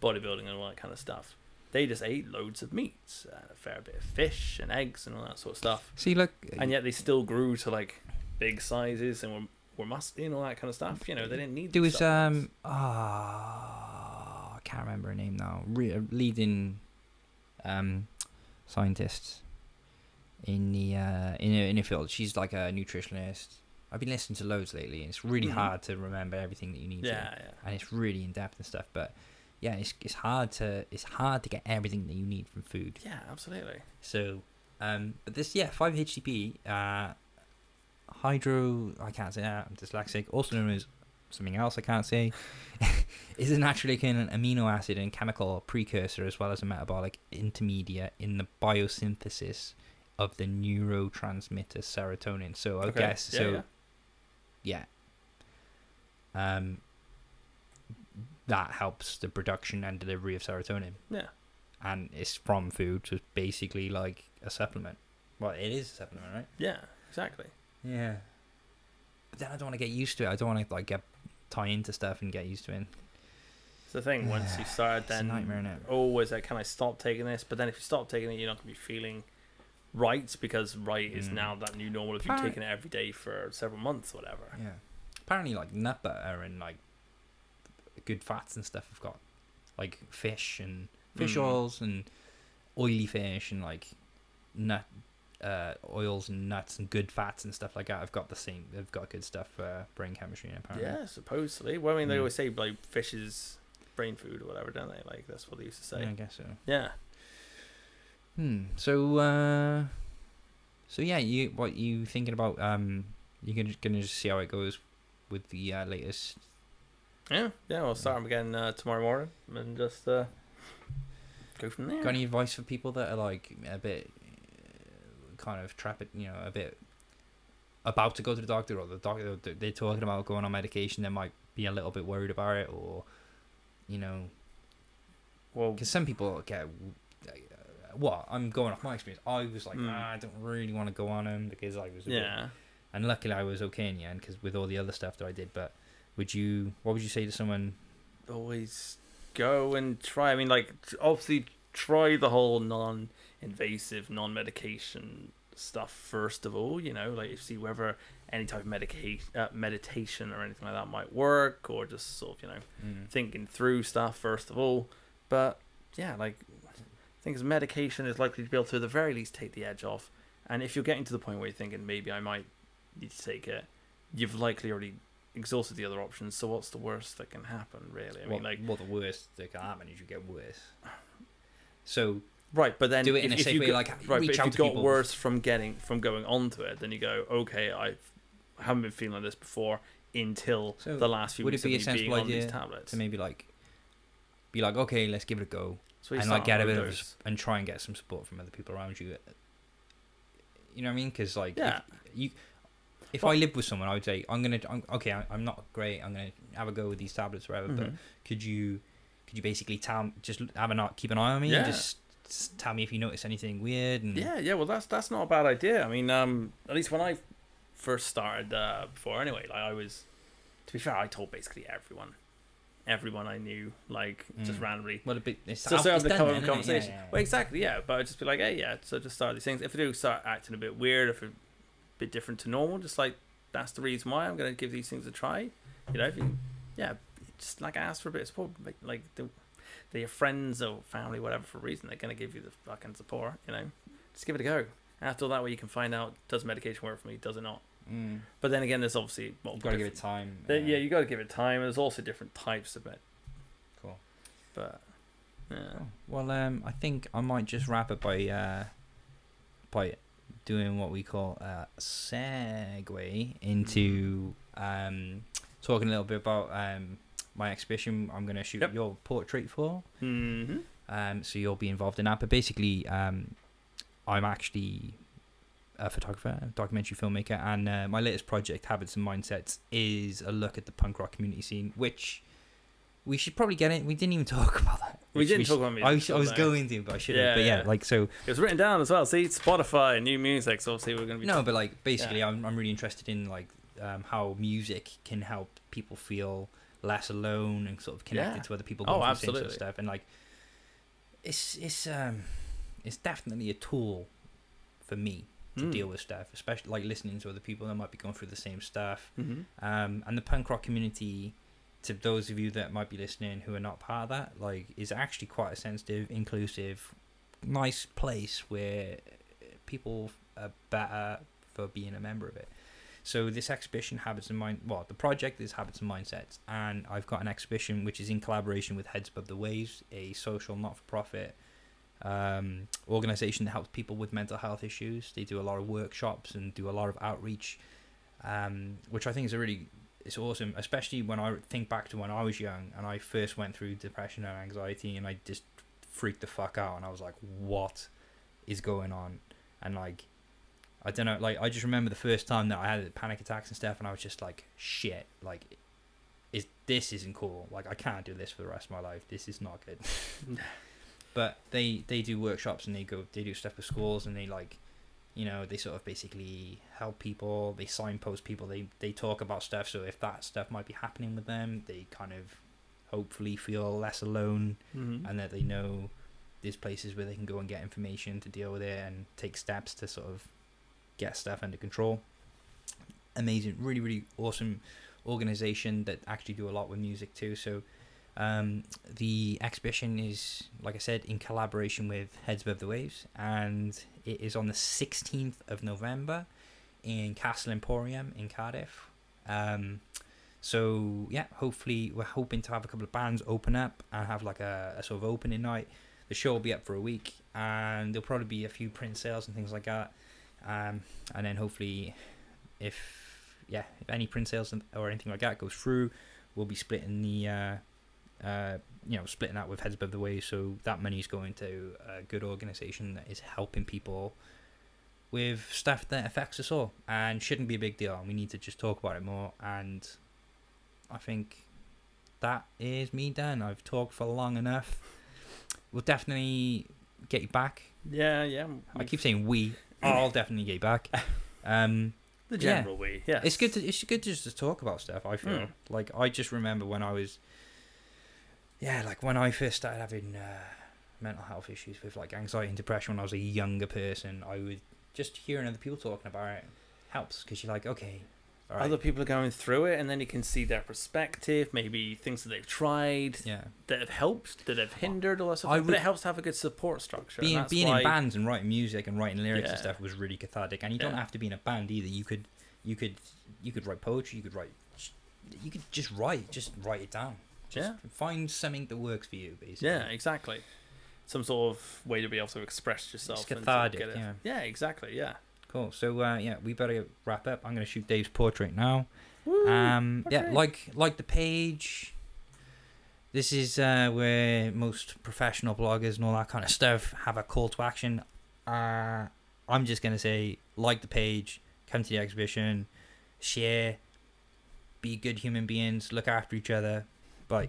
bodybuilding and all that kind of stuff. They just ate loads of meats, and a fair bit of fish and eggs and all that sort of stuff.
See, look.
And yet they still grew to like big sizes and were, were muscly and all that kind of stuff. You know, they didn't need
There
the
was
supplements.
um ah I can't remember her name now. Re- a leading um scientist in the uh in her, in her field. She's like a nutritionist. I've been listening to loads lately, and it's really
Mhm.
hard to remember everything that you need to,
Yeah, yeah.
and it's really in depth and stuff. But yeah, it's it's hard to it's hard to get everything that you need from food.
Yeah, absolutely.
So, um, but this, yeah, 5-HTP, uh, hydro, I can't say that, I'm dyslexic, also known as something else I can't say, is a naturally occurring amino acid and chemical precursor as well as a metabolic intermediate in the biosynthesis of the neurotransmitter serotonin. So I
Okay.
guess,
Yeah,
so,
yeah.
yeah. Um, that helps the production and delivery of serotonin
Yeah.
and it's from food, so it's basically like a supplement. Well, it is a supplement, right?
Yeah, exactly.
Yeah. But then I don't want to get used to it. I don't want to like get tie into stuff and get used to it.
It's the thing, once you start,
It's a
then
nightmare, innit?
always like, can I stop taking this? But then if you stop taking it, you're not going to be feeling right because right is
Mm.
now that new normal if you've
Apparent-
taken it every day for several months or whatever.
Yeah. Apparently, like nut butter and like good fats and stuff have got like fish and fish
Mm.
oils and oily fish and like nut uh, oils and nuts and good fats and stuff like that. I've got the same. They've got good stuff for brain chemistry. Apparently.
Yeah, supposedly. Well, I mean, they
Mm.
always say like fish is brain food or whatever, don't they? Like that's what they used to say.
I guess so.
Yeah.
Hmm. So, uh, so yeah, you what you thinking about? Um, you can gonna just see how it goes with the uh, latest.
Yeah. Yeah. We'll start them again uh, tomorrow morning and just uh, go from there.
Got any advice for people that are like a bit uh, kind of trapped, you know, a bit about to go to the doctor, or the doctor they're talking about going on medication, they might be a little bit worried about it, or you know,
Well,
because some people get uh, what I'm going off my experience. I was like,
Mm.
"Ah, I don't really want to go on them because I was a bit
yeah.
and luckily I was okay in the end because with all the other stuff that I did. But would you? What would you say to someone?
always go and try. I mean, like t- obviously try the whole non-invasive, non-medication stuff first of all. You know, like see whether any type of medication, uh, meditation, or anything like that might work, or just sort of you know thinking through stuff first of all. But yeah, like I think medication is likely to be able to at the very least take the edge off. And if you're getting to the point where you're thinking maybe I might need to take it, you've likely already exhausted the other options. So what's the worst that can happen, really? I mean,
what,
like
what the worst that can happen is you get worse. So
right, but then
do it in
if,
a
if
safe
you
way,
go-
like
right,
reach
but if
out
you
to
got
people.
worse from getting from going onto it, then you go, okay, I've, I haven't been feeling like this before until
So
the last few
would it
weeks
be a
of me being
sensible
on these
idea
tablets.
to maybe like be like, okay, let's give it a go,
So you
and like
start
get a
with
bit of a
those.
s and try and get some support from other people around you. You know what I mean? Because like,
yeah,
you if
Well-
I lived with someone, I would say I'm gonna I'm, okay. I- I'm not great. I'm gonna have a go with these tablets, or whatever. But
Mhm.
could you could you basically tell just have an eye- keep an eye on me and
Yeah.
just s- tell me if you notice anything weird and
Yeah, yeah. Well, that's that's not a bad idea. I mean, um, at least when I first started, uh, before anyway, like I was. To be fair, I told basically everyone, everyone I knew, like just
Mm.
randomly.
well a bit it's,
So,
out-
so
it's
the
done
cover
then,
of
innit?
conversation.
yeah, yeah, yeah.
Well, exactly, yeah. But I'd just be like, hey, yeah. So just start these things. If I do start acting a bit weird, if a bit different to normal, just like that's the reason why I'm gonna give these things a try. You know, if you, yeah, just like ask for a bit of support. Like, like the, the your friends or family, whatever for a reason, they're gonna give you the fucking support. You know, just give it a go. After all that, way you can find out does medication work for me, does it not?
mm.
But then again, there's obviously well,
you've got to give it time
Yeah, yeah you got to give it time. and There's also different types of it,
cool
but yeah.
Cool. well um I think I might just wrap it by uh by doing what we call a segue into um talking a little bit about um my exhibition I'm going to shoot
Yep.
your portrait for.
Mm-hmm.
Um, so you'll be involved in that. But basically, um, I'm actually a photographer, a documentary filmmaker, and uh, my latest project, Habits and Mindsets, is a look at the punk rock community scene, which we should probably get in. We didn't even talk about that.
We
Which
didn't talk
should-
about music,
I, was- I
so
was
no.
going to, but I should have.
Yeah,
but yeah,
yeah.
like so.
It was written down as well. See, Spotify, new music. So obviously we're going to be
No, but like basically, I'm I'm really interested in like um, how music can help people feel less alone and sort of connected
Yeah.
to other people.
Oh,
Going through the same sort of
absolutely.
stuff and like it's it's um it's definitely a tool for me to
Mm.
deal with stuff, especially like listening to other people that might be going through the same stuff.
Mhm.
Um, and the punk rock community, to those of you that might be listening who are not part of that, like is actually quite a sensitive, inclusive, nice place where people are better for being a member of it. So this exhibition, Habits and Mind, well, the project is Habits and Mindsets, and I've got an exhibition which is in collaboration with Heads Above the Waves, a social not-for-profit um, organization that helps people with mental health issues. They do a lot of workshops and do a lot of outreach um, which I think is a really it's awesome, especially when I think back to when I was young and I first went through depression and anxiety, and I just freaked the fuck out, and I was like, "What is going on?" And like, I don't know, like I just remember the first time that I had panic attacks and stuff, and I was just like, "Shit!" Like, is this isn't cool? Like, I can't do this for the rest of my life. This is not good. but they they do workshops and they go they do stuff with schools and they like you know they sort of basically help people they signpost people they they talk about stuff so if that stuff might be happening with them they kind of hopefully feel less alone
Mhm.
and that they know there's places where they can go and get information to deal with it and take steps to sort of get stuff under control. Amazing, really, really awesome organization that actually do a lot with music too. So um, the exhibition is, like I said, in collaboration with Heads Above the Waves, and it is on the 16th of November in Castle Emporium in Cardiff. Um, so yeah, hopefully we're hoping to have a couple of bands open up and have like a, a sort of opening night. The show will be up for a week, and there'll probably be a few print sales and things like that. Um, and then hopefully, if yeah, if any print sales and- or anything like that goes through, we'll be splitting the. Uh, uh, you know, splitting that with heads above the way, so that money's going to a good organization that is helping people with stuff that affects us all and shouldn't be a big deal. And we need to just talk about it more and I think that is me done. I've talked for long enough. We'll definitely get you back.
Yeah, yeah.
I keep saying we. I'll definitely get you back. Um,
the
yeah.
general we. Yeah,
it's good. To, it's good just to talk about stuff. I feel
Hmm.
like I just remember when I was, yeah, like when I first started having uh, mental health issues with like anxiety and depression when I was a younger person. I would just hearing other people talking about it helps because you're like, okay, all right,
Other people are going through it, and then you can see their perspective, maybe things that they've tried
yeah.
that have helped, that have hindered, all that stuff.
I
but
would-
it helps to have a good support structure. and
being
that's
being
why-
in bands and writing music and writing lyrics and
Yeah.
stuff was really cathartic. And you don't
Yeah.
have to be in a band either. You could you could you could write poetry. You could write you could just write just write it down. Just
Yeah.
find something that works for you. Basically,
Yeah, exactly. Some sort of way to be able to express yourself. and sort of
cathartic,
get it-
yeah.
yeah, exactly. Yeah.
Cool. So uh, yeah, we better wrap up. I'm gonna shoot Dave's portrait now. um, yeah,
okay.
like like the page. This is uh, where most professional bloggers and all that kind of stuff have a call to action. Uh, I'm just gonna say like the page, come to the exhibition, share, be good human beings, look after each other. Bye.